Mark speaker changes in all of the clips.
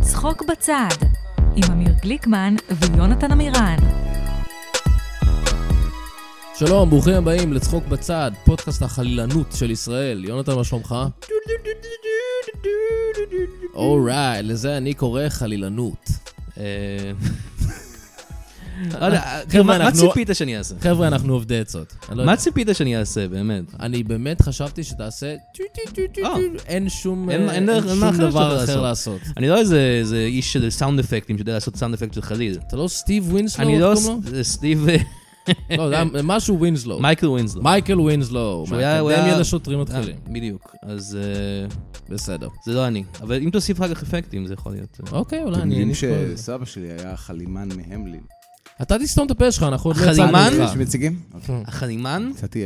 Speaker 1: צחוק בצד, עם אמיר גליקמן ויונתן עמירן.
Speaker 2: שלום, ברוכים הבאים לצחוק בצד, פודקאסט החלילנות של ישראל. יונתן, מה שלומך? אורייט, לזה אני קורא חלילנות. אה, לא יודע,
Speaker 3: כאילו,
Speaker 4: מה-
Speaker 2: חבר'ה,
Speaker 4: מה
Speaker 2: אנחנו-
Speaker 4: ציפית שאני אעשה?
Speaker 2: חבר'ה, אנחנו עובדי עצות. אני לא
Speaker 4: מה
Speaker 2: יודע.
Speaker 4: ציפית שאני אעשה, באמת?
Speaker 2: אני באמת חשבתי שתעשה... טו, טו, טו, טו,
Speaker 4: אה.
Speaker 2: טו. אין שום אה,
Speaker 4: אין- אין
Speaker 2: אין
Speaker 4: דרך- אין מה
Speaker 2: שום
Speaker 4: אחרת
Speaker 2: דבר
Speaker 4: שאתה
Speaker 2: אחר
Speaker 4: לעשות.
Speaker 2: לעשות.
Speaker 4: אני לא איזה איזה איש של סאונד אפקטים שיודע לעשות סאונד אפקט של חליל.
Speaker 2: אתה לא סטיב ווינסלו?
Speaker 4: אני
Speaker 2: איך
Speaker 4: לא
Speaker 2: קוראים
Speaker 4: ס- סטיב... אה,
Speaker 2: לו? לא, זה היה משהו ווינסלו.
Speaker 4: מייקל ווינסלו.
Speaker 2: מייקל ווינסלו,
Speaker 4: שהוא היה- הוא
Speaker 2: מהאקדמיה
Speaker 4: היה-
Speaker 2: לשוטרים
Speaker 4: אה,
Speaker 2: מתחילים.
Speaker 4: בדיוק. אז אה,
Speaker 2: בסדר.
Speaker 4: זה לא אני. אבל אם תוסיף אחר כך אפקטים, זה יכול להיות. אה,
Speaker 2: אוקיי, אולי
Speaker 3: אתם
Speaker 2: אני...
Speaker 3: יודעים
Speaker 2: אני אשקול את זה.
Speaker 3: שסבא שלי היה חלימן מהמלין.
Speaker 2: אה, אתה תסתום את הפה שלך, אנחנו עוד לא
Speaker 4: חלימן?
Speaker 2: יצאנו
Speaker 4: אה.
Speaker 3: יש
Speaker 2: איתך.
Speaker 3: מציגים? אוקיי.
Speaker 4: החלימן?
Speaker 3: קצת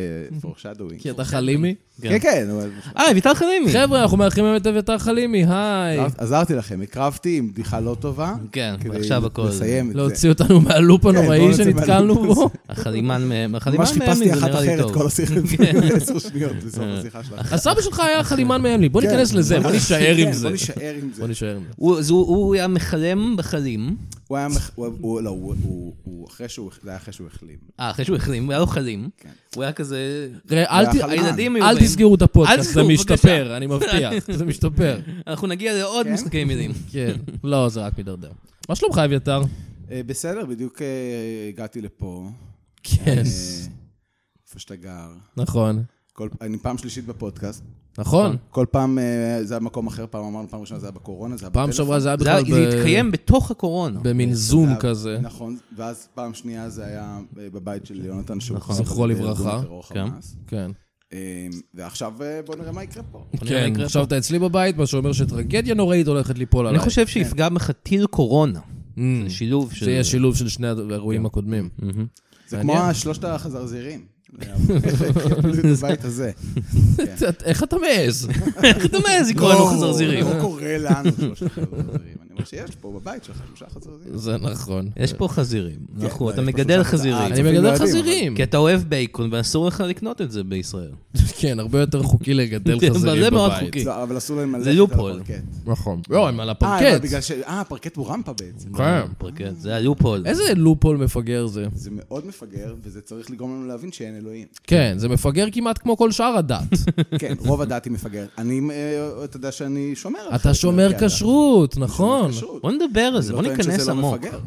Speaker 3: פורשדווינג.
Speaker 2: כי אתה חלימי?
Speaker 3: כן, כן, אבל...
Speaker 4: אה, אביטל חלימי.
Speaker 2: חבר'ה, אנחנו מארחים את אביתר חלימי, היי.
Speaker 3: עזר- עזרתי לכם, הקרבתי עם בדיחה לא טובה.
Speaker 4: כן,
Speaker 3: כדי
Speaker 4: עכשיו הכל.
Speaker 3: לסיים את זה.
Speaker 2: להוציא אותנו מהלופ
Speaker 3: בואו
Speaker 2: הנוראי
Speaker 3: נצא
Speaker 2: שנתקלנו
Speaker 3: מהלופ
Speaker 2: בו.
Speaker 4: החלימן מהם, החלימן
Speaker 3: ממש
Speaker 4: מהם
Speaker 3: חיפשתי
Speaker 4: זה
Speaker 3: אחת
Speaker 4: נראה לי
Speaker 3: אחרת
Speaker 4: טוב.
Speaker 3: כל השיחה,
Speaker 4: כן.
Speaker 3: עשר שניות בסוף השיחה שלך.
Speaker 2: הסבא שלך היה חלימן מהמלי, בוא
Speaker 3: כן.
Speaker 2: אה. ניכנס לזה, בוא נישאר
Speaker 3: כן,
Speaker 2: עם זה.
Speaker 3: בוא נישאר עם זה.
Speaker 2: בוא נישאר עם זה.
Speaker 4: הוא- אז הוא- הוא היה מחלם בחלים.
Speaker 3: הוא היה... מח- הוא- הוא- לא, הוא- הוא- הוא אחרי שהוא... זה היה אחרי שהוא החלים.
Speaker 4: אה, אחרי שהוא החלים, הוא היה לו חלים.
Speaker 3: כן.
Speaker 4: הוא היה כזה...
Speaker 2: ראה, אל ת-
Speaker 3: והחלימן.
Speaker 4: הילדים היו
Speaker 2: אל
Speaker 4: באים.
Speaker 2: תסגרו את
Speaker 4: אל
Speaker 2: הפודקאסט, זה
Speaker 4: תסגרו,
Speaker 2: משתפר,
Speaker 4: בבקשה.
Speaker 2: אני מבטיח, זה משתפר.
Speaker 4: אנחנו נגיע לעוד
Speaker 3: כן?
Speaker 4: משחקי מילים.
Speaker 2: כן, לא, זה רק מידרדר. מה שלומך, אביתר?
Speaker 3: אה, בסדר, בדיוק אה, הגעתי לפה.
Speaker 2: כן,
Speaker 3: אה, איפה שאתה גר.
Speaker 2: נכון.
Speaker 3: כל- אני פעם שלישית בפודקאסט.
Speaker 2: נכון.
Speaker 3: כל פעם אה, זה היה מקום אחר, פעם אמרנו, פעם ראשונה זה היה בקורונה, זה היה
Speaker 2: פעם
Speaker 3: בטלפון.
Speaker 2: שעברה זה היה
Speaker 4: זה היה-
Speaker 2: בכלל
Speaker 4: זה
Speaker 2: ב-
Speaker 4: התקיים בתוך הקורונה.
Speaker 2: במין זום
Speaker 3: זה היה-
Speaker 2: כזה.
Speaker 3: נכון, ואז פעם שנייה זה היה אה, בבית של יונתן שהוא...
Speaker 2: נכון.
Speaker 3: חבר
Speaker 2: זכרו
Speaker 3: בארגון
Speaker 2: לברכה.
Speaker 3: הטרור
Speaker 4: כן.
Speaker 3: חמאס.
Speaker 2: כן.
Speaker 3: אה, ועכשיו אה, בואו נראה מה יקרה פה.
Speaker 4: נראה
Speaker 2: כן,
Speaker 4: יקרה
Speaker 2: עכשיו
Speaker 4: פה.
Speaker 2: אתה אצלי בבית, מה שאומר שטרגדיה נוראית הולכת ליפול עליי.
Speaker 4: אני
Speaker 3: כן.
Speaker 4: חושב שיפגע בך טיל קורונה.
Speaker 2: Mm.
Speaker 4: זה שילוב של... כן.
Speaker 2: זה יהיה שילוב של שני האירועים הקודמים.
Speaker 4: מהמם.
Speaker 3: זה
Speaker 2: מעניין.
Speaker 3: כמו השלושת החזרזירים. זה היה- קיבלו את הבית הזה.
Speaker 2: אתה- איך אתה מעז?
Speaker 4: איך אתה מעז לקרוא לנו חזרזירים?
Speaker 3: לא קורה לנו שלושת החזרזירים. אני אומר שיש פה בבית שלך שלושה חזרזירים.
Speaker 2: זה נכון.
Speaker 4: יש פה חזירים. אנחנו-
Speaker 3: לא,
Speaker 4: אתה
Speaker 3: יש פה
Speaker 4: מגדל
Speaker 3: שלושה
Speaker 4: חזירים.
Speaker 3: חזירים.
Speaker 2: אני
Speaker 3: צופים לא
Speaker 2: מגדל
Speaker 3: יודעים,
Speaker 2: חזירים.
Speaker 4: כי אתה אוהב בייקון, ואסור לך לקנות את זה בישראל.
Speaker 2: כן, הרבה יותר חוקי לגדל
Speaker 4: כן,
Speaker 2: חזירים
Speaker 4: זה מאוד
Speaker 2: בבית.
Speaker 4: חוקי.
Speaker 3: לא, אבל אסור להם ללכת
Speaker 4: זה
Speaker 3: על
Speaker 4: לופול.
Speaker 3: הפרקט.
Speaker 2: נכון. לא, הם על
Speaker 3: אה, אבל
Speaker 2: הפרקט.
Speaker 3: בגלל ש... אה, הפרקט הוא רמפה בעצם.
Speaker 2: כן.
Speaker 4: פרקט, זה הלופול.
Speaker 2: איזה לופול מפגר זה.
Speaker 3: זה מאוד מפגר, וזה צריך לגרום לנו להבין שאין אלוהים.
Speaker 2: כן, זה מפגר כמעט כמו כל שאר הדת.
Speaker 4: לא,
Speaker 3: כן, רוב הדת היא מפגרת. אני, אה, אתה יודע שאני שומר על חלק
Speaker 4: לא,
Speaker 2: אתה שומר
Speaker 4: כן,
Speaker 3: מערכי הדת.
Speaker 2: כשרות, נכון.
Speaker 3: כשרות.
Speaker 4: בוא נדבר על זה, בוא
Speaker 3: לא טוען
Speaker 4: ניכנס
Speaker 3: שזה לא
Speaker 4: עמוק.
Speaker 3: מפגר.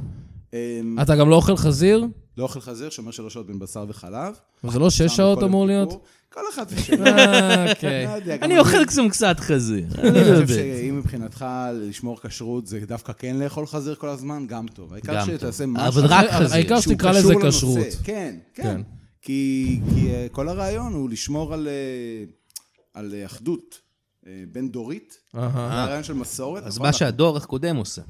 Speaker 3: אמ,
Speaker 2: אתה גם לא אוכל חזיר?
Speaker 3: לא אוכל חזיר, שומר שלוש שעות בין בשר וחלב.
Speaker 2: אבל זה לא
Speaker 3: שם
Speaker 2: שש שעות
Speaker 3: בכל
Speaker 2: אמור
Speaker 3: יום
Speaker 2: להיות?
Speaker 3: כיפור. כל אחת ושבע. לא
Speaker 2: אה, אוקיי.
Speaker 4: אני אוכל קצת קצת חזיר. אני לא
Speaker 3: אני חושב
Speaker 4: יודע.
Speaker 3: שאם מבחינתך לשמור כשרות זה דווקא כן לאכול חזיר כל הזמן, גם טוב. העיקר
Speaker 4: גם טוב.
Speaker 3: שתעשה
Speaker 4: אבל
Speaker 3: משהו
Speaker 4: רק
Speaker 3: שהוא
Speaker 4: חזיר.
Speaker 2: העיקר
Speaker 3: קשור
Speaker 2: שתקרא לזה
Speaker 3: לנושא.
Speaker 2: כשרות.
Speaker 3: כן,
Speaker 2: כן.
Speaker 3: כן. כי כי, אה, כל הרעיון הוא לשמור על, אה, על אה, אחדות אה, בין-דורית.
Speaker 2: אהה.
Speaker 3: זה הרעיון של מסורת.
Speaker 4: אז
Speaker 3: נכון?
Speaker 4: מה שהדור הקודם עושה.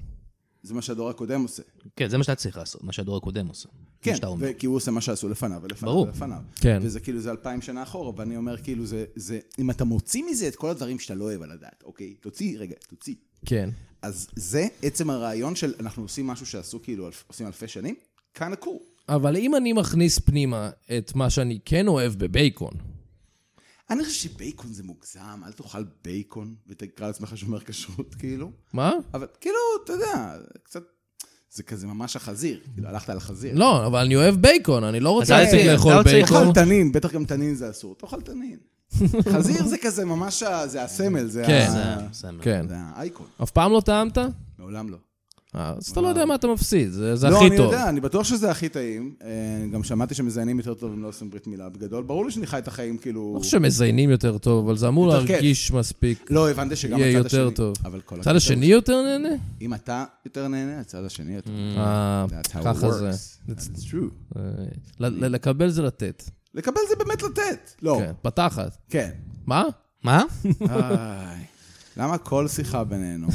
Speaker 3: זה מה שהדור הקודם עושה.
Speaker 4: כן, זה מה שאתה צריך לעשות, מה שהדור הקודם עושה.
Speaker 3: כן,
Speaker 4: מה שאתה אומר.
Speaker 3: ו- כי הוא עושה מה שעשו לפניו ולפניו
Speaker 4: ברור.
Speaker 3: ולפניו.
Speaker 2: כן.
Speaker 3: וזה כאילו, זה אלפיים שנה אחורה, ואני אומר, כאילו, זה, זה, אם אתה מוציא מזה את כל הדברים שאתה לא אוהב על הדעת, אוקיי? תוציא, רגע, תוציא.
Speaker 2: כן.
Speaker 3: אז זה עצם הרעיון של אנחנו עושים משהו שעשו כאילו, אלף- עושים אלפי שנים, כאן הכור.
Speaker 2: אבל אם אני מכניס פנימה את מה שאני כן אוהב בבייקון,
Speaker 3: אני חושב שבייקון זה מוגזם, אל תאכל בייקון ותקרא לעצמך שומר כשרות, כאילו.
Speaker 2: מה?
Speaker 3: אבל כאילו, אתה יודע, קצת, זה כזה ממש החזיר, כאילו, הלכת על החזיר.
Speaker 2: לא, אבל אני אוהב בייקון, אני לא רוצה
Speaker 4: אתה-
Speaker 2: להפסיק
Speaker 4: אתה
Speaker 2: לאכול
Speaker 4: לא צריך
Speaker 2: בייקון.
Speaker 3: תאכל תנין, בטח גם תנין זה אסור, תאכל תנין. חזיר זה כזה ממש, ה- זה הסמל, זה
Speaker 2: כן.
Speaker 3: ה-
Speaker 4: זה- זה-
Speaker 2: כן.
Speaker 3: זה האייקון,
Speaker 2: אף פעם לא טעמת?
Speaker 3: מעולם לא.
Speaker 2: אה, אז אתה לא יודע מה אתה מפסיד, זה זה
Speaker 3: לא,
Speaker 2: הכי
Speaker 3: אני
Speaker 2: טוב.
Speaker 3: יודע, אני בטוח שזה הכי טעים. אה, גם שמעתי שמזיינים יותר טוב אם לא עושים ברית מילה בגדול. ברור לי שאני חי את החיים
Speaker 2: לא
Speaker 3: כאילו...
Speaker 2: חושב שמזיינים יותר טוב, אבל זה אמור
Speaker 3: יותר כיף.
Speaker 2: להרגיש מספיק.
Speaker 3: לא, הבנתי שגם
Speaker 2: יהיה
Speaker 3: הצד השני.
Speaker 2: יותר טוב.
Speaker 3: אבל כל
Speaker 2: הצד השני יותר נהנה?
Speaker 3: אם אתה יותר נהנה, הצד השני יותר נהנה.
Speaker 2: אה,
Speaker 3: Mm, That's how it
Speaker 2: ככה זה.
Speaker 3: works. Oh. And It's true.
Speaker 2: אה, ל- ל- לקבל זה לתת.
Speaker 3: לקבל זה באמת לתת. לא.
Speaker 2: כן, פתחת.
Speaker 3: כן.
Speaker 2: מה?
Speaker 4: מה?
Speaker 3: איי, למה כל שיחה בינינו?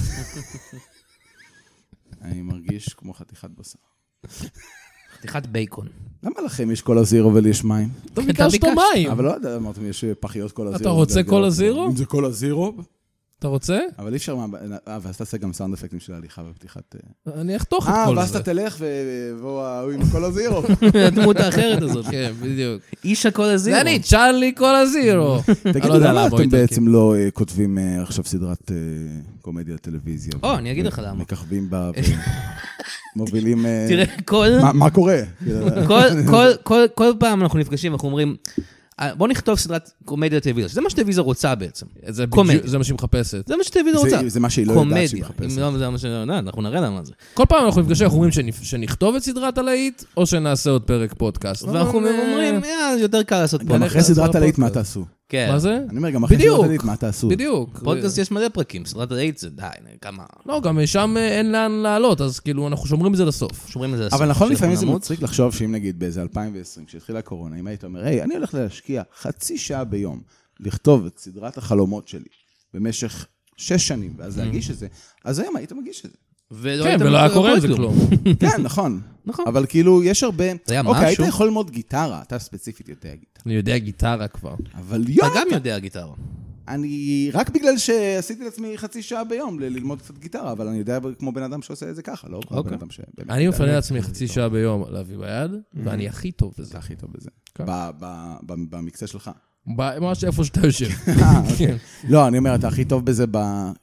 Speaker 3: אני מרגיש כמו חתיכת בשר.
Speaker 4: חתיכת בייקון.
Speaker 3: למה לכם יש קולה זירו ולי יש מים?
Speaker 2: אתה ביקשת
Speaker 4: ביקשת.
Speaker 2: מים.
Speaker 3: אבל לא יודע, אמרתם יש פחיות קולה זירו.
Speaker 2: רוצה
Speaker 3: וגרגרות.
Speaker 2: קולה זירו?
Speaker 3: אם זה קולה זירו?
Speaker 2: אתה רוצה?
Speaker 3: אבל אי אפשר... מה- אה, ואז תעשה גם סאונד אפקטים של ההליכה בפתיחת... אה.
Speaker 2: אני אחתוך את
Speaker 3: אה,
Speaker 2: כל
Speaker 3: ואז
Speaker 2: זה.
Speaker 3: אתה תלך ו- והוא ההוא עם הקולה זירו.
Speaker 4: הדמות האחרת הזאת.
Speaker 2: כן, בדיוק.
Speaker 4: איש הכל הזירו.
Speaker 2: זה אני, צ'ארלי כל הזירו. אני לא
Speaker 3: תגידו,
Speaker 2: יודע
Speaker 3: למה
Speaker 2: למה הוא
Speaker 3: אתם
Speaker 2: איטלקי.
Speaker 3: בעצם לא אה, כותבים אה, עכשיו סדרת אה, קומדיה טלוויזיה?
Speaker 4: או,
Speaker 3: ו-
Speaker 4: אני אגיד
Speaker 3: ו-
Speaker 4: לך למה.
Speaker 3: מככבים בה ומובילים... אה,
Speaker 4: תראה, כל...
Speaker 3: מה- מה קורה? כאילו, אה,
Speaker 4: כל- כל- כל- כל פעם אנחנו נפגשים, אנחנו אומרים, "אה, בוא נכתוב סדרת קומדיה טלוויזיה, שזה מה שטלוויזיה רוצה בעצם.
Speaker 2: זה בדיוק-
Speaker 4: קומדיה.
Speaker 2: זה מה שהיא מחפשת.
Speaker 4: זה מה שטלוויזיה
Speaker 3: זה-
Speaker 4: רוצה.
Speaker 3: זה מה שהיא לא יודעת שהיא
Speaker 4: קומדיה.
Speaker 3: מחפשת.
Speaker 4: אם לא, זה מה ש... לא, אנחנו נראה לה מה זה.
Speaker 2: כל פעם אנחנו נפגשים, אנחנו אומרים שנפ- שנכתוב את סדרת הלהיט, או שנעשה עוד פרק פודקאסט.
Speaker 4: ואנחנו
Speaker 2: אבל, אה,
Speaker 4: אומרים, "אה, יותר קל לעשות
Speaker 3: גם
Speaker 4: פודקאסט.
Speaker 3: אחרי סדרת
Speaker 2: אחרי
Speaker 3: הלהיט, מה
Speaker 2: הפודקאסט.
Speaker 3: תעשו?
Speaker 4: כן.
Speaker 2: מה זה?
Speaker 3: אני אומר, גם אחרי סדרת
Speaker 2: בדיוק.
Speaker 3: הלהיט, מה תעשו?
Speaker 2: בדיוק.
Speaker 4: פודקאסט יש מלא פרקים, סדרת הלהיט זה די, כמה...
Speaker 2: לא, גם שם אה, אין לאן לעלות, אז כאילו, אנחנו שומרים את זה לסוף.
Speaker 4: שומרים על זה לסוף,
Speaker 3: אבל נכון,
Speaker 4: שאנחנו
Speaker 3: לפעמים זה
Speaker 4: נמות.
Speaker 3: מצחיק לחשוב שאם נגיד באיזה 2020, כשהתחילה הקורונה, אם היית אומר, היי, אני הולך להשקיע חצי שעה ביום לכתוב את סדרת החלומות שלי במשך שש שנים, ואז להגיש את זה, אז היום היית מגיש את זה.
Speaker 4: ולא
Speaker 2: כן,
Speaker 4: הייתם-
Speaker 2: ולא היה
Speaker 4: לא
Speaker 2: קורה עם זה כלום.
Speaker 3: כן, נכון.
Speaker 4: נכון.
Speaker 3: אבל כאילו, יש הרבה...
Speaker 4: זה היה
Speaker 3: אוקיי, היית
Speaker 4: משהו?
Speaker 3: יכול ללמוד גיטרה, אתה ספציפית יודע גיטרה.
Speaker 2: אני יודע גיטרה כבר.
Speaker 3: אבל
Speaker 4: אתה
Speaker 3: יואו,
Speaker 4: גם יודע גיטרה.
Speaker 3: אני... רק בגלל שעשיתי לעצמי חצי שעה ביום ל- ללמוד קצת גיטרה, אבל אני יודע כמו בן אדם שעושה את זה ככה, לא כמו בן
Speaker 4: אוקיי.
Speaker 3: אדם שבאמת...
Speaker 2: אני מפנה לעצמי חצי שעה ביום להביא ביד,
Speaker 4: Mhm.
Speaker 2: ואני הכי טוב
Speaker 3: אתה
Speaker 2: בזה.
Speaker 3: הכי טוב בזה.
Speaker 2: כן.
Speaker 3: ב- ב- ב- במקצה שלך.
Speaker 2: ב- ממש איפה שאתה יושב.
Speaker 4: אה, אוקיי.
Speaker 2: כן.
Speaker 3: לא, אני אומר, אתה הכי טוב בזה ב...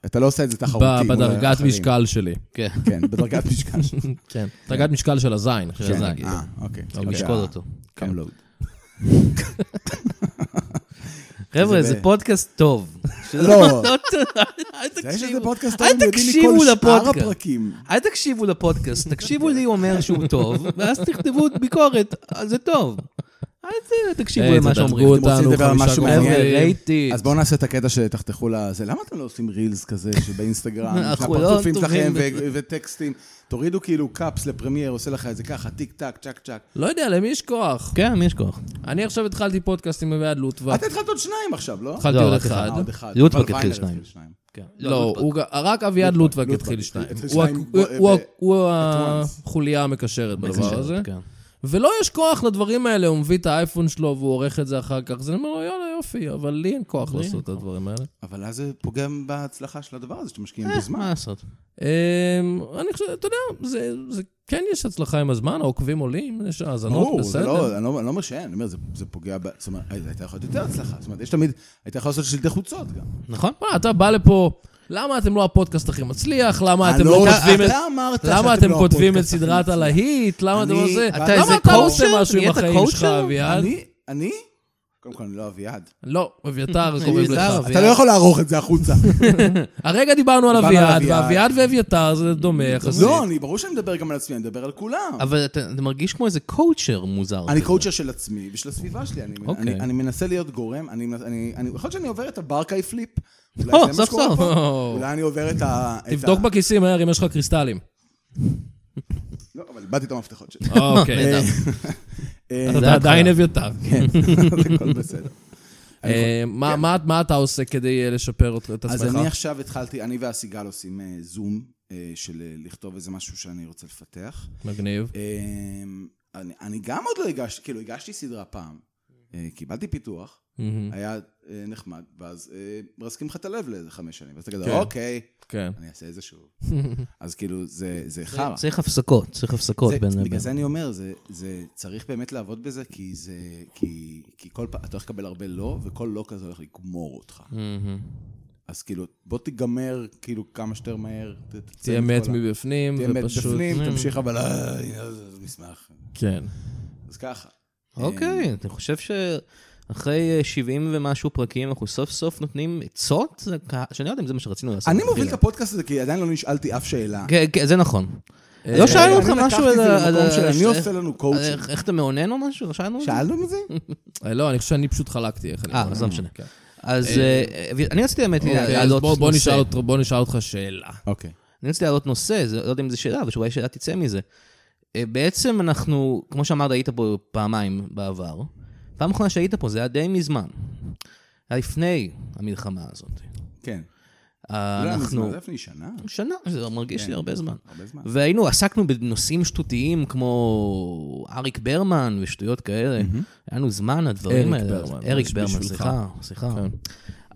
Speaker 3: אתה לא עושה את זה תחרותי.
Speaker 2: ב-
Speaker 3: מול
Speaker 2: בדרגת
Speaker 3: אחרים.
Speaker 2: משקל שלי.
Speaker 4: כן.
Speaker 3: כן, בדרגת משקל.
Speaker 2: כן. דרגת משקל של הזין. של
Speaker 3: כן,
Speaker 2: הזין.
Speaker 3: אה, אוקיי.
Speaker 2: אוקיי.
Speaker 4: לשקול אותו. כן.
Speaker 3: קם לואוד.
Speaker 4: חבר'ה,
Speaker 3: זה
Speaker 4: זה
Speaker 3: ב-
Speaker 4: פודקאסט טוב.
Speaker 3: לא,
Speaker 4: אל
Speaker 3: זה יש
Speaker 4: תקשיבו.
Speaker 3: איזה פודקאסט
Speaker 4: אל
Speaker 3: טוב, יודעים
Speaker 4: תקשיבו
Speaker 3: מכל שאר
Speaker 4: לפודקאסט.
Speaker 3: הפרקים.
Speaker 4: אל תקשיבו לפודקאסט, תקשיבו לי אומר שהוא טוב, ואז תכתבו ביקורת, אה, זה טוב. אל ת- תקשיבו
Speaker 3: אה,
Speaker 2: היי,
Speaker 4: למה
Speaker 2: תדרגו
Speaker 4: שאומרים.
Speaker 3: אתם רוצים
Speaker 2: אותנו
Speaker 3: לדבר על
Speaker 2: חמישה
Speaker 3: משהו
Speaker 2: כוכבים.
Speaker 3: מעניין?
Speaker 4: חבר'ה, רייטינג.
Speaker 3: אז בואו נעשה את הקטע שתחתכו לזה. למה אתם לא עושים רילס כזה שבאינסטגרם, יש
Speaker 4: אנחנו לא
Speaker 3: הפרצופים שלכם
Speaker 4: טובים
Speaker 3: ו- וטקסטים? תורידו כאילו קאפס לפרמייר, עושה לך את זה ככה, טיק טק, צ'ק צ'ק.
Speaker 2: לא יודע, למי יש כוח?
Speaker 4: כן, מי יש כוח?
Speaker 2: אני עכשיו התחלתי פודקאסט עם אביעד לוטווה.
Speaker 3: אתה התחלת עוד שניים עכשיו, לא?
Speaker 2: התחלתי
Speaker 4: לא,
Speaker 2: עוד
Speaker 4: רק
Speaker 2: אחד.
Speaker 3: אה, עוד אחד.
Speaker 4: לוטפק
Speaker 3: אבל ויינר
Speaker 4: התחיל שניים.
Speaker 3: כן.
Speaker 2: לא, הוא ג- רק אביעד לוטווג
Speaker 3: לוטבק.
Speaker 2: התחיל שתיים.
Speaker 3: התחיל
Speaker 2: הוא ה-
Speaker 3: שניים,
Speaker 2: הוא-
Speaker 3: ב-
Speaker 2: הוא ה-
Speaker 3: ב-
Speaker 2: הוא
Speaker 3: once.
Speaker 2: החוליה המקשרת בדבר הזה.
Speaker 4: כן.
Speaker 2: ולא יש כוח לדברים האלה, הוא מביא את האייפון שלו והוא עורך את זה אחר כך. אז אני אומר לו, יאללה, יופי, אבל לי אין כוח לעשות את הדברים האלה.
Speaker 3: אבל אז זה פוגע בהצלחה של הדבר הזה, שאתם משקיעים
Speaker 4: אה, מה
Speaker 3: בזמן.
Speaker 4: לעשות?
Speaker 2: אמ, אני חושב, אתה יודע, זה- זה כן יש הצלחה עם הזמן, העוקבים עולים, יש האזנות,
Speaker 3: ברור, זה
Speaker 2: בסדר.
Speaker 3: לא, אני לא אני לא אומר שאין, אני אומר, זה- זה פוגע ב... זאת אומרת, הייתה יכולה להיות יותר הצלחה. זאת אומרת, יש תמיד, הייתה יכולה לעשות שלטי חוצות גם.
Speaker 4: נכון?
Speaker 2: מה, אתה בא לפה, למה אתם לא הפודקאסט הכי מצליח? למה אתם
Speaker 3: אני
Speaker 2: לא
Speaker 3: אתה-
Speaker 2: כותבים את...
Speaker 3: אתה אמרת
Speaker 2: למה
Speaker 3: שאתם
Speaker 2: אתם
Speaker 3: לא
Speaker 2: כותבים את
Speaker 3: הפודקאסט הכי
Speaker 2: סדרת הלהיט? למה אתם
Speaker 3: אני-
Speaker 2: לא זה?
Speaker 3: אתה
Speaker 4: איזה
Speaker 2: למה אתה לא עושה
Speaker 4: קואוצ'ר?
Speaker 2: משהו עם
Speaker 4: נהיית
Speaker 2: החיים שלך,
Speaker 4: קואוצ'ר?
Speaker 2: אביעד?
Speaker 3: אני? אני? קודם כל, אני לא אביעד.
Speaker 2: לא, אביתר קוראים
Speaker 4: אביתר,
Speaker 2: לך.
Speaker 4: אביעד.
Speaker 3: אתה לא יכול לערוך את זה החוצה.
Speaker 2: הרגע דיברנו על
Speaker 3: דיברנו על
Speaker 2: אביעד,
Speaker 3: אביעד.
Speaker 2: ואביעד ואביתר זה דומה יחסית.
Speaker 3: לא, אני, ברור שאני מדבר גם על עצמי, אני מדבר על כולם.
Speaker 4: אבל אתה אתה מרגיש כמו איזה קואוצ'ר מוזר.
Speaker 3: אני
Speaker 4: כזה.
Speaker 3: קואוצ'ר של עצמי ושל הסביבה שלי. אני-
Speaker 4: אוקיי.
Speaker 3: אני אני מנסה להיות גורם, אני מנס- אני... אני- יכול להיות שאני עובר את הברקאי פליפ. אולי
Speaker 4: או,
Speaker 3: זה מה
Speaker 4: סוף
Speaker 3: שקורה
Speaker 4: סוף.
Speaker 3: פה.
Speaker 2: או.
Speaker 3: אולי אני עובר את ה... את
Speaker 2: תבדוק
Speaker 3: ה-
Speaker 2: בכיסים, מהר, אם יש לך קריסטלים.
Speaker 3: לא, אבל איבדתי את המפתחות שלי.
Speaker 2: אוקיי,
Speaker 4: נהדר.
Speaker 3: אה,
Speaker 2: אתה עדיין אביתר.
Speaker 3: כן, הכל בסדר.
Speaker 2: אה, מה- מה- מה אתה עושה כדי אה, לשפר אות- את
Speaker 3: כן. אז אני
Speaker 2: עצמך?
Speaker 3: עכשיו התחלתי, אני והסיגל עושים אה, זום אה, של אה, לכתוב איזה משהו שאני רוצה לפתח.
Speaker 2: מגניב.
Speaker 3: אמ, אני, אני גם עוד לא הגשתי, כאילו הגשתי סדרה פעם, אה, קיבלתי פיתוח,
Speaker 2: מהמם.
Speaker 3: היה אה, נחמד, ואז אה, מרסקים לך את הלב לאיזה חמש שנים, ואז אתה כזה,
Speaker 2: כן.
Speaker 3: אוקיי,
Speaker 2: כן.
Speaker 3: אני אעשה את זה שוב. אז כאילו, זה, זה חרא.
Speaker 4: צריך הפסקות, צריך הפסקות
Speaker 3: זה-
Speaker 4: בין לבין.
Speaker 3: בגלל זה אני אומר, זה, זה צריך באמת לעבוד בזה, כי זה, כי, כי כל פעם, אתה הולך לקבל הרבה לא, וכל לא כזה הולך לגמור אותך.
Speaker 2: Mm-hmm.
Speaker 4: מהמם.
Speaker 3: אז כאילו, בוא תיגמר כאילו כמה שיותר מהר. ת- תצא
Speaker 2: תהיה
Speaker 3: מכל
Speaker 2: מת
Speaker 3: ה-
Speaker 2: מבפנים,
Speaker 3: תהיה מת
Speaker 2: ופשוט...
Speaker 3: בפנים, תמשיך, אבל אה, הנה, זה מסמך.
Speaker 2: כן.
Speaker 3: אז ככה.
Speaker 4: אוקיי, אני חושב שאחרי אה, 70 ומשהו פרקים, אנחנו סוף סוף נותנים עצות? זה כ- שאני לא יודע אם זה מה שרצינו לעשות.
Speaker 3: אני מוביל את
Speaker 4: מלכתחילה.
Speaker 3: הפודקאסט הזה, כי עדיין לא נשאלתי אף שאלה.
Speaker 4: כן, כן, זה נכון. לא
Speaker 2: אה,
Speaker 4: שאלנו אותך
Speaker 3: אני לקחתי
Speaker 4: משהו
Speaker 3: את
Speaker 4: על...
Speaker 3: זה
Speaker 4: ה- על
Speaker 3: למקום של
Speaker 4: ה-
Speaker 3: אני
Speaker 4: איך-
Speaker 3: עושה לנו
Speaker 4: על
Speaker 3: coaching.
Speaker 4: איך- איך אתה מעונן או משהו? לא שאלנו את זה?
Speaker 3: שאלנו את זה?
Speaker 2: אה, לא, אני חושב שאני פשוט חלקתי איך אני... כן.
Speaker 4: אה, אז לא משנה. אז אה, אני רציתי באמת
Speaker 2: אוקיי, אז
Speaker 4: להעלות
Speaker 2: בוא- בוא נשאל
Speaker 4: נושא.
Speaker 2: אותו- בוא נשאל אותך שאלה.
Speaker 3: אוקיי.
Speaker 4: אני רציתי להעלות נושא, זה, לא יודע אם זו שאלה, אבל שאולי שאלה תצא מזה. אה, בעצם אנחנו, כמו שאמרת, היית פה פעמיים בעבר. פעם אחרונה שהיית פה זה היה די מזמן. היה לפני המלחמה הזאת.
Speaker 3: כן.
Speaker 4: אה,
Speaker 3: לא, אני
Speaker 4: אנחנו...
Speaker 3: זמן, זה לפני שנה.
Speaker 4: שנה, זה
Speaker 2: כן.
Speaker 4: מרגיש לי הרבה זמן.
Speaker 3: הרבה זמן.
Speaker 4: והיינו, עסקנו בנושאים שטותיים כמו אריק ברמן ושטויות כאלה. היה לנו זמן לדברים
Speaker 2: אריק
Speaker 4: האלה.
Speaker 2: ברמן,
Speaker 4: אריק
Speaker 2: בש-
Speaker 4: ברמן,
Speaker 2: בשבילך.
Speaker 3: כן.
Speaker 4: סליחה, סליחה.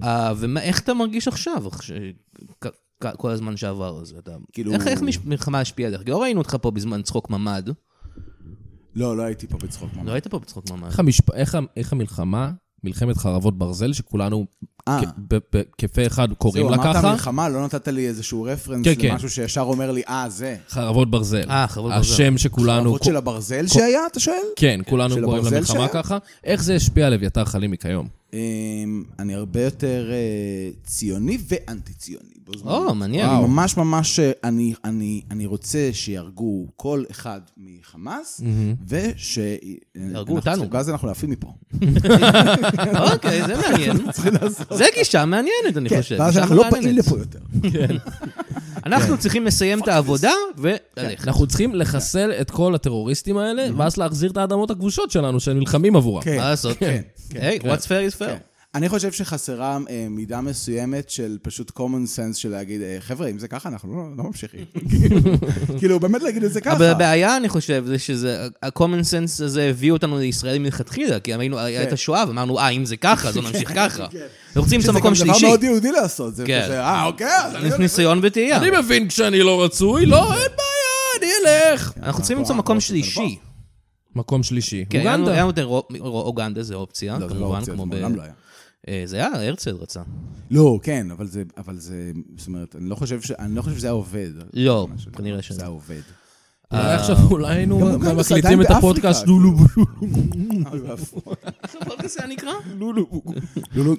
Speaker 4: אה, ואיך אתה מרגיש עכשיו, כש- כ- כ- כל הזמן שעבר הזה? אתה...
Speaker 3: כאילו-
Speaker 4: איך, איך מש- מלחמה השפיעה עליך? כי לא ראינו אותך פה בזמן צחוק ממ"ד.
Speaker 3: לא, לא הייתי פה בצחוק ממש.
Speaker 4: לא היית פה בצחוק ממ"ד.
Speaker 2: איך, המשפ... איך, ה- איך המלחמה, מלחמת חרבות ברזל, שכולנו
Speaker 3: אה.
Speaker 2: כ- ב- ב- כפה אחד קוראים לה
Speaker 3: זהו,
Speaker 2: ככה,
Speaker 3: אמרת מלחמה, לא נתת לי איזשהו רפרנס
Speaker 2: כן, כן.
Speaker 3: למשהו שישר אומר לי, אה, זה.
Speaker 2: חרבות ברזל.
Speaker 4: אה, חרבות ברזל.
Speaker 2: השם שכולנו...
Speaker 3: חרבות של הברזל שהיה, אתה שואל?
Speaker 2: כן, כולנו
Speaker 3: של
Speaker 2: קוראים
Speaker 3: הברזל
Speaker 2: למלחמה
Speaker 3: שהיה?
Speaker 2: ככה. איך זה השפיע על אביתר חלימי כיום?
Speaker 3: אמ, אני הרבה יותר אה, ציוני ואנטי-ציוני. בו זמנית.
Speaker 4: או, מעניין.
Speaker 3: אני
Speaker 4: וואו.
Speaker 3: ממש ממש, אה, אני- אני אני רוצה שיהרגו כל אחד מחמאס, וש... אנחנו
Speaker 4: אותנו.
Speaker 3: צריכים- ואז אנחנו להפעיל מפה.
Speaker 4: אוקיי, זה מעניין. זה גישה מעניינת, אני חושב.
Speaker 3: ואז
Speaker 4: גישה
Speaker 3: אנחנו לא
Speaker 4: מעניינת.
Speaker 3: באים לפה כן. יותר.
Speaker 4: אנחנו צריכים לסיים את העבודה וללכת.
Speaker 3: כן.
Speaker 2: אנחנו צריכים לחסל את כל הטרוריסטים האלה, ואז להחזיר את האדמות הכבושות שלנו, שנלחמים עבורם.
Speaker 3: Mm-hmm. כן.
Speaker 4: מה לעשות?
Speaker 3: כן,
Speaker 4: היי, what's fair is fair.
Speaker 3: אני חושב שחסרה אה, מידה מסוימת של פשוט common sense של להגיד, "אה, חבר'ה, אם זה ככה, אנחנו לא- לא ממשיכים. כאילו, באמת להגיד את זה ככה.
Speaker 4: אבל הבעיה, אני חושב, זה שזה, ה-common sense הזה הביא אותנו לישראלים מלכתחילה, כי היינו, היה את השואה, ואמרנו, אה, אם זה ככה, אז לא נמשיך ככה. אנחנו רוצים למצוא מקום
Speaker 3: שזה גם
Speaker 4: שלישי.
Speaker 3: דבר מאוד יהודי לעשות, זה
Speaker 4: כן.
Speaker 3: כזה, אה, אוקיי, אז אני...
Speaker 4: ניסיון וטעייה.
Speaker 2: אני מבין כשאני לא רצוי, לא, אין בעיה, אני אלך.
Speaker 4: אנחנו צריכים למצוא מקום שלישי.
Speaker 2: מקום שלישי,
Speaker 4: כן, היה לנו-
Speaker 2: אוגנדה.
Speaker 4: היה לנו את אירו- אירו- אוגנדה, זה אופציה,
Speaker 3: לא, זה לא
Speaker 4: כמובן,
Speaker 3: אופציה,
Speaker 4: כמו
Speaker 3: זה
Speaker 4: ב...
Speaker 3: מעולם לא היה.
Speaker 4: אה, זה היה, הרצל רצה.
Speaker 3: לא, כן, אבל זה, אבל זה, זאת אומרת, אני לא חושב ש- אני לא חושב שזה היה עובד.
Speaker 4: לא,
Speaker 3: מה שזה-
Speaker 4: כנראה שלא.
Speaker 3: זה היה עובד.
Speaker 2: אולי אה, עכשיו אולי היינו
Speaker 3: גם אוגנדה זה
Speaker 2: מקליטים
Speaker 3: עדיין
Speaker 2: את
Speaker 3: באפריקה,
Speaker 2: הפודקאסט
Speaker 3: כאילו.
Speaker 2: לולו בולו.
Speaker 3: אוי ואבוי.
Speaker 4: זה נקרא?
Speaker 3: לא, לא,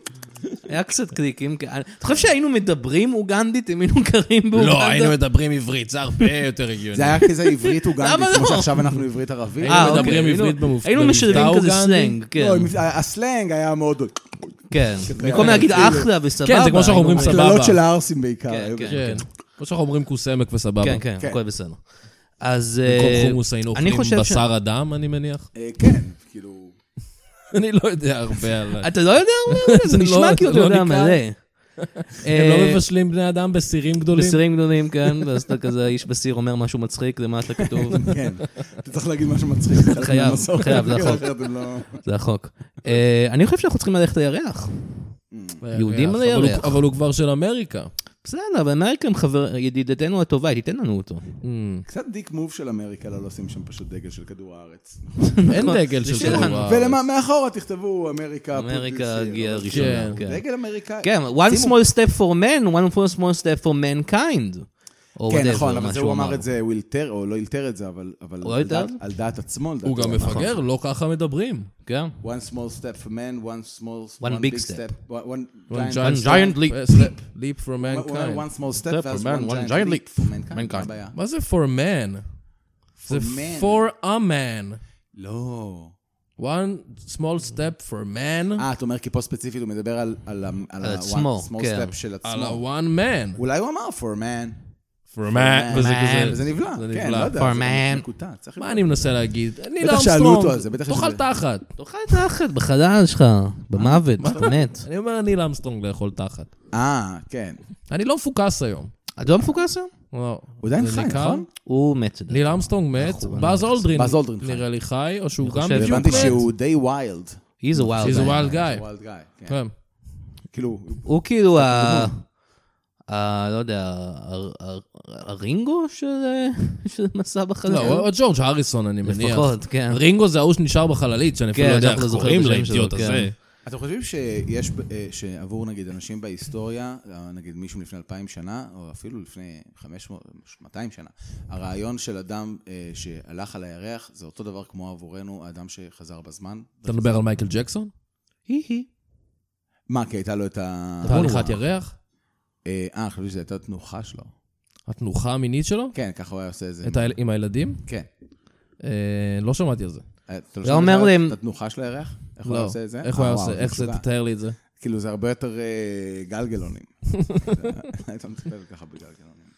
Speaker 4: היה קצת קליקים. כאלה. אתה חושב שהיינו מדברים אוגנדית אם היינו גרים באוגנדה?
Speaker 2: לא, היינו מדברים עברית, זה הרבה יותר הגיוני.
Speaker 3: זה היה כזה עברית אוגנדית,
Speaker 4: למה
Speaker 3: כמו
Speaker 4: לא?
Speaker 3: שעכשיו אנחנו עברית ערבית.
Speaker 4: כן. אה,
Speaker 2: היינו
Speaker 4: אוקיי,
Speaker 2: מדברים
Speaker 4: היינו-
Speaker 2: עברית במופ-
Speaker 4: היינו
Speaker 2: במבטא
Speaker 4: משלבים כזה
Speaker 2: אוגנדי.
Speaker 4: סלנג, כן.
Speaker 3: לא, עם- הסלנג היה מאוד...
Speaker 4: כן. במקום להגיד אחלה וסבבה.
Speaker 2: כן, זה כמו שאנחנו אומרים
Speaker 4: היינו-
Speaker 2: סבבה.
Speaker 3: הקללות של הערסים בעיקר.
Speaker 4: כן, כן.
Speaker 2: כן. כמו שאנחנו אומרים כוס עמק וסבבה.
Speaker 4: כן, כן,
Speaker 3: כן.
Speaker 4: הכל בסדר. אז... אה,
Speaker 2: במקום חומוס היינו
Speaker 4: אני
Speaker 2: אוכלים
Speaker 4: חושב ש-
Speaker 2: בשר אדם, אני מניח.
Speaker 3: אה, כן, כאילו...
Speaker 2: אני לא יודע הרבה על...
Speaker 4: אתה לא יודע? אולי, זה
Speaker 2: זה לא-
Speaker 4: נשמע כאילו
Speaker 2: זה
Speaker 4: אתה
Speaker 2: לא
Speaker 4: יודע
Speaker 2: ניכר.
Speaker 4: מלא.
Speaker 2: הם
Speaker 4: אה,
Speaker 2: לא מבשלים בני אדם בסירים גדולים.
Speaker 4: בסירים גדולים, כן, ואז אתה כזה, איש בסיר אומר משהו מצחיק, למטה כתוב,
Speaker 3: כן, אתה צריך להגיד משהו מצחיק. חלק
Speaker 4: חייב,
Speaker 3: מהמסורת,
Speaker 4: חייב, זה החוק.
Speaker 3: אחרת הם לא-
Speaker 4: זה החוק. אה, אני חושב שאנחנו צריכים ללכת לירח. יהודים על
Speaker 2: אה, אבל הוא-
Speaker 4: הירח.
Speaker 2: אבל הוא כבר של אמריקה.
Speaker 4: בסדר, אבל אמריקה הם חבר, ידידתנו הטובה, היא תיתן לנו אותו.
Speaker 2: Hmm.
Speaker 3: קצת דיק מוב של אמריקה, לא לשים שם פשוט דגל של כדור הארץ.
Speaker 2: אין דגל של
Speaker 4: נכון. שלנו.
Speaker 2: כדור הארץ.
Speaker 3: ומאחורה תכתבו אמריקה...
Speaker 4: אמריקה
Speaker 3: פוטין,
Speaker 4: הגיעה
Speaker 3: אבל-
Speaker 4: ראשונה,
Speaker 2: כן.
Speaker 4: כן.
Speaker 3: דגל אמריקאי.
Speaker 4: כן, one small step for man, one small step for mankind. או
Speaker 3: כן,
Speaker 4: whatever,
Speaker 3: נכון,
Speaker 4: מה
Speaker 3: אבל זה
Speaker 4: שהוא
Speaker 3: הוא אמר את זה, הוא אילתר, או לא אילתר את זה, אבל אבל
Speaker 4: הוא
Speaker 3: על
Speaker 4: לא אילתר?
Speaker 3: דעת- על דעת נכון. עצמו, לדעתי.
Speaker 2: הוא גם
Speaker 4: נכון.
Speaker 2: מפגר, לא ככה מדברים.
Speaker 4: כן.
Speaker 3: One small step for man, one small...
Speaker 4: One big step.
Speaker 3: one- one
Speaker 2: One
Speaker 3: giant
Speaker 2: giant,
Speaker 4: giant leap.
Speaker 2: leap. Slap- leap from
Speaker 3: הוא אומר,
Speaker 2: mankind.
Speaker 3: one small step,
Speaker 4: Step for
Speaker 3: ואז
Speaker 4: man,
Speaker 3: one
Speaker 4: one
Speaker 3: giant
Speaker 4: giant
Speaker 3: leap
Speaker 4: leap
Speaker 3: for mankind.
Speaker 4: mankind.
Speaker 3: מה הבעיה?
Speaker 2: מה זה for man? זה
Speaker 3: man.
Speaker 2: for a man.
Speaker 3: לא.
Speaker 2: One small step for man,
Speaker 3: אה, אתה אומר, כי פה ספציפית הוא מדבר על על ה- על ה-
Speaker 4: עצמו,
Speaker 3: one small
Speaker 4: כן.
Speaker 3: step של
Speaker 2: על
Speaker 3: עצמו.
Speaker 2: ה-one man.
Speaker 3: אולי הוא אמר for man.
Speaker 2: for man. אה, וזה
Speaker 4: man.
Speaker 2: כזה...
Speaker 3: וזה נבלע.
Speaker 2: זה
Speaker 3: כן,
Speaker 2: נבלע.
Speaker 3: לא יודע.
Speaker 4: For
Speaker 3: זה
Speaker 4: man.
Speaker 3: מקוטע, צריך
Speaker 2: מה
Speaker 3: לבדוק.
Speaker 2: אני מנסה להגיד? אני לא
Speaker 3: בטח שאלו אותו על זה, בטח יש
Speaker 2: תאכל
Speaker 3: איזה-
Speaker 2: תחת.
Speaker 4: תאכל תחת בחלל שלך, במוות, באמת.
Speaker 2: אני אומר, אני לאמסטרונג לאכול תחת.
Speaker 3: אה, כן.
Speaker 2: אני לא מפוקס היום.
Speaker 4: אתה לא מפוקס היום?
Speaker 2: לא.
Speaker 3: הוא עדיין
Speaker 2: זה
Speaker 3: חי,
Speaker 2: ניכר?
Speaker 3: נכון?
Speaker 4: הוא מת. לדעתי.
Speaker 2: ליל אמסטרונג מת, באז אולדרין
Speaker 3: באז אולדרין חי.
Speaker 2: נראה לי חי, או שהוא גם
Speaker 4: חושב-
Speaker 2: בדיוק מת.
Speaker 3: הבנתי שהוא די wild.
Speaker 4: He's a wild
Speaker 2: He's a
Speaker 4: man.
Speaker 2: wild guy.
Speaker 3: wild guy, כן.
Speaker 2: כן.
Speaker 3: כאילו,
Speaker 4: הוא כאילו ה... ה... לא יודע, ה- ה- הרינגו של של מסע בחלל?
Speaker 3: כן.
Speaker 2: לא, או ג'ורג' הריסון, אני מניח.
Speaker 4: לפחות, כן.
Speaker 2: רינגו זה ההוא שנשאר בחללית, שאני אפילו
Speaker 4: כן,
Speaker 2: לא יודע איך
Speaker 4: שאנחנו לא זוכרים
Speaker 2: קוראים
Speaker 4: את השם
Speaker 2: לאידיוט
Speaker 4: שלו,
Speaker 2: הזה.
Speaker 3: אתם חושבים שיש, ב- אה, שעבור נגיד אנשים בהיסטוריה, אה, נגיד מישהו לפני 2,000 שנה, או אפילו לפני 500, 200 שנה, הרעיון של אדם אה, שהלך על הירח, זה אותו דבר כמו עבורנו האדם שחזר בזמן?
Speaker 2: אתה מדבר על מייקל ג'קסון?
Speaker 4: היא היא.
Speaker 3: מה, כי הייתה לו את ה...
Speaker 2: תהליכת ירח?
Speaker 3: אה, אה, אני חושב שזו הייתה תנוחה שלו.
Speaker 2: התנוחה המינית שלו?
Speaker 3: כן, ככה הוא היה עושה את זה.
Speaker 2: את ה- עם הילדים?
Speaker 3: כן.
Speaker 2: אה, לא שמעתי על זה.
Speaker 3: אה, אתה לא
Speaker 4: זה
Speaker 3: שומע
Speaker 4: אומר
Speaker 3: בכלל
Speaker 4: להם-
Speaker 3: את התנוחה של הירח? איך הוא היה
Speaker 2: לא.
Speaker 3: עושה את זה?
Speaker 2: איך הוא היה
Speaker 3: אה, וואו,
Speaker 2: עושה? איך זה?
Speaker 3: משוגע.
Speaker 2: תתאר לי את זה.
Speaker 3: כאילו, זה הרבה יותר אה, גלגלונים. היית מטפל ככה בגלגלונים.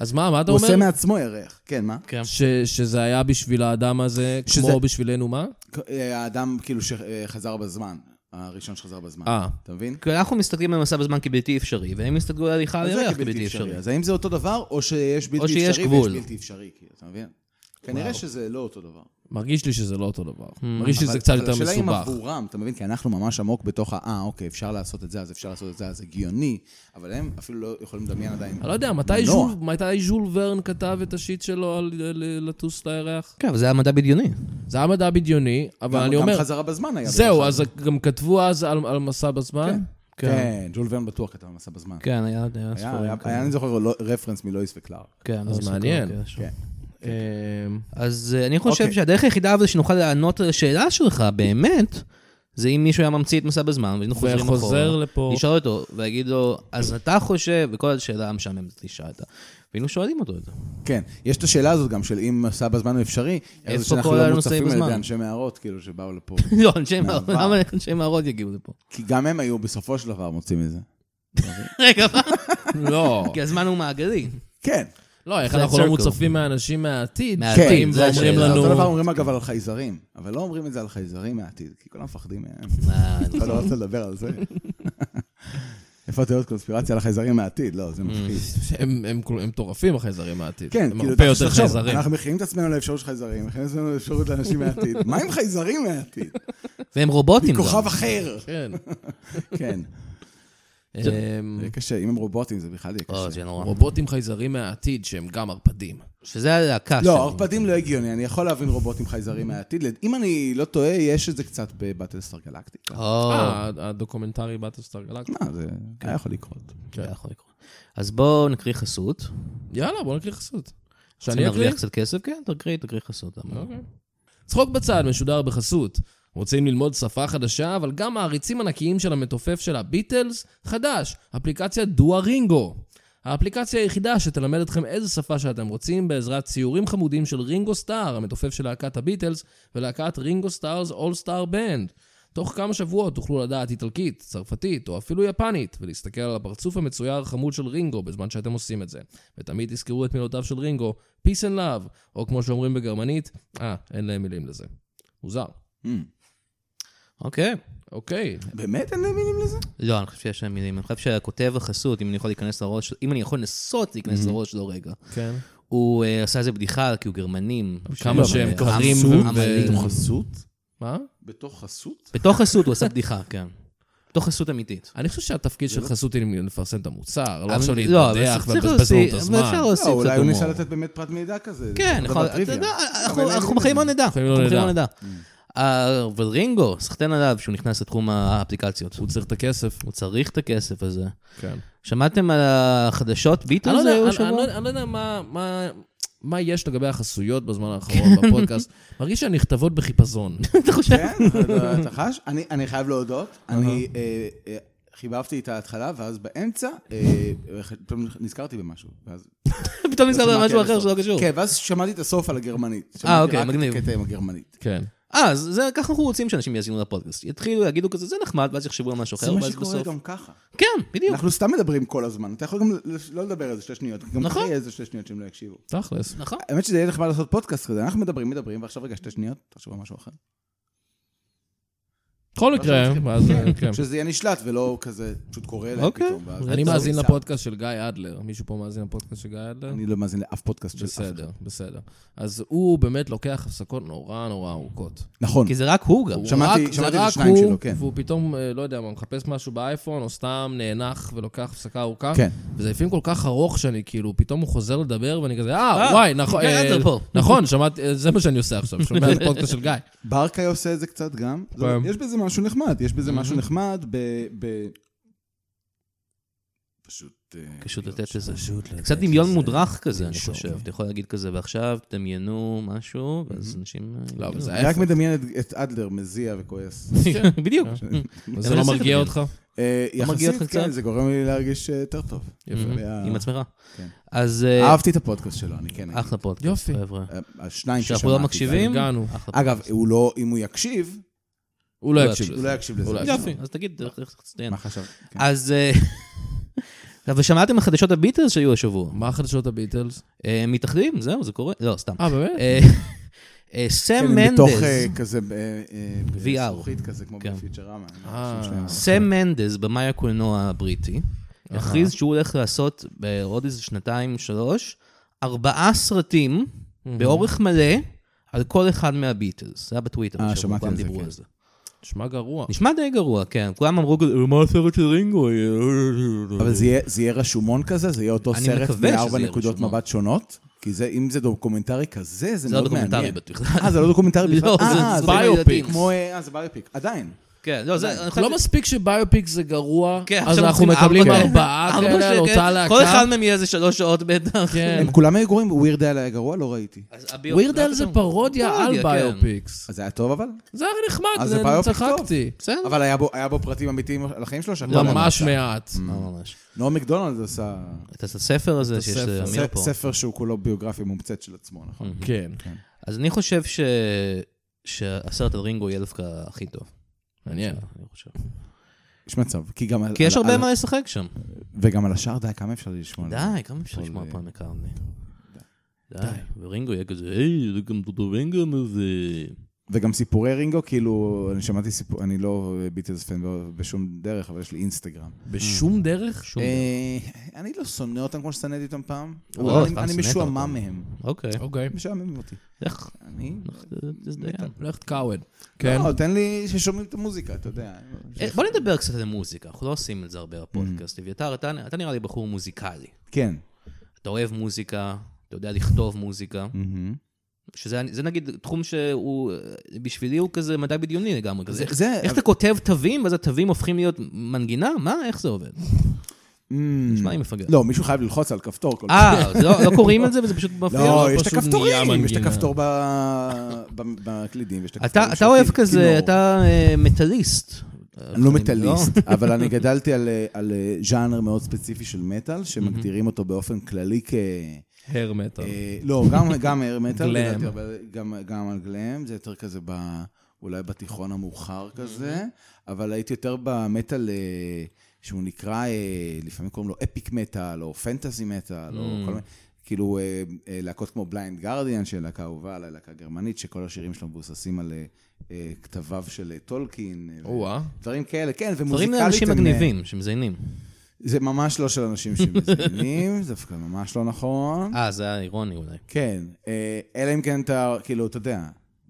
Speaker 2: אז מה, מה אתה
Speaker 3: הוא
Speaker 2: אומר?
Speaker 3: עושה מעצמו ירח. כן, מה?
Speaker 2: ש- שזה היה בשביל האדם הזה,
Speaker 3: שזה-
Speaker 2: כמו בשבילנו מה?
Speaker 3: אה, האדם כאילו שחזר בזמן, הראשון שחזר בזמן.
Speaker 2: אה.
Speaker 3: אתה מבין?
Speaker 4: כי כאילו, אנחנו מסתכלים על מסע בזמן כבלתי אפשרי, והם הסתכלו על הליכה על
Speaker 3: אז זה
Speaker 4: הירח
Speaker 3: כבלתי
Speaker 4: כבלתי אפשרי.
Speaker 3: אז האם זה אותו דבר, או שיש בלתי
Speaker 4: או שיש
Speaker 3: אפשרי
Speaker 4: גבול.
Speaker 3: ויש בלתי אפשרי, כאילו, אתה מבין? כנראה שזה לא אותו דבר.
Speaker 2: מרגיש לי שזה לא אותו דבר. מרגיש לי
Speaker 3: Hmm. אבל-
Speaker 2: שזה קצת
Speaker 3: אבל
Speaker 2: יותר
Speaker 3: השאלה אם
Speaker 2: מסובך.
Speaker 3: עבורם, אתה מבין? כי אנחנו ממש עמוק בתוך ה... אה, אוקיי, אפשר לעשות את זה, אז אפשר לעשות את זה, אז הגיוני, אבל הם אפילו לא יכולים לדמיין עדיין.
Speaker 2: אני לא יודע, מתי
Speaker 3: מנוע.
Speaker 2: ז'ול- מתי ז'ול ורן כתב את השיט שלו על על- לטוס לירח?
Speaker 4: כן, אבל זה היה מדע בדיוני.
Speaker 2: זה היה מדע בדיוני, אבל
Speaker 3: גם-
Speaker 2: אני אומר...
Speaker 3: גם חזרה בזמן היה.
Speaker 2: זהו,
Speaker 3: בדיחה.
Speaker 2: אז גם כתבו אז על על מסע בזמן?
Speaker 3: כן, ג'ול ורן בטוח כתב מסע בזמן.
Speaker 4: כן, היה היה
Speaker 3: היה,
Speaker 4: ספרים.
Speaker 3: היה-
Speaker 4: כאלה.
Speaker 3: היה, אני זוכר, לא- רפרנס מלואיס וקלארק.
Speaker 4: כן,
Speaker 2: אז
Speaker 4: לא
Speaker 2: מעניין.
Speaker 4: סוכר, כן, שוב.
Speaker 3: כן.
Speaker 2: אמ,
Speaker 4: אז אה, אני חושב
Speaker 3: אוקיי.
Speaker 4: שהדרך היחידה אבל שנוכל לענות על השאלה שלך, באמת, זה אם מישהו היה ממציא את מסע בזמן, והיינו חוזרים אחורה.
Speaker 2: וחוזר לפה.
Speaker 4: לשאול אותו, ולהגיד לו, אז אתה חושב, וכל השאלה המשעממת נשאלת. והיינו שואלים אותו את זה.
Speaker 3: כן, יש את השאלה הזאת גם של אם מסע בזמן הוא אפשרי,
Speaker 4: איפה
Speaker 3: איפה שאנחנו
Speaker 4: כל
Speaker 3: לא
Speaker 4: הנוסעים
Speaker 3: מוצפים על
Speaker 4: בזמן?
Speaker 3: ידי אנשי מערות, כאילו, שבאו לפה.
Speaker 4: לא, אנשי מערות,
Speaker 3: מעבר.
Speaker 4: למה אנשי מערות יגיעו לפה?
Speaker 3: כי גם הם היו בסופו של דבר מוצאים מזה.
Speaker 4: רגע, מה?
Speaker 2: לא.
Speaker 4: כי הזמן הוא מעגלי.
Speaker 3: כן.
Speaker 2: לא, איך
Speaker 4: זה
Speaker 2: אנחנו לא
Speaker 4: circle.
Speaker 2: מוצפים מהאנשים מהעתיד?
Speaker 4: מהעתיד,
Speaker 2: שבאים
Speaker 4: אה, זה
Speaker 2: ואומרים
Speaker 4: השאלה.
Speaker 2: לנו...
Speaker 3: אותו דבר אומרים אגב על חייזרים, אבל לא אומרים את זה על חייזרים מהעתיד, כי כולם מפחדים מהם.
Speaker 4: אה,
Speaker 3: אתה לא רוצה לדבר על זה. איפה התיאוריות קונספירציה על החייזרים מהעתיד? לא,
Speaker 4: Mm.
Speaker 3: זה מפחיד.
Speaker 2: הם- הם כול- הם מטורפים החייזרים מהעתיד.
Speaker 3: כן,
Speaker 2: הם
Speaker 3: כאילו,
Speaker 2: הרבה יותר
Speaker 3: תחשוב,
Speaker 2: חייזרים.
Speaker 3: אנחנו מכינים את עצמנו לאפשרות של חייזרים, מכינים את עצמנו לאפשרות לאנשים מהעתיד. מה עם חייזרים מהעתיד?
Speaker 4: והם רובוטים גם.
Speaker 3: כוכב אחר.
Speaker 2: כן.
Speaker 3: כן,
Speaker 2: אמ,
Speaker 3: זה קשה, אם הם רובוטים זה בכלל יהיה
Speaker 4: או,
Speaker 3: קשה.
Speaker 4: זה כן, נורא.
Speaker 2: רובוטים חייזרים מהעתיד שהם גם ערפדים.
Speaker 4: שזה הלהקה שלי.
Speaker 3: לא, ערפדים לא הגיוני, אני יכול להבין רובוטים חייזרים מהעתיד. אם אני לא טועה, יש את זה קצת בבטלסטאר גלקטיקה.
Speaker 4: או,
Speaker 2: אה, הדוקומנטרי באטלסטאר גלקטי.
Speaker 3: מה, זה היה יכול לקרות.
Speaker 4: זה
Speaker 2: כן.
Speaker 4: יכול לקרות. אז בואו נקריא חסות.
Speaker 2: יאללה, בוא נקריא חסות.
Speaker 4: רוצים
Speaker 2: שאני אקריא? אוקיי.
Speaker 4: להרוויח קצת כסף? כן, תקריא, תקריא חסות. למה לא?
Speaker 2: צחוק בצד משודר בחסות. רוצים ללמוד שפה חדשה, אבל גם מעריצים ענקיים של המתופף של הביטלס? חדש, אפליקציה דוארינגו. האפליקציה היחידה שתלמד אתכם איזה שפה שאתם רוצים בעזרת ציורים חמודים של רינגו סטאר, המתופף של להקת הביטלס, ולהקת רינגו סטארס אול סטאר בנד. תוך כמה שבועות תוכלו לדעת איטלקית, צרפתית או אפילו יפנית, ולהסתכל על הפרצוף המצויר החמוד של רינגו בזמן שאתם עושים את זה. ותמיד תזכרו את מילותיו של רינגו, peace and love, או כמו שאומרים בגרמנית, אה, אין להם מילים לזה. מוזר.
Speaker 4: אוקיי.
Speaker 2: אוקיי,
Speaker 3: באמת אין להם מילים לזה?
Speaker 4: לא, אני חושב שיש להם מילים. אני חושב שהכותב החסות, אם אני יכול להיכנס לראש, אם אני יכול לנסות להיכנס לראש שלו רגע,
Speaker 2: כן.
Speaker 4: הוא אה, עשה איזה בדיחה, כי הוא גרמנים.
Speaker 2: כמה שהם
Speaker 4: אה,
Speaker 2: קרים
Speaker 4: עמלים.
Speaker 2: ו-
Speaker 4: עמלים.
Speaker 3: בתוך חסות?
Speaker 2: מה?
Speaker 3: בתוך חסות?
Speaker 4: בתוך חסות הוא עשה בדיחה, כן. בתוך חסות אמיתית.
Speaker 2: אני חושב שהתפקיד של חסות היא לפרסם את המוצר, לא
Speaker 4: אבל-
Speaker 2: עכשיו
Speaker 4: אבל
Speaker 2: להתבדח
Speaker 4: צריך
Speaker 2: ולבזבז לנו
Speaker 4: להוסיף-
Speaker 2: את
Speaker 4: אבל
Speaker 2: הזמן.
Speaker 4: אפשר להוסיף
Speaker 3: לא,
Speaker 4: קצת
Speaker 3: אולי הוא ניסה
Speaker 4: הומור.
Speaker 3: לתת באמת פרט מידע כזה.
Speaker 4: כן,
Speaker 3: זה
Speaker 4: יכול-
Speaker 3: דבר
Speaker 4: אתה
Speaker 3: טריוויה.
Speaker 4: יודע, אנחנו-
Speaker 3: אבל אין
Speaker 4: אנחנו
Speaker 3: להם
Speaker 4: בחיים לא
Speaker 3: מילים.
Speaker 4: נדע. אנחנו
Speaker 2: בחיים לא
Speaker 4: בחיים לא
Speaker 2: נדע.
Speaker 4: נדע. אה, אבל רינגו, סחטיין עליו שהוא נכנס לתחום האפליקציות.
Speaker 2: הוא צריך את הכסף.
Speaker 4: הוא צריך את הכסף הזה.
Speaker 2: כן.
Speaker 4: שמעתם על החדשות
Speaker 2: אני
Speaker 4: ביטלס
Speaker 2: לא
Speaker 4: היו
Speaker 2: יודע- אני- אני
Speaker 4: שבוע?
Speaker 2: לא- אני לא יודע מה- מה- מה יש לגבי החסויות בזמן האחרון בפודקאסט. מרגיש שהן נכתבות בחיפזון.
Speaker 3: כן, אתה- אתה חש? אני- אני חייב להודות, אני אה, אה, חיבבתי את ההתחלה, ואז באמצע, אה, פתאום נזכרתי במשהו. ואז-
Speaker 4: פתאום נזכר
Speaker 3: לא שמעתי
Speaker 4: במשהו
Speaker 3: עד
Speaker 4: אחר
Speaker 3: הסוף.
Speaker 4: שלא קשור.
Speaker 3: כן, ואז שמעתי את הסוף על הגרמנית.
Speaker 4: אוקיי, מגניב.
Speaker 3: שמעתי רק את הקטע עם הגרמנית.
Speaker 2: כן.
Speaker 4: אה, אז זה ככה אנחנו רוצים שאנשים יאזינו לפודקאסט. יתחילו, יגידו כזה, זה נחמד, ואז יחשבו על משהו אחר,
Speaker 3: זה מה
Speaker 4: ואז
Speaker 3: שקורה
Speaker 4: בסוף...
Speaker 3: גם ככה.
Speaker 4: כן, בדיוק.
Speaker 3: אנחנו סתם מדברים כל הזמן, אתה יכול גם ל- לא לדבר איזה שתי שניות, גם
Speaker 4: נכון.
Speaker 3: אחרי איזה שתי שניות שהם לא יקשיבו.
Speaker 2: תכלס.
Speaker 4: נכון.
Speaker 3: האמת שזה יהיה נחמד לעשות פודקאסט כזה, אנחנו מדברים, מדברים, ועכשיו רגע, שתי שניות, תחשוב על משהו אחר.
Speaker 2: בכל מקרה, אז כן.
Speaker 3: שזה יהיה נשלט ולא כזה, פשוט קורא להם
Speaker 4: אוקיי.
Speaker 3: פתאום. ואז
Speaker 2: אני
Speaker 3: זה
Speaker 2: מאזין
Speaker 3: נמצא.
Speaker 2: לפודקאסט של גיא אדלר. מישהו פה מאזין לפודקאסט של גיא אדלר?
Speaker 3: אני לא מאזין לאף פודקאסט של אף אחד.
Speaker 2: בסדר, בסדר. אז הוא באמת לוקח הפסקות נורא נורא ארוכות.
Speaker 3: נכון.
Speaker 4: כי זה רק הוא גם.
Speaker 2: הוא
Speaker 3: שמעתי-
Speaker 2: רק- זה
Speaker 3: שמעתי את
Speaker 2: רק
Speaker 3: השניים
Speaker 2: הוא,
Speaker 3: שלו, כן.
Speaker 2: והוא פתאום, אה, לא יודע מה, מחפש משהו באייפון, או סתם נאנח ולוקח הפסקה ארוכה.
Speaker 3: כן.
Speaker 2: וזה לפעמים כל כך ארוך שאני כאילו, פתאום הוא חוזר לדבר ואני כזה, אה,
Speaker 4: אה,
Speaker 2: וואי, נכון,
Speaker 4: גיא
Speaker 2: אה,
Speaker 4: אדלר פה."
Speaker 2: נכון, שמעתי, אה, זה מה שאני עושה עכשיו, שומע את הפודקאסט של גיא.
Speaker 3: ברקאי עושה את זה קצת גם. זה-
Speaker 2: כן. Mm-hmm.
Speaker 3: יש בזה משהו נחמד, יש בזה משהו נחמד ב... ב- פשוט... אה,
Speaker 4: פשוט לתת לזה. קצת דמיון מודרך כזה, אני חושב. אתה יכול להגיד כזה, ועכשיו תדמיינו משהו, ואז אנשים... אה,
Speaker 2: לא, אבל זה
Speaker 4: יגידו.
Speaker 3: אני רק
Speaker 2: ההפך.
Speaker 3: מדמיין את- את אדלר מזיע וכועס.
Speaker 4: בדיוק. Mm-hmm.
Speaker 2: אז זה לא
Speaker 4: מנסה
Speaker 2: מרגיע
Speaker 4: לדמיין.
Speaker 2: אותך?
Speaker 3: אה,
Speaker 4: לא מרגיע
Speaker 3: יחסית,
Speaker 4: אותך
Speaker 3: כן,
Speaker 4: קצת?
Speaker 3: זה גורם לי להרגיש אה, יותר טוב.
Speaker 2: יפה.
Speaker 3: היה-
Speaker 4: Mm-hmm. עם עצמך.
Speaker 3: כן.
Speaker 4: אז אה,
Speaker 3: אהבתי את הפודקאסט שלו, אני כן.
Speaker 4: אחלה פודקאסט,
Speaker 2: יופי.
Speaker 4: חבר'ה.
Speaker 3: אה, השניים ששמעתי.
Speaker 4: שאנחנו לא מקשיבים,
Speaker 2: הגענו.
Speaker 4: אחלה
Speaker 3: אגב, הוא לא, אם הוא יקשיב,
Speaker 2: הוא לא
Speaker 4: לא
Speaker 2: יקשיב
Speaker 4: יקשיב.
Speaker 3: הוא לא
Speaker 2: לזה.
Speaker 3: יקשיב לזה.
Speaker 2: הוא לא יקשיב.
Speaker 4: יופי, אז תגיד, איך איך תציין.
Speaker 3: מה חשבת? כן.
Speaker 4: אז... אה, אבל שמעתם החדשות הביטלס שהיו השבוע.
Speaker 2: מה חדשות הביטלס?
Speaker 4: אה, מתאחדים, זהו, זה קורה. לא, סתם.
Speaker 2: אה, באמת?
Speaker 4: אה, אה, סם
Speaker 3: כן, הם בתוך אה,
Speaker 4: מנדז,
Speaker 3: כזה, אה, אה,
Speaker 4: VR.
Speaker 3: זכוכית כזה, כמו
Speaker 4: כן.
Speaker 3: בפיוטרמה.
Speaker 2: אה.
Speaker 4: סם מנדז, במאי הקולנוע הבריטי, הכריז שהוא הולך לעשות בעוד איזה שנתיים, שלוש, ארבעה סרטים באורך מלא, על כל אחד מהביטלס. זה היה בטוויטר,
Speaker 3: אה,
Speaker 4: עכשיו,
Speaker 3: שמעתי
Speaker 4: כולם
Speaker 3: על זה,
Speaker 4: דיברו
Speaker 3: כן.
Speaker 4: על זה.
Speaker 2: נשמע גרוע.
Speaker 4: נשמע די גרוע, כן. כולם אמרו כזה, מה הסרט של רינגו?
Speaker 3: אבל זה יהיה- זה יהיה רשומון כזה? זה יהיה אותו
Speaker 4: אני
Speaker 3: סרט
Speaker 4: מקווה שזה
Speaker 3: מארבע
Speaker 4: יהיה
Speaker 3: נקודות
Speaker 4: רשומון.
Speaker 3: מבט שונות? כי זה, אם זה דוקומנטרי כזה, זה
Speaker 4: זה לא
Speaker 3: מאוד מעניין.
Speaker 4: דוקומנטרי בטח.
Speaker 3: אה, זה לא דוקומנטרי בכלל?
Speaker 4: לא,
Speaker 3: אה,
Speaker 4: זה-
Speaker 3: אה,
Speaker 4: זה
Speaker 2: ביופיק.
Speaker 3: כמו... אה, זה ביופיק. עדיין.
Speaker 4: כן, לא, זה... אני חושב-
Speaker 2: לא מספיק שביופיק זה גרוע,
Speaker 4: כן,
Speaker 2: אז
Speaker 4: עכשיו
Speaker 2: אנחנו
Speaker 4: עושים
Speaker 2: מקבלים
Speaker 4: ארבע-
Speaker 2: ארבעה
Speaker 4: ארבע
Speaker 2: כאלה על
Speaker 4: שקל.
Speaker 2: אותה להקה.
Speaker 4: כל אחד מהם יהיה איזה שלוש שעות בטח.
Speaker 2: כן.
Speaker 3: הם כולם היו גרועים, ווירד אל היה גרוע? לא ראיתי.
Speaker 4: אז הביו-
Speaker 2: ווירד
Speaker 4: מה
Speaker 2: אל זה
Speaker 4: פתאום?
Speaker 2: פרודיה על
Speaker 4: כן.
Speaker 2: ביופיקס.
Speaker 3: אז זה היה טוב אבל?
Speaker 2: זה היה נחמד,
Speaker 3: אז זה
Speaker 2: אני
Speaker 3: ביופיק
Speaker 2: צחקתי.
Speaker 4: בסדר.
Speaker 3: אבל היה בו- היה בו פרטים אמיתיים על החיים שלו? שאתה לא יודע מה
Speaker 2: ממש
Speaker 3: עשה.
Speaker 2: מעט.
Speaker 4: לא ממש.
Speaker 3: נועם מקדונלד עשה
Speaker 4: את הספר הזה שיש
Speaker 2: הספר.
Speaker 4: לאמיר פה. Mm.
Speaker 3: ספר שהוא כולו ביוגרפיה מומצאת של עצמו, נכון?
Speaker 2: כן.
Speaker 4: אז אני חושב ש... שהסרט על רינגו יהיה דווקא הכי טוב.
Speaker 2: מעניין.
Speaker 4: אני חושב.
Speaker 3: יש מצב. כי גם על...
Speaker 4: כי יש
Speaker 3: על-
Speaker 4: הרבה
Speaker 3: על-
Speaker 4: מה לשחק שם.
Speaker 3: וגם על השאר, די, כמה אפשר לשמוע? על זה?
Speaker 4: די, כמה אפשר
Speaker 3: כל-
Speaker 4: לשמוע פה על מקארני? די. ורינגו יהיה כזה, היי, זה גם דודו רינגו מזה.
Speaker 3: וגם סיפורי רינגו, כאילו, אני שמעתי סיפור, אני לא ביטלס פן ב- בשום דרך, אבל יש לי אינסטגרם.
Speaker 2: בשום דרך? שום
Speaker 3: אה, אני לא שונא אותם כמו ששנאתי אותם פעם,
Speaker 4: וואו,
Speaker 3: אבל
Speaker 4: אז
Speaker 3: אני-
Speaker 4: פעם
Speaker 3: אני
Speaker 4: שנאת
Speaker 3: משועמם
Speaker 4: אותם.
Speaker 3: מהם.
Speaker 4: אוקיי.
Speaker 2: אוקיי.
Speaker 3: משעממים אותי.
Speaker 4: איך?
Speaker 3: אני...
Speaker 4: נכון. תזדיין.
Speaker 2: לך תקאווד. כן.
Speaker 3: לא, תן לי ששומעים את המוזיקה, אתה יודע.
Speaker 4: אה, בוא נדבר קצת על מוזיקה, אנחנו לא עושים את זה הרבה בפודקאסט. אביתר, אתה אתה נראה לי בחור מוזיקלי.
Speaker 3: כן.
Speaker 4: אתה אוהב מוזיקה, אתה יודע לכתוב מוזיקה,
Speaker 3: מהמם.
Speaker 4: שזה זה נגיד תחום שהוא, אה, בשבילי הוא כזה מדע בדיוני לגמרי. כזה.
Speaker 3: זה-
Speaker 4: איך-
Speaker 3: זה-
Speaker 4: איך אתה כותב תווים, ואז התווים הופכים להיות מנגינה? מה, איך זה עובד?
Speaker 3: Mm.
Speaker 4: נשמע לי מפגר.
Speaker 3: לא, מישהו חייב ללחוץ על כפתור כל
Speaker 4: אה, זה לא לא קוראים את זה וזה פשוט מופיע?
Speaker 3: לא, יש את
Speaker 2: פשוט נהיה
Speaker 3: הכפתורים, יש את
Speaker 2: מנגינה.
Speaker 3: הכפתור ב- ב- בקלידים, יש את
Speaker 4: אתה-
Speaker 3: הכפתורים
Speaker 4: אתה
Speaker 3: של
Speaker 4: אוהב
Speaker 3: כינור.
Speaker 4: כזה, אתה אה, מטאליסט.
Speaker 3: אני לא מטאליסט, אבל אני גדלתי על, אה, על אה, ז'אנר מאוד ספציפי של מטאל, שמגדירים אותו באופן כללי כ...
Speaker 2: הר מטר.
Speaker 3: אה, לא, גם, גם air metal,
Speaker 2: גלם.
Speaker 3: גלם. גם, גם על גלם, זה יותר כזה ב... אולי בתיכון המאוחר כזה, אבל הייתי יותר במטאל אה, שהוא נקרא, אה, לפעמים קוראים לו אפיק מטאל, או פנטזי מטאל, או כל מיני, כאילו אה, אה, להקות כמו בליינד גרדיאן, שהיא להקה אהובה עליי, להקה גרמנית, שכל השירים שלו מבוססים על אה, אה, כתביו של אה, טולקין, אה,
Speaker 2: או-אה.
Speaker 3: דברים כאלה, כן,
Speaker 4: דברים
Speaker 3: ומוזיקלית.
Speaker 4: לאנשים
Speaker 3: הם, אה,
Speaker 4: מגניבים, שמזיינים.
Speaker 3: זה ממש לא של אנשים שמזיינים, זה דווקא ממש לא נכון.
Speaker 4: אה, זה היה אירוני אולי.
Speaker 3: כן, אה, אלא אם כן אתה, כאילו, אתה יודע,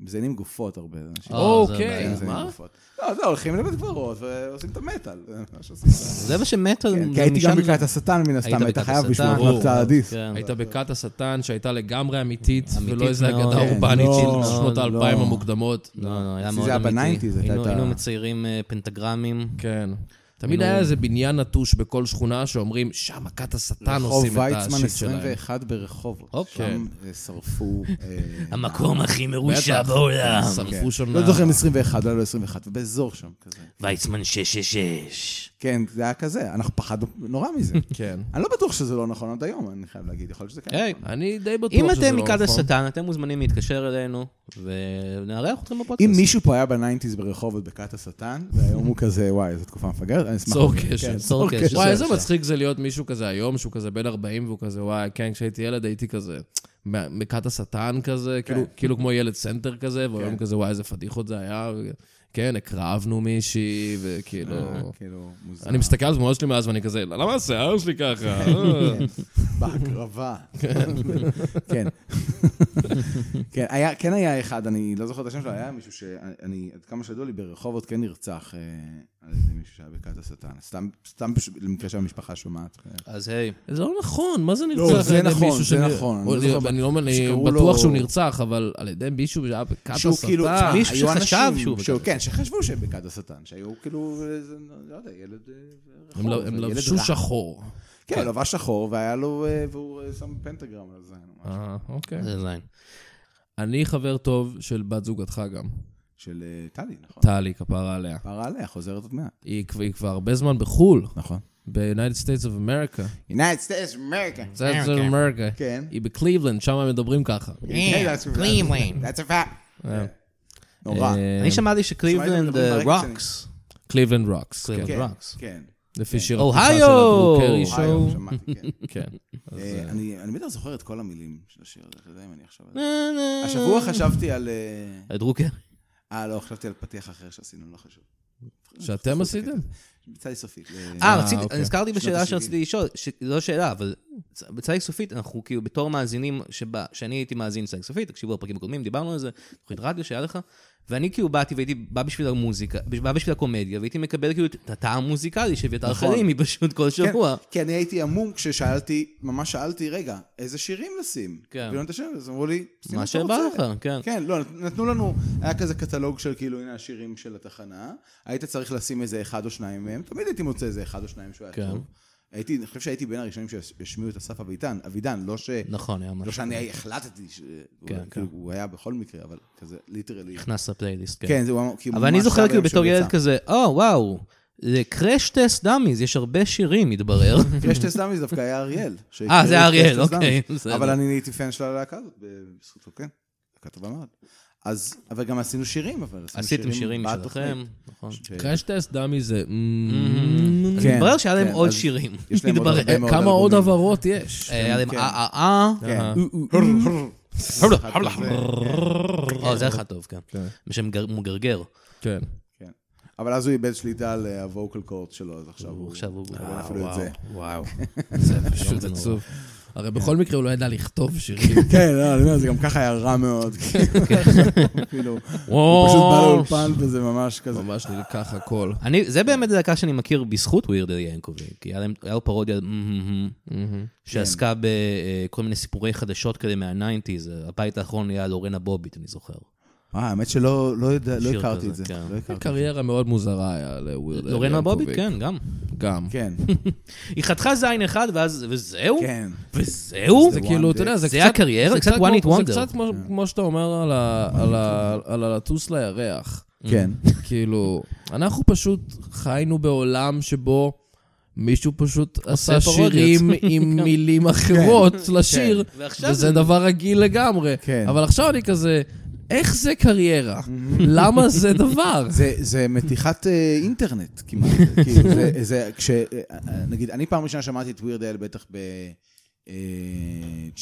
Speaker 3: מזיינים גופות הרבה. אנשים
Speaker 4: אה,
Speaker 2: אוקיי,
Speaker 3: מזיינים
Speaker 2: מה?
Speaker 3: גופות. לא, זה הולכים לבית קברות ועושים את המטאל. זה מה שעושים.
Speaker 4: זה מה שמטאל...
Speaker 3: כן, כי
Speaker 4: זה
Speaker 3: הייתי גם
Speaker 4: משם-
Speaker 3: בקעת השטן, מן הסתם, היית
Speaker 4: בכת
Speaker 3: חייב
Speaker 4: השטן,
Speaker 3: בשביל לקנות
Speaker 4: ברור.
Speaker 3: את האדיס.
Speaker 4: כן.
Speaker 2: היית בכת השטן שהייתה לגמרי אמיתית,
Speaker 4: אמיתית
Speaker 2: ולא איזה
Speaker 4: מאוד.
Speaker 2: אגדה
Speaker 4: כן,
Speaker 2: אורבנית
Speaker 3: לא,
Speaker 2: של שנות
Speaker 3: לא.
Speaker 2: האלפיים המוקדמות.
Speaker 4: לא, לא, היה
Speaker 3: זה
Speaker 4: מאוד אמיתי.
Speaker 3: היה בניינטיז, הייתה
Speaker 4: היינו-
Speaker 3: את ה-
Speaker 4: היינו מציירים אה, פנטגרמים.
Speaker 2: כן. תמיד
Speaker 4: נו.
Speaker 2: היה איזה בניין נטוש בכל שכונה שאומרים, שם הכת השטן
Speaker 3: רחוב
Speaker 2: עושים את
Speaker 3: ויצמן
Speaker 2: השיט שלהם.
Speaker 3: 21 ברחובות.
Speaker 2: אוקיי.
Speaker 3: שם אה, שרפו... אה,
Speaker 4: המקום הכי מרושע
Speaker 2: בטח.
Speaker 4: בעולם.
Speaker 3: כן.
Speaker 2: שרפו שם...
Speaker 3: לא זוכר אם 21, אולי לא 21, באזור שם כזה.
Speaker 4: ויצמן 666.
Speaker 3: כן, זה היה כזה, אנחנו פחדנו נורא מזה.
Speaker 2: כן.
Speaker 3: אני לא בטוח שזה לא נכון עד היום, אני חייב להגיד, יכול להיות שזה כן.
Speaker 2: אה,
Speaker 4: היי,
Speaker 3: נכון.
Speaker 2: אני די בטוח
Speaker 4: אם
Speaker 2: שזה
Speaker 4: אתם
Speaker 2: לא
Speaker 4: מכת
Speaker 2: נכון.
Speaker 4: השטן, אתם מוזמנים להתקשר אלינו, ונארח אתכם בפודקאסט.
Speaker 3: אם מישהו פה היה בניינטיז ברחובות בכת השטן, והיום הוא כזה, וואי, איזו תקופה מפגרת, אני אשמח...
Speaker 2: צור
Speaker 3: להגיד."
Speaker 2: קשר.
Speaker 3: כן,
Speaker 4: צור קשר.
Speaker 2: אוקיי, וואי,
Speaker 4: זה
Speaker 2: איזה
Speaker 4: אפשר.
Speaker 2: מצחיק זה להיות מישהו כזה היום, שהוא כזה בן 40 והוא כזה, וואי, כן, כשהייתי ילד הייתי כזה מה- מכת השטן כזה,
Speaker 3: כן.
Speaker 2: כאילו- כאילו כמו ילד סנטר כזה, והיום כזה, וואי, איזה פדיחות זה היה. ו- כן, הקרבנו מישהי, וכאילו...
Speaker 3: אה, כאילו, מוזר.
Speaker 2: לא.
Speaker 3: כן,
Speaker 2: אני מסתכל על תמונות שלי מאז ואני כזה, למה השיער שלי ככה? אה."
Speaker 3: בהקרבה. כן. כן, היה, כן היה אחד, אני לא זוכר את השם שלו, היה מישהו שאני, עד כמה שידוע לי, ברחובות כן נרצח אה, על ידי מישהו שהיה בכת השטן. סתם, סתם פשוט, למקרה שהמשפחה שומעת.
Speaker 4: אז היי,
Speaker 2: זה לא נכון, מה זה
Speaker 3: לא,
Speaker 2: נרצח
Speaker 3: זה
Speaker 2: על ידי
Speaker 3: נכון,
Speaker 2: מישהו
Speaker 3: זה
Speaker 2: שנ-
Speaker 3: נכון, אני
Speaker 2: או,
Speaker 3: לא זוכר
Speaker 2: אני לא- אני
Speaker 3: שקראו
Speaker 2: בטוח
Speaker 3: לו-
Speaker 2: שהוא נרצח, אבל על ידי מישהו שהיה בכת השטן.
Speaker 3: שהוא כאילו, תשמע,
Speaker 4: מישהו
Speaker 3: היו
Speaker 4: שחשב
Speaker 3: אנשים
Speaker 4: שהוא בכת
Speaker 3: שהוא-
Speaker 2: כאילו-
Speaker 4: השטן.
Speaker 3: כן, שחשבו שהם בכת השטן, שהיו כאילו, אה, זה, לא יודע, ילד אה,
Speaker 2: הם
Speaker 3: רחוב.
Speaker 2: לב- הם
Speaker 3: ילד
Speaker 2: לבשו
Speaker 3: רע.
Speaker 2: שחור.
Speaker 3: כן, לבש שחור, והיה לו, אה, והוא אה, שם פנטגרם על זה.
Speaker 2: אה, אוקיי.
Speaker 4: זה זין.
Speaker 2: אני חבר טוב של בת זוגתך גם.
Speaker 3: של אה, טלי, נכון.
Speaker 2: טלי, כפרה עליה.
Speaker 3: פרה עליה, חוזרת עוד מעט.
Speaker 2: היא כבר- היא כבר הרבה זמן בחו"ל,
Speaker 3: נכון.
Speaker 2: ב-United States of America.
Speaker 3: United States of America.
Speaker 2: States of America.
Speaker 3: כן.
Speaker 2: היא בקליבלנד, שם הם מדברים ככה.
Speaker 3: Yeah, Cleveland. That's a fact. נורא.
Speaker 2: Uh, אה,
Speaker 4: אני שמעתי שקליבלנד
Speaker 3: שמעתי אותם מדברים ברקע
Speaker 4: רוקס.
Speaker 2: קליבלנד רוקס. כן.
Speaker 3: כן,
Speaker 4: רוקס.
Speaker 3: כן.
Speaker 2: לפי שיר
Speaker 4: אוהיו!
Speaker 2: הפתיחה של הדרוקרי
Speaker 4: אוהיו.
Speaker 2: שואו.
Speaker 3: היום שמעתי, כן.
Speaker 2: כן. אז,
Speaker 3: אה,
Speaker 2: אה,
Speaker 3: אני אני בטח זוכר את כל המילים של השיר הזה, אתה יודע אם אני עכשיו... השבוע חשבתי על... אה,
Speaker 4: דרוקר.
Speaker 3: אה, לא, חשבתי על פתיח אחר שעשינו, לא חשוב. אוקיי.
Speaker 2: שאתם עשיתם?
Speaker 3: ביצע לי סופית.
Speaker 4: אה, רציתי-
Speaker 2: אוקיי.
Speaker 4: נזכרתי בשאלה
Speaker 3: ה-שבעים.
Speaker 4: שרציתי לשאול, ש- לא שאלה, אבל בצייג סופית, אנחנו כאילו בתור מאזינים, שבה, שאני הייתי מאזין לצייג סופית, תקשיבו לפרקים הקודמים, דיברנו על זה, תוכנית רדיו שהיה לך, ואני כאילו באתי והייתי בא בשביל המוזיקה, בא בשביל הקומדיה, והייתי מקבל כאילו את הטעם המוזיקלי שאביתר
Speaker 3: נכון.
Speaker 4: חלימי פשוט כל
Speaker 3: כן,
Speaker 4: שבוע.
Speaker 3: כי אני הייתי המום כששאלתי, ממש שאלתי, רגע, איזה שירים לשים?
Speaker 4: כן.
Speaker 3: כאילו, את השם, אז אמרו לי, שים
Speaker 4: מה
Speaker 3: מה שאתה
Speaker 4: שבא
Speaker 3: רוצה.
Speaker 4: לך, כן.
Speaker 3: כן, לא, נת- נתנו לנו, היה כזה קטלוג של כאילו, הנה השירים של התחנה, היית צריך לשים איזה אחד או שניים מהם, תמיד הייתי מוצא איזה אחד או שניים שהוא
Speaker 4: כן.
Speaker 3: היה טוב. הייתי, אני חושב שהייתי בין הראשונים שהשמיעו את אסף אבידן, אבידן, לא ש...
Speaker 4: נכון, היה
Speaker 3: לא
Speaker 4: משהו.
Speaker 3: שאני החלטתי, ש-
Speaker 4: כן,
Speaker 3: הוא- כאילו, הוא היה בכל מקרה, אבל כזה, ליטרלי.
Speaker 4: נכנס לפלייליסט, כן.
Speaker 3: כן, זה הוא אמר, כאילו,
Speaker 4: אבל אני
Speaker 3: ממש
Speaker 4: זוכר
Speaker 3: היה
Speaker 4: כאילו
Speaker 3: ביום
Speaker 4: בתור
Speaker 3: שהוא
Speaker 4: ילד
Speaker 3: יצא.
Speaker 4: כזה, או וואו, זה קראש טסט דאמיז, יש הרבה שירים, מתברר.
Speaker 3: קרש טסט דאמיז דווקא היה אריאל.
Speaker 4: אה, זה אריאל,
Speaker 3: קרש טסט
Speaker 4: אוקיי,
Speaker 3: דאמיז.
Speaker 4: בסדר.
Speaker 3: אבל אני הייתי פן של הלהקה הזאת, בזכותו, כן. להקה טובה מאוד. אז, אבל גם עשינו שירים, אבל עשינו
Speaker 4: עשיתם שירים
Speaker 3: בתוכנית.
Speaker 4: משלכם, נכון.
Speaker 3: ש-
Speaker 2: קראש טסט דמי זה...
Speaker 4: Mm-hmm.
Speaker 3: כן,
Speaker 4: מתברר שהיה להם
Speaker 3: כן,
Speaker 4: עוד
Speaker 3: אז
Speaker 4: שירים,
Speaker 3: יש להם עוד
Speaker 4: מתברר.
Speaker 3: הרבה מאוד
Speaker 2: אה, כמה עוד
Speaker 3: אלבומים.
Speaker 2: הבהרות יש?
Speaker 4: היה להם
Speaker 3: כן.
Speaker 4: אה אה אה.
Speaker 3: כן.
Speaker 2: אה.
Speaker 3: אחד כזה,
Speaker 4: או, זה אחד טוב, כן. בשם גר- מגרגר.
Speaker 2: כן.
Speaker 3: כן. אבל אז הוא איבד שליטה על אה, הווקל קורט שלו, אז עכשיו הוא...
Speaker 4: עכשיו הוא...
Speaker 3: אבל אפילו את זה.
Speaker 2: וואו. זה פשוט
Speaker 4: זה נורא.
Speaker 2: עצוב. הרי בכל מקרה הוא לא ידע לכתוב שירים.
Speaker 3: כן, לא, אני אומר, זה גם ככה היה רע מאוד.
Speaker 4: כן.
Speaker 3: כאילו, הוא פשוט בא לאולפן וזה ממש כזה.
Speaker 2: ממש נלקח הכל.
Speaker 4: אני, זה באמת להקה שאני מכיר בזכות ווירד אל ינקוביק, כי היה להם- היה לו פרודיה מהמם, שעסקה בכל מיני סיפורי חדשות כאלה מהניינטיז, הבית האחרון היה לורנה בוביט, אני זוכר.
Speaker 3: אה, האמת שלא לא יודע- לא
Speaker 4: שיר
Speaker 3: הכרתי
Speaker 4: כזה,
Speaker 3: את זה.
Speaker 4: כן.
Speaker 3: לא הכרתי.
Speaker 2: קריירה מאוד מוזרה היה לווירד. אל
Speaker 4: לורנה בוביט,
Speaker 2: ינקוביץ'.
Speaker 4: כן, גם.
Speaker 2: גם.
Speaker 3: כן,
Speaker 4: היא חתכה זין אחד, ואז, וזהו?
Speaker 3: כן.
Speaker 4: וזהו?
Speaker 2: זה כאילו, אתה יודע, זה
Speaker 4: זה
Speaker 2: קצת...
Speaker 4: היה קריירה?
Speaker 2: זה
Speaker 4: קצת one hit
Speaker 2: כמו-
Speaker 4: wonder.
Speaker 2: זה קצת כמו- כמו שאתה אומר על ה- על ה- על הלטוס לירח.
Speaker 3: כן.
Speaker 2: כאילו, אנחנו פשוט חיינו בעולם שבו מישהו פשוט עשה
Speaker 4: פרודיות. כן.
Speaker 2: שירים עם מילים אחרות לשיר,
Speaker 4: ועכשיו
Speaker 2: וזה דבר רגיל לגמרי.
Speaker 3: כן.
Speaker 2: אבל עכשיו אני כזה, איך זה קריירה? למה זה דבר?
Speaker 4: כן.
Speaker 3: זה, זה מתיחת אה, אינטרנט כמעט. כאילו, זה, זה, כש... אה, אה, נגיד, אני פעם ראשונה שמעתי את ווירד אל בטח ב-96,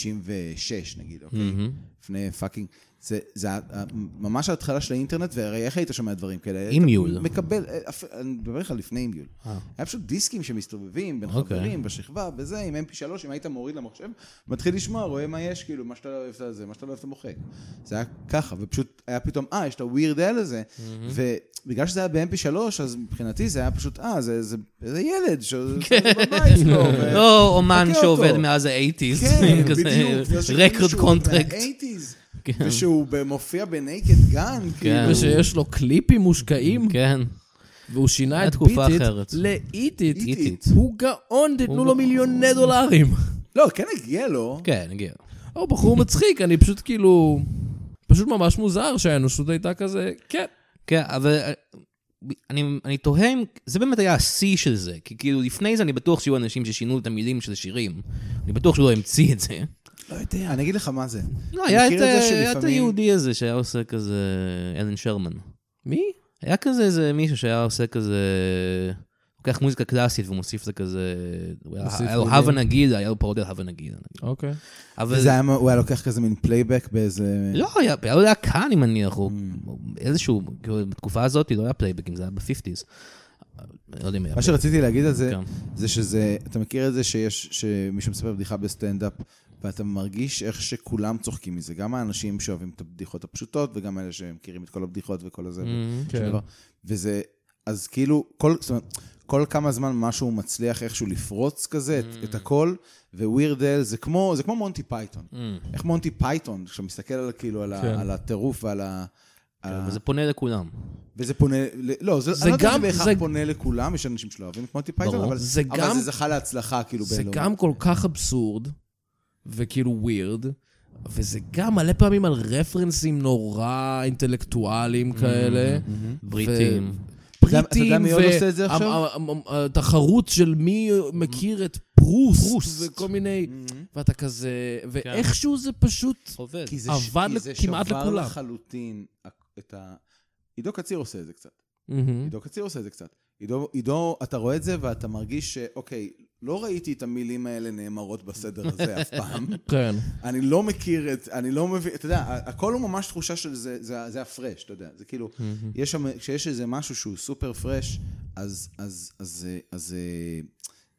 Speaker 3: נגיד, אוקיי?
Speaker 4: מהמם.
Speaker 3: לפני פאקינג. זה, זה ה- ה- ממש ההתחלה של האינטרנט, והרי איך היית שומע דברים כאלה? היית
Speaker 4: עם יול.
Speaker 3: מקבל, אה, אפ- אני מדבר איתך לפני עם יול.
Speaker 4: אה.
Speaker 3: היה פשוט דיסקים שמסתובבים בין
Speaker 4: אוקיי.
Speaker 3: חברים, בשכבה, וזה, עם mp3, אם היית מוריד למחשב, מתחיל לשמוע, רואה מה יש, כאילו, מה שאתה לא אוהב אתה זה, מה שאתה לא אוהב אתה מוחק. זה היה ככה, ופשוט היה פתאום, אה, יש את ה-weird אל הזה, ובגלל שזה היה ב-mp3, אז מבחינתי זה היה פשוט, אה, זה זה- זה ילד, שזה בבית שלו. ו-
Speaker 4: לא אומן
Speaker 3: חכה
Speaker 4: שעובד
Speaker 3: אותו.
Speaker 4: מאז ה-80's,
Speaker 3: כן,
Speaker 4: כזה
Speaker 3: בדיוק. זה שכאילו
Speaker 4: רקורד
Speaker 3: שהוא אה,
Speaker 4: קונטרקט.
Speaker 3: מה-80s,
Speaker 4: כן.
Speaker 3: ושהוא ב- מופיע בנקד גן, כאילו.
Speaker 2: ושיש לו קליפים מושקעים,
Speaker 4: כן.
Speaker 2: והוא שינה את
Speaker 4: לתקופה
Speaker 2: ביטית
Speaker 4: אחרת.
Speaker 2: לאיטית.
Speaker 3: איטית.
Speaker 4: איטית.
Speaker 2: הוא גאון, תיתנו לו מיליוני דולרים.
Speaker 3: לא, כן הגיע לו.
Speaker 4: כן, הגיע.
Speaker 2: הוא לא, בחור מצחיק, אני פשוט כאילו... פשוט ממש מוזר שהאנושות הייתה כזה, כן.
Speaker 4: כן, אבל אה, אני, אני תוהה אם... זה באמת היה השיא של זה, כי כאילו לפני זה אני בטוח שהיו אנשים ששינו את המילים של שירים. אני בטוח שהוא לא המציא את זה.
Speaker 3: לא יודע. אני אגיד לך מה זה.
Speaker 4: לא,
Speaker 3: אני
Speaker 4: היה את,
Speaker 3: מכיר את זה
Speaker 4: ה- היה את
Speaker 3: שלפעמים-
Speaker 4: היהודי הזה שהיה עושה כזה... אלן שרמן.
Speaker 2: מי?
Speaker 4: היה כזה איזה מישהו שהיה עושה כזה... לוקח מוזיקה קלאסית ומוסיף לכזה... הוא היה-
Speaker 2: מוסיף
Speaker 4: היה לו
Speaker 2: מילים.
Speaker 4: הווה נגיד, היה לו פרודיה על הווה נגיד. נגיד.
Speaker 2: אוקיי.
Speaker 4: אבל...
Speaker 3: וזה היה, הוא היה לוקח כזה מין פלייבק באיזה...
Speaker 4: לא, היה, היה לו להקה, אני מניח, או
Speaker 3: Mm.
Speaker 4: או איזשהו, כאילו, בתקופה הזאת לא היה פלייבקים, זה היה ב-50's. לא יודע אם היה.
Speaker 3: מה שרציתי להגיד על זה,
Speaker 4: כן.
Speaker 3: זה שזה, אתה מכיר את זה שיש, שמישהו מספר בדיחה בסטנדאפ, ואתה מרגיש איך שכולם צוחקים מזה, גם האנשים שאוהבים את הבדיחות הפשוטות, וגם אלה שמכירים את כל הבדיחות וכל הזה,
Speaker 2: כן.
Speaker 3: ושום דבר. וזה, אז כאילו, כל, זאת אומרת, כל כמה זמן משהו מצליח איכשהו לפרוץ כזה, את, את הכל, ווירדל זה כמו, זה כמו מונטי פייתון. איך מונטי פייתון, כשאתה מסתכל על, כאילו, על,
Speaker 2: כן.
Speaker 3: ה, על הטירוף ועל ה... על ה-
Speaker 4: וזה פונה לכולם.
Speaker 3: וזה פונה, ל- לא, זה,
Speaker 2: זה
Speaker 3: אני לא יודע
Speaker 2: גם-
Speaker 3: אם זה בהכרח
Speaker 2: זה-
Speaker 3: פונה לכולם, יש אנשים שלא אוהבים את מוטי פייתון,
Speaker 4: ברור.
Speaker 3: אבל,
Speaker 2: זה
Speaker 3: אבל
Speaker 2: גם-
Speaker 3: זה זכה להצלחה, כאילו,
Speaker 2: זה
Speaker 3: בינלאומית.
Speaker 2: גם כל כך אבסורד, וכאילו ווירד, וזה גם מלא פעמים על רפרנסים נורא אינטלקטואליים כאלה.
Speaker 4: בריטים.
Speaker 3: אתה יודע- Mm-hmm, אתה יודע
Speaker 2: פריטים,
Speaker 3: מי עוד עושה את זה עכשיו?
Speaker 2: והתחרות של מי מכיר את פרוסט, וכל מיני,
Speaker 3: Mm-hmm.
Speaker 2: ואתה כזה,
Speaker 3: כן.
Speaker 2: ואיכשהו זה פשוט...
Speaker 4: עובד.
Speaker 3: כי זה,
Speaker 2: עבד
Speaker 3: כי זה
Speaker 2: כמעט
Speaker 3: שבר
Speaker 2: לכולם.
Speaker 3: לחלוטין את ה... עידו קציר עושה את זה קצת.
Speaker 2: Mm-hmm.
Speaker 3: עידו קציר עושה את זה קצת. עידו, עידו, אתה רואה את זה ואתה מרגיש שאוקיי, לא ראיתי את המילים האלה נאמרות בסדר הזה אף פעם.
Speaker 2: כן.
Speaker 3: אני לא מכיר את, אני לא מבין, אתה יודע, ה- הכל הוא ממש תחושה של זה, זה, זה הפרש, אתה יודע, זה כאילו, יש שם, כשיש איזה משהו שהוא סופר פרש, אז, אז, אז, אז, אז, אז אה,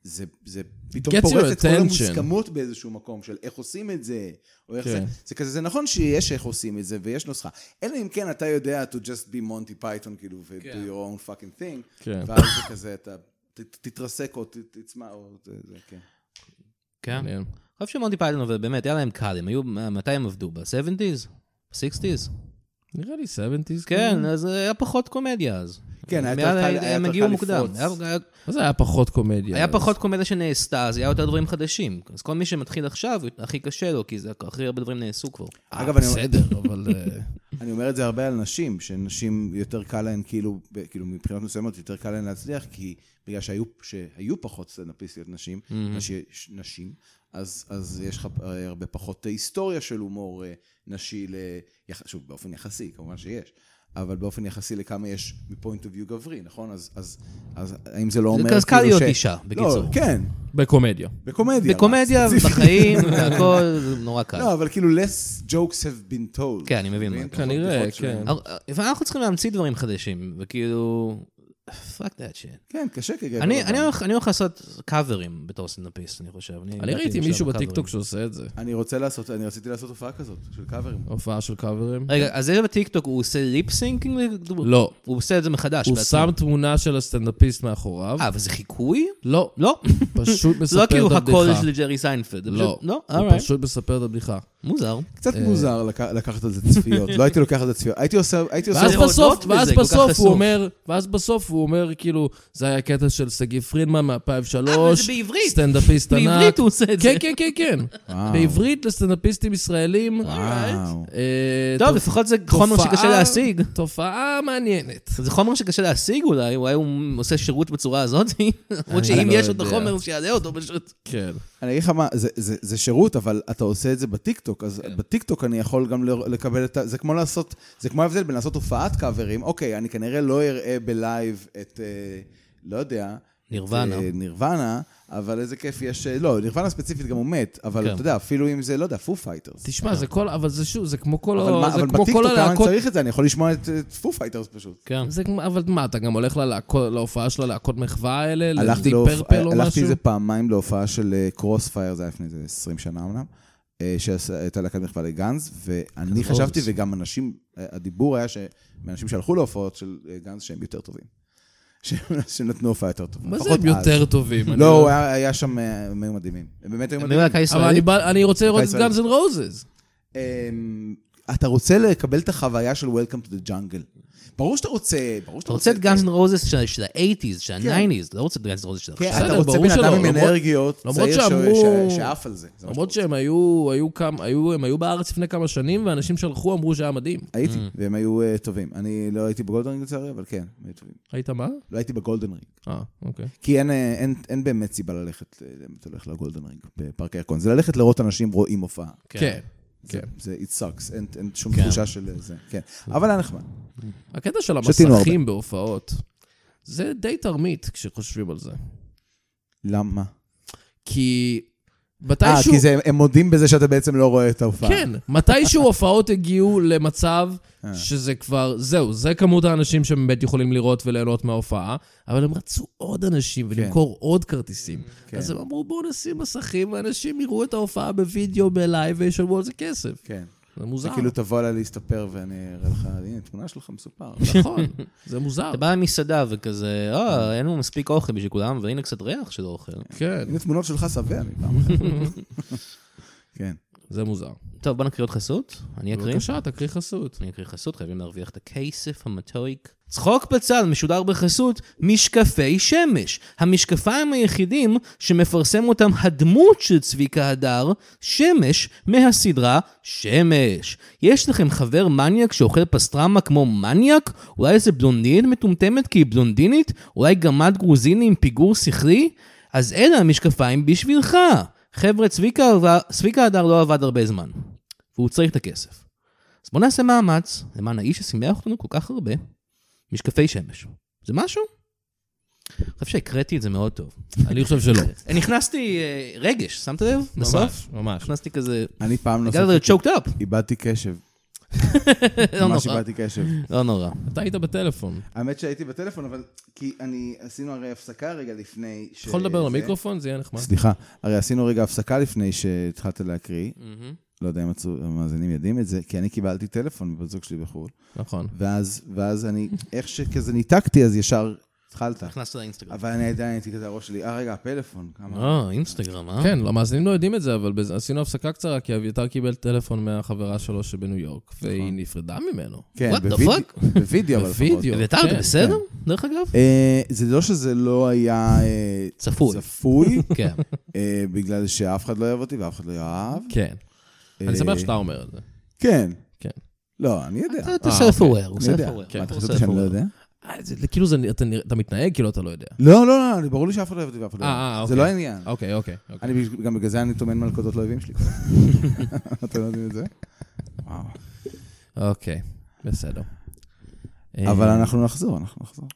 Speaker 3: זה, זה פתאום
Speaker 2: Gets your
Speaker 3: פורץ את כל
Speaker 2: attention.
Speaker 3: המוסכמות באיזשהו מקום של איך עושים את זה, או איך
Speaker 2: כן.
Speaker 3: זה, זה כזה, זה נכון שיש איך עושים את זה ויש נוסחה. אלא אם כן אתה יודע to just be Monty Python, כאילו, ו- do your own fucking thing,
Speaker 2: כן.
Speaker 3: ואז זה כזה, אתה ת- ת- תתרסק או ת- תצמע, או זה, זה, כן.
Speaker 4: כן.
Speaker 2: מעניין.
Speaker 4: אני חושב שמונטי פייתון, אבל באמת, היה להם קל, הם היו, מתי הם עבדו? ב-70's? ב-60's?
Speaker 2: נראה לי כאילו. 70's.
Speaker 4: כן, אז היה פחות קומדיה אז.
Speaker 3: Mm-hmm. כן, היה
Speaker 4: הם-
Speaker 3: יותר קל- היה
Speaker 4: הם
Speaker 3: יותר
Speaker 4: הגיעו
Speaker 3: קל
Speaker 4: מוקדם.
Speaker 3: לפרוץ.
Speaker 4: היה- היה-
Speaker 2: מה זה היה פחות קומדיה?
Speaker 4: היה
Speaker 2: אז?
Speaker 4: פחות קומדיה שנעשתה, אז היה יותר דברים חדשים. אז כל מי שמתחיל עכשיו, הכי קשה לו, כי זה הכי הרבה דברים נעשו כבר.
Speaker 2: אה,
Speaker 3: אגב, אני-
Speaker 2: בסדר, אבל... אה,
Speaker 3: אני אומר את זה הרבה על נשים, שנשים יותר קל להן, כאילו, ב- כאילו מבחינות מסוימות יותר קל להן להצליח, כי בגלל שהיו, שהיו פחות סטנדאפיסטיות נשים, נשי, ש- נשים, אז, אז יש לך אה, הרבה פחות אה, היסטוריה של הומור אה, נשי, ל... יח- שוב, באופן יחסי, כמובן שיש. אבל באופן יחסי לכמה יש מפוינט אוף יו גברי, נכון? אז, אז, אז האם זה לא אומר
Speaker 4: כזה קל להיות
Speaker 3: ש-
Speaker 4: אישה, בקיצור.
Speaker 3: לא, כן,
Speaker 2: בקומדיה.
Speaker 3: בקומדיה.
Speaker 4: בקומדיה,
Speaker 3: מה, ספציפית.
Speaker 4: בחיים, והכל, זה נורא קל.
Speaker 3: לא, אבל כאילו, less jokes have been told.
Speaker 4: כן, אני מבין מה
Speaker 3: מבין?
Speaker 4: אתה
Speaker 2: כנראה,
Speaker 3: פחות שלהם.
Speaker 2: כן.
Speaker 4: אבל- אבל אנחנו צריכים להמציא דברים חדשים, וכאילו... fuck that shit.
Speaker 3: כן, קשה כרגע.
Speaker 2: לא
Speaker 4: אני- אני הולך- אני הולך לעשות קאברים בתור סטנדאפיסט, אני חושב.
Speaker 2: אני
Speaker 4: באתי
Speaker 2: ראיתי
Speaker 4: משלב
Speaker 2: מישהו
Speaker 4: הקאברים.
Speaker 2: בטיקטוק שעושה את זה.
Speaker 3: אני רוצה לעשות, אני רציתי לעשות הופעה כזאת, של קאברים.
Speaker 2: הופעה של קאברים.
Speaker 4: רגע, אז זה בטיקטוק, הוא עושה ליפסינקינג?
Speaker 2: לא.
Speaker 4: הוא עושה את זה מחדש.
Speaker 2: הוא
Speaker 4: בעצמו.
Speaker 2: שם תמונה של הסטנדאפיסט מאחוריו.
Speaker 4: אה, אבל זה חיקוי?
Speaker 2: לא,
Speaker 4: לא.
Speaker 2: פשוט
Speaker 4: זה לא
Speaker 2: מספר
Speaker 4: כאילו
Speaker 2: את הבדיחה.
Speaker 4: הקולג' לג'רי סיינפלד. זה
Speaker 2: לא,
Speaker 4: פשוט- לא,
Speaker 2: הוא
Speaker 4: אורייט.
Speaker 2: פשוט מספר את הבדיחה.
Speaker 4: מוזר.
Speaker 3: קצת מוזר לק- לקחת על זה צפיות, לא הייתי לוקח על זה צפיות. הייתי עושה, הייתי עושה...
Speaker 2: ואז
Speaker 4: זה
Speaker 2: בסוף,
Speaker 4: הודות
Speaker 2: ואז
Speaker 4: בזה, כל כך
Speaker 2: בסוף הוא
Speaker 4: חשוף.
Speaker 2: אומר, ואז בסוף הוא אומר, כאילו, זה היה קטע של שגיא פרידמן מ-2003.
Speaker 4: אה, אבל זה בעברית.
Speaker 2: סטנדאפיסט ענק.
Speaker 4: בעברית הוא עושה את זה.
Speaker 2: כן, כן, כן, כן.
Speaker 3: וואו.
Speaker 2: בעברית לסטנדאפיסטים ישראלים.
Speaker 3: וואו.
Speaker 2: אה,
Speaker 4: טוב,
Speaker 2: תופ-
Speaker 4: לפחות זה חומר
Speaker 2: תופעה-
Speaker 4: שקשה להשיג.
Speaker 2: תופעה מעניינת.
Speaker 4: זה חומר שקשה להשיג אולי, אולי הוא עושה שירות בצורה הזאת, למרות
Speaker 2: אני
Speaker 4: שאם
Speaker 2: לא
Speaker 4: יש עוד
Speaker 2: יודע.
Speaker 4: החומר, שיעלה אותו פשוט.
Speaker 2: כן.
Speaker 3: אני אגיד לך מה, זה- זה זה שירות, אבל אתה עושה את זה בטיקטוק, אז
Speaker 2: כן.
Speaker 3: בטיקטוק אני יכול גם ל- לקבל את ה... זה כמו לעשות, זה כמו ההבדל בין לעשות הופעת קאברים, אוקיי, אני כנראה לא אראה בלייב את, אה, לא יודע... את,
Speaker 4: נירוונה.
Speaker 3: אה, נירוונה, אבל איזה כיף יש... אה, לא, נירוונה ספציפית גם הוא מת, אבל
Speaker 4: כן.
Speaker 3: אתה יודע, אפילו אם זה, לא יודע, פו פייטרס.
Speaker 2: תשמע, זה כל, אבל זה שוב, זה כמו כל,
Speaker 3: כן. אבל מה-
Speaker 2: זה
Speaker 3: אבל
Speaker 2: כמו כל
Speaker 3: בטיקטוק למה אני
Speaker 2: הלהקות.
Speaker 3: צריך את זה? אני יכול לשמוע את את פו פייטרס פשוט.
Speaker 4: כן.
Speaker 2: זה כמו, אבל מה, אתה גם הולך ללהקות- להופעה של הלהקות מחווה האלה?
Speaker 3: הלכתי,
Speaker 2: לדיפ
Speaker 3: להופ...
Speaker 2: פרפל או
Speaker 3: הלכתי
Speaker 2: משהו?
Speaker 3: איזה פעמיים להופעה של קרוספייר, זה היה לפני איזה 20 שנה אמנם, אה, שהייתה להקת מחווה לגנז, ואני
Speaker 2: כזה
Speaker 3: חשבתי,
Speaker 2: אורס.
Speaker 3: וגם אנשים, אה, הדיבור היה שמאנשים שהלכו להופעות של אה, גנז שהם יותר טובים. שהם שהם נתנו הופעה יותר טובה.
Speaker 2: מה זה
Speaker 3: לפחות
Speaker 2: הם יותר טובים?
Speaker 3: אז.
Speaker 2: אני
Speaker 3: לא, הוא היה, היה שם, אה, הם היו מדהימים. הם באמת היו
Speaker 4: הם
Speaker 3: מדהימים.
Speaker 4: להקה
Speaker 2: אבל אני
Speaker 4: ישראלית.
Speaker 2: בא- אני רוצה לראות את
Speaker 3: ישראלית.
Speaker 2: Guns N' Roses.
Speaker 3: אמ, אתה רוצה לקבל את החוויה של Welcome to the Jungle. ברור שאתה רוצה, ברור שאתה
Speaker 4: אתה רוצה את גאנס אנד רוזס של ה-80's, של
Speaker 2: כן.
Speaker 4: ה-90's, אתה לא רוצה את גאנס אנד רוזס של
Speaker 3: כן,
Speaker 4: עכשיו.
Speaker 2: בסדר,
Speaker 3: אתה רוצה
Speaker 2: ברור
Speaker 3: בן
Speaker 2: שלא,
Speaker 3: אדם עם
Speaker 2: למרות-
Speaker 3: אנרגיות,
Speaker 2: למרות
Speaker 3: צעיר ש-
Speaker 2: שאמרו-
Speaker 3: ש- שעף על זה. זה מה
Speaker 2: למרות
Speaker 3: שאתה
Speaker 2: שהם היו, היו כמה, היו, הם היו בארץ לפני כמה שנים, ואנשים שלחו, אמרו שהיה מדהים.
Speaker 3: הייתי,
Speaker 2: Mm.
Speaker 3: והם היו אה, טובים. אני לא הייתי בגולדנריג לצערי, אבל כן, הם היו טובים.
Speaker 2: היית מה?
Speaker 3: לא הייתי בגולדנריג.
Speaker 2: אה, אוקיי.
Speaker 3: כי אין, אה, אין, אין באמת סיבה ללכת, אה, אם אתה הולך לגולדנריג בפארק הירקון. זה ללכת לראות אנשים רואים הופעה.
Speaker 2: כן.
Speaker 3: זה,
Speaker 2: כן.
Speaker 3: זה it sucks, אין, אין שום
Speaker 4: כן.
Speaker 3: תחושה של אה, זה, כן. אבל היה נחמד.
Speaker 2: הקטע של
Speaker 3: שתינו
Speaker 2: המסכים בהופעות, זה די תרמית כשחושבים על זה.
Speaker 3: למה?
Speaker 2: כי
Speaker 3: אה,
Speaker 2: מתישהו...
Speaker 3: כי זה, הם מודים בזה שאתה בעצם לא רואה את ההופעה.
Speaker 2: כן, מתישהו הופעות הגיעו למצב
Speaker 3: אה.
Speaker 2: שזה כבר, זהו, זה כמות האנשים שבאמת יכולים לראות וליהנות מההופעה, אבל הם רצו עוד אנשים ולמכור עוד כרטיסים.
Speaker 3: כן.
Speaker 2: אז הם אמרו, בואו נשים מסכים, ואנשים יראו את ההופעה בווידאו, בלייב, וישלמו על זה כסף.
Speaker 3: כן.
Speaker 2: זה
Speaker 3: זה
Speaker 2: מוזר.
Speaker 3: כאילו תבוא אליי להסתפר ואני אראה לך, הנה, תמונה שלך מסופר.
Speaker 2: נכון, זה מוזר.
Speaker 4: אתה בא למסעדה וכזה, אה, אין לנו מספיק אוכל בשביל כולם, והנה קצת ריח של אוכל.
Speaker 2: כן,
Speaker 3: הנה תמונות שלך שבע מפעם אחרת. כן.
Speaker 2: זה מוזר.
Speaker 4: טוב, בוא נקריא עוד חסות. אני אקריא.
Speaker 2: בבקשה, תקריא חסות.
Speaker 4: אני אקריא חסות, חייבים להרוויח את הכסף המטויק. צחוק בצד משודר בחסות משקפי שמש. המשקפיים היחידים שמפרסם אותם הדמות של צביקה הדר, שמש, מהסדרה שמש. יש לכם חבר מניאק שאוכל פסטרמה כמו מניאק? אולי איזה בלונדינית מטומטמת כי היא בלונדינית? אולי גמד גרוזיני עם פיגור שכלי? אז אלה המשקפיים בשבילך. חבר'ה, צביקה, צביקה הדר לא עבד הרבה זמן, והוא צריך את הכסף. אז בואו נעשה מאמץ למען האיש ששימח אותנו כל כך הרבה, משקפי שמש. זה משהו? אני חושב שהקראתי את זה מאוד טוב.
Speaker 2: אני חושב שלא.
Speaker 4: נכנסתי אה, רגש, שמת לב? בסוף?
Speaker 2: נכון. ממש, ממש.
Speaker 4: נכנסתי כזה...
Speaker 3: אני פעם
Speaker 4: הגעתי
Speaker 3: נוספת
Speaker 4: לצ'וקד אפ.
Speaker 3: איבדתי קשב.
Speaker 4: לא
Speaker 3: ממש
Speaker 4: נורא.
Speaker 3: איבדתי קשב.
Speaker 4: לא נורא.
Speaker 2: אתה היית בטלפון.
Speaker 3: האמת שהייתי בטלפון, אבל כי אני, עשינו הרי הפסקה רגע לפני ש...
Speaker 2: אתה יכול לדבר
Speaker 3: זה-
Speaker 2: למיקרופון? זה יהיה נחמד.
Speaker 3: סליחה, הרי עשינו רגע הפסקה לפני שהתחלת להקריא. לא יודע אם הצו- המאזינים יודעים את זה, כי אני קיבלתי טלפון מבת זוג שלי בחו"ל.
Speaker 2: נכון.
Speaker 3: ואז, ואז אני, איך שכזה ניתקתי, אז ישר התחלת.
Speaker 4: נכנסת לאינסטגרם.
Speaker 3: אבל אני עדיין הייתי כזה, הראש שלי, אה, רגע, הפלאפון, כמה...
Speaker 4: אה, אינסטגרם, אה?
Speaker 2: כן, לא, המאזינים לא יודעים את זה, אבל בז- עשינו הפסקה קצרה, כי אביתר קיבל טלפון מהחברה שלו שבניו יורק, והיא נפרדה ממנו.
Speaker 3: כן,
Speaker 4: What the
Speaker 3: בוויד-
Speaker 4: fuck?
Speaker 3: בווידאו, אבל לפחות.
Speaker 2: בווידאו.
Speaker 4: אביתר,
Speaker 2: כן,
Speaker 4: אתה בסדר? דרך אגב?
Speaker 3: אה, זה לא שזה לא היה... אה,
Speaker 4: צפוי.
Speaker 3: צפוי,
Speaker 4: כן.
Speaker 3: אה, בגלל שאף אחד לא אוהב אותי ואף אחד לא יאהב. אה,
Speaker 2: כן. אני שמח שאתה אומר את זה.
Speaker 3: כן.
Speaker 2: כן.
Speaker 3: לא, אני יודע.
Speaker 4: אה, אתה כן, self-aware, הוא
Speaker 3: אני יודע.
Speaker 4: self-aware.
Speaker 3: מה,
Speaker 4: הוא
Speaker 3: אתה חושב שאני לא
Speaker 4: self-aware.
Speaker 3: יודע?
Speaker 2: אה, זה- כאילו זה- אתה נראה- אתה מתנהג כאילו אתה לא יודע.
Speaker 3: לא, לא, לא, אני- ברור לי שאף אחד לא אוהב אותי ואף אחד לא
Speaker 2: אה,
Speaker 3: אוהב.
Speaker 2: אה,
Speaker 3: אותי.
Speaker 2: אוקיי.
Speaker 3: זה לא העניין.
Speaker 2: אוקיי, אוקיי. אוקיי.
Speaker 3: אני גם בגלל זה אני טומן מלכודות לאויבים שלי. אתם לא יודעים את זה? וואו.
Speaker 2: אוקיי, בסדר.
Speaker 3: אבל
Speaker 2: אה,
Speaker 3: אנחנו נחזור, אנחנו נחזור.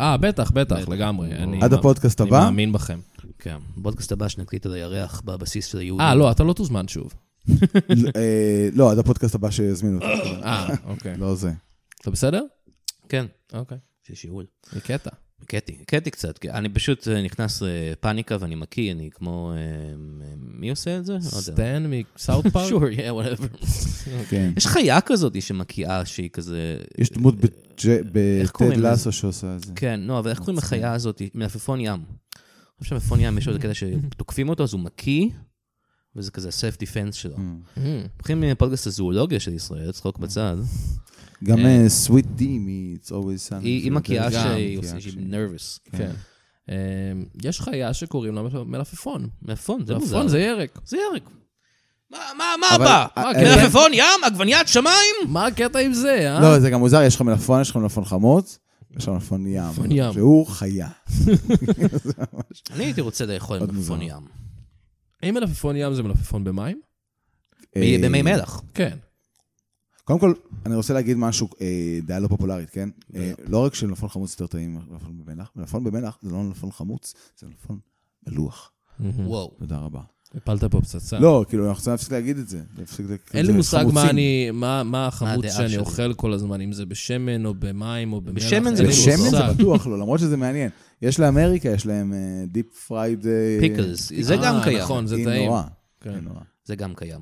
Speaker 2: אה, בטח, בטח, לגמרי. אני-
Speaker 3: עד הפודקאסט
Speaker 2: אני
Speaker 3: הבא?
Speaker 2: מאמין בכם.
Speaker 4: כן. בודקאסט הבא שנקליט על הירח בבסיס של היהודים.
Speaker 2: אה, לא, אתה לא תוזמן שוב.
Speaker 3: אה, לא, עד הפודקאסט הבא שיזמינו אותי.
Speaker 2: אה, אוקיי.
Speaker 3: לא זה.
Speaker 2: אתה בסדר?
Speaker 4: כן.
Speaker 2: אוקיי.
Speaker 4: יש שיעול.
Speaker 2: זה קטע.
Speaker 4: קטי, קטי קצת, כי אני פשוט אה, נכנס לפאניקה ואני מקיא, אני כמו... אה, אה, מי עושה את זה? לא יודע.
Speaker 2: סטן מסאוט פארק?
Speaker 4: sure, yeah, whatever.
Speaker 3: כן.
Speaker 4: יש חיה כזאת שמקיאה שהיא כזה...
Speaker 3: יש דמות בג'-
Speaker 4: איך
Speaker 3: בטד
Speaker 4: קוראים לזה?
Speaker 3: לאסו שעושה את זה.
Speaker 4: כן, לא, אבל איך קוראים לחיה הזאת? מלפפון ים. אני חושב שמלפפון ים יש לו איזה קטע שתוקפים אותו, אז הוא מקיא, וזה כזה הסף דיפנס שלו.
Speaker 2: אה,
Speaker 4: הולכים מפודקאסט הזואולוגיה של ישראל, צחוק בצד.
Speaker 3: גם
Speaker 4: אה,
Speaker 3: סוויט די מ-It's always sunny.
Speaker 4: היא היא מקיאה
Speaker 2: גם,
Speaker 4: שהיא
Speaker 3: מקיאה
Speaker 4: עושה-
Speaker 3: שהיא-
Speaker 4: שהיא נרבוס.
Speaker 2: כן. אה, יש חיה שקוראים לה מלפפון.
Speaker 4: מלפפון, זה מוזר.
Speaker 2: מלפפון זה ירק.
Speaker 4: זה ירק. כן. מה, מה, מה
Speaker 3: אבל-
Speaker 4: הבא?
Speaker 3: אה,
Speaker 2: אה,
Speaker 4: מלפפון ים? עגבניית שמיים?
Speaker 2: מה הקטע עם זה, אה?
Speaker 3: לא, זה גם מוזר, יש לך מלפפון, יש לך מלפפון חמוץ, יש לך מלפפון ים.
Speaker 2: ים.
Speaker 3: שהוא חיה.
Speaker 4: אני הייתי רוצה לאכול
Speaker 3: עוד
Speaker 4: מלפפון
Speaker 3: מוזר.
Speaker 4: ים.
Speaker 2: אם מלפפון ים זה מלפפון במים?
Speaker 3: אה,
Speaker 4: במי מלח.
Speaker 2: כן.
Speaker 3: קודם כל, אני רוצה להגיד משהו, אה, דעה לא פופולרית, כן? אה, לא רק שמלפפון חמוץ יותר טעים מלפפון במלח, מלפפון במלח זה לא מלפפון חמוץ, זה מלפפון מלוח.
Speaker 4: וואו.
Speaker 3: תודה רבה.
Speaker 2: הפלת פה פצצה.
Speaker 3: לא, כאילו, אנחנו צריכים להפסיק להגיד את זה. להפסיק להגיד את
Speaker 2: אה. אין לי
Speaker 3: זה
Speaker 2: מושג מה
Speaker 3: חמוצים.
Speaker 2: אני, מה, מה החמוץ
Speaker 4: הדעה
Speaker 2: שאני
Speaker 4: אה, שלי.
Speaker 2: אוכל כל הזמן, אם זה בשמן או במים או במלח.
Speaker 4: בשמן
Speaker 2: אין
Speaker 4: זה
Speaker 2: לי
Speaker 3: בשמן
Speaker 2: מושג.
Speaker 3: זה בטוח לא, למרות שזה מעניין. יש לאמריקה, יש להם אה, דיפ פרייד...
Speaker 4: פיקלס. זה
Speaker 2: אה,
Speaker 4: גם קיים. לא.
Speaker 2: נכון, זה
Speaker 3: זה
Speaker 2: טעים.
Speaker 3: נורא.
Speaker 2: כן.
Speaker 3: זה נורא.
Speaker 4: זה גם קיים.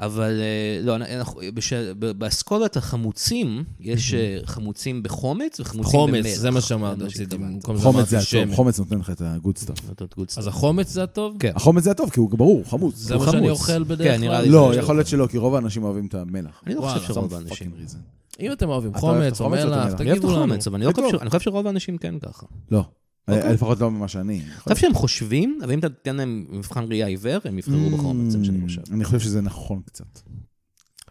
Speaker 4: אבל אה, לא, אנחנו- בשל- ב- באסכולת החמוצים, יש אה, חמוצים בחומץ וחמוצים במלח.
Speaker 2: חומץ, זה מה שאמרת, רציתי,
Speaker 4: שכיוונת.
Speaker 2: במקום
Speaker 3: חומץ זה
Speaker 2: שאמרתי
Speaker 3: הטוב,
Speaker 2: שמן.
Speaker 3: חומץ נותן לך את הגוד סטאפ.
Speaker 4: זאת אומרת, good stuff.
Speaker 2: אז החומץ זה הטוב?
Speaker 4: כן.
Speaker 3: החומץ זה הטוב, כי הוא ברור, הוא חמוץ.
Speaker 2: זה
Speaker 3: הוא
Speaker 2: מה שאני
Speaker 3: חמוץ.
Speaker 2: אוכל בדרך
Speaker 4: כן, נראה
Speaker 2: כלל?
Speaker 4: לי
Speaker 3: לא,
Speaker 4: זה-
Speaker 3: יכול להיות שלא, כי רוב האנשים אוהבים את המלח.
Speaker 4: אני לא
Speaker 2: וואלה,
Speaker 4: חושב שרוב
Speaker 3: some
Speaker 4: האנשים.
Speaker 3: fucking reason.
Speaker 2: אם אתם אוהבים
Speaker 3: אתה אוהב את
Speaker 2: חומץ או
Speaker 3: החומץ או את
Speaker 2: מלח,
Speaker 3: המלח?
Speaker 2: תגידו
Speaker 4: אני אוהב את
Speaker 2: לנו.
Speaker 4: החומץ, אבל אני לא
Speaker 3: זה
Speaker 4: חושב-
Speaker 3: טוב.
Speaker 4: אני חושב שרוב האנשים כן ככה.
Speaker 3: לא. אה, לפחות לא ממה שאני.
Speaker 2: נכון.
Speaker 4: אני חושב שהם חושבים, אבל אם אתה תיתן להם מבחן ראייה עיוור, הם
Speaker 2: Mm.
Speaker 4: יבחרו בחומץ, זה מה שאני חושב.
Speaker 3: Mm, אני חושב שזה נכון קצת.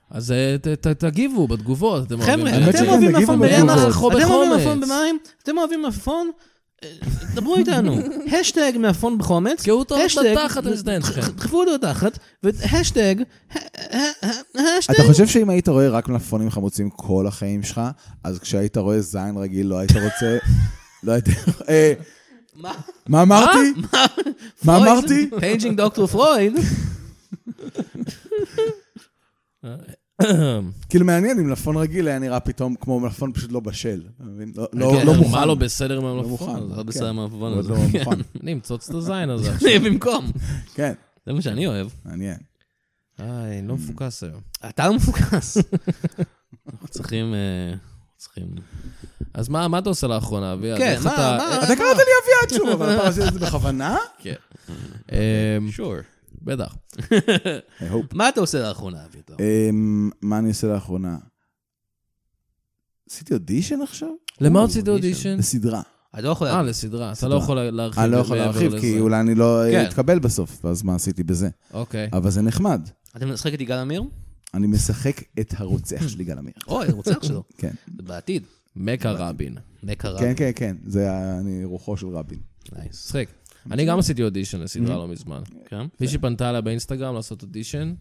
Speaker 2: אז אה, ת- ת- תגיבו בתגובות, אתם אוהבים.
Speaker 4: חבר'ה,
Speaker 2: את זה.
Speaker 3: האמת
Speaker 4: אתם
Speaker 3: שכן,
Speaker 4: אוהבים
Speaker 3: תגיבו לא,
Speaker 4: מלפפון
Speaker 3: בתגובות.
Speaker 4: בירח,
Speaker 2: או
Speaker 4: אתם אוהבים
Speaker 2: בחומץ.
Speaker 4: מלפפון במים, אתם אוהבים מלפפון, אה, דברו איתנו. השטג מלפפון בחומץ.
Speaker 2: תקעו אותו
Speaker 4: השטג-
Speaker 2: בתחת, אני מזדיין אתכם.
Speaker 4: דחפו אותו בתחת, והשטג,
Speaker 3: אתה
Speaker 4: השטג.
Speaker 3: חושב שאם היית רואה רק מלפפונים חמוצים כל החיים שלך, אז כשהיית רואה זין רגיל לא היית רוצה... לא היית... אה,
Speaker 4: מה?
Speaker 3: מה אמרתי? מה אמרתי?
Speaker 4: פייג'ינג דוקטור פרויד.
Speaker 3: כאילו מעניין אם מלפפון רגיל היה נראה פתאום כמו מלפפון פשוט לא בשל. אתה מבין? לא- לא
Speaker 4: כן,
Speaker 3: לא
Speaker 4: אבל
Speaker 3: מוכן.
Speaker 2: מה לא בסדר עם המלפפון?
Speaker 3: מוכן.
Speaker 2: הזה?
Speaker 4: לא
Speaker 3: כן.
Speaker 4: בסדר מהמלפפון
Speaker 3: הוא עוד
Speaker 4: הזה.
Speaker 3: לא מוכן.
Speaker 2: אני אמצוץ את הזין הזה.
Speaker 4: במקום.
Speaker 3: כן,
Speaker 4: זה מה שאני אוהב.
Speaker 3: מעניין.
Speaker 2: איי, אני לא מפוקס היום.
Speaker 4: אתה לא מפוקס. אנחנו צריכים... אה, צריכים...
Speaker 2: אז מה מה אתה עושה לאחרונה, אביה?
Speaker 4: כן,
Speaker 2: איך
Speaker 4: מה,
Speaker 2: אתה-
Speaker 4: מה?
Speaker 3: אתה קראת לי אביעד שוב, אבל אתה עשית את זה בכוונה?
Speaker 2: כן. אמ,
Speaker 4: Sure.
Speaker 2: בטח.
Speaker 3: I hope.
Speaker 4: מה אתה עושה לאחרונה, אביתר?
Speaker 3: אמ, מה אני עושה לאחרונה? עשיתי אודישן עכשיו?
Speaker 2: למה הוצאת
Speaker 4: אודישן?
Speaker 2: אודישן?
Speaker 3: לסדרה.
Speaker 4: אני לא יכול
Speaker 2: אה,
Speaker 4: להגיד.
Speaker 2: לסדרה. אתה
Speaker 3: סדרה.
Speaker 2: לא יכול להרחיב
Speaker 3: אני לא יכול
Speaker 2: מעבר
Speaker 3: להרחיב,
Speaker 2: לזה.
Speaker 3: כי אולי אני לא
Speaker 4: כן.
Speaker 3: אתקבל בסוף, ואז מה עשיתי בזה?
Speaker 2: אוקיי.
Speaker 3: אבל זה נחמד.
Speaker 4: אתה משחק את יגאל עמיר?
Speaker 3: אני משחק את הרוצח של יגאל עמיר.
Speaker 4: אוי, הרוצח שלו.
Speaker 3: כן.
Speaker 4: זה בעתיד.
Speaker 2: מכה רבין.
Speaker 4: מכה רב.
Speaker 3: כן, כן, כן. זה ה- אני רוחו של רבין.
Speaker 4: נייס.
Speaker 2: שחק. אני גם עשיתי אודישן לסדרה
Speaker 3: Mm-hmm.
Speaker 2: לא מזמן.
Speaker 4: כן?
Speaker 2: מישהי פנתה אליי באינסטגרם לעשות אודישן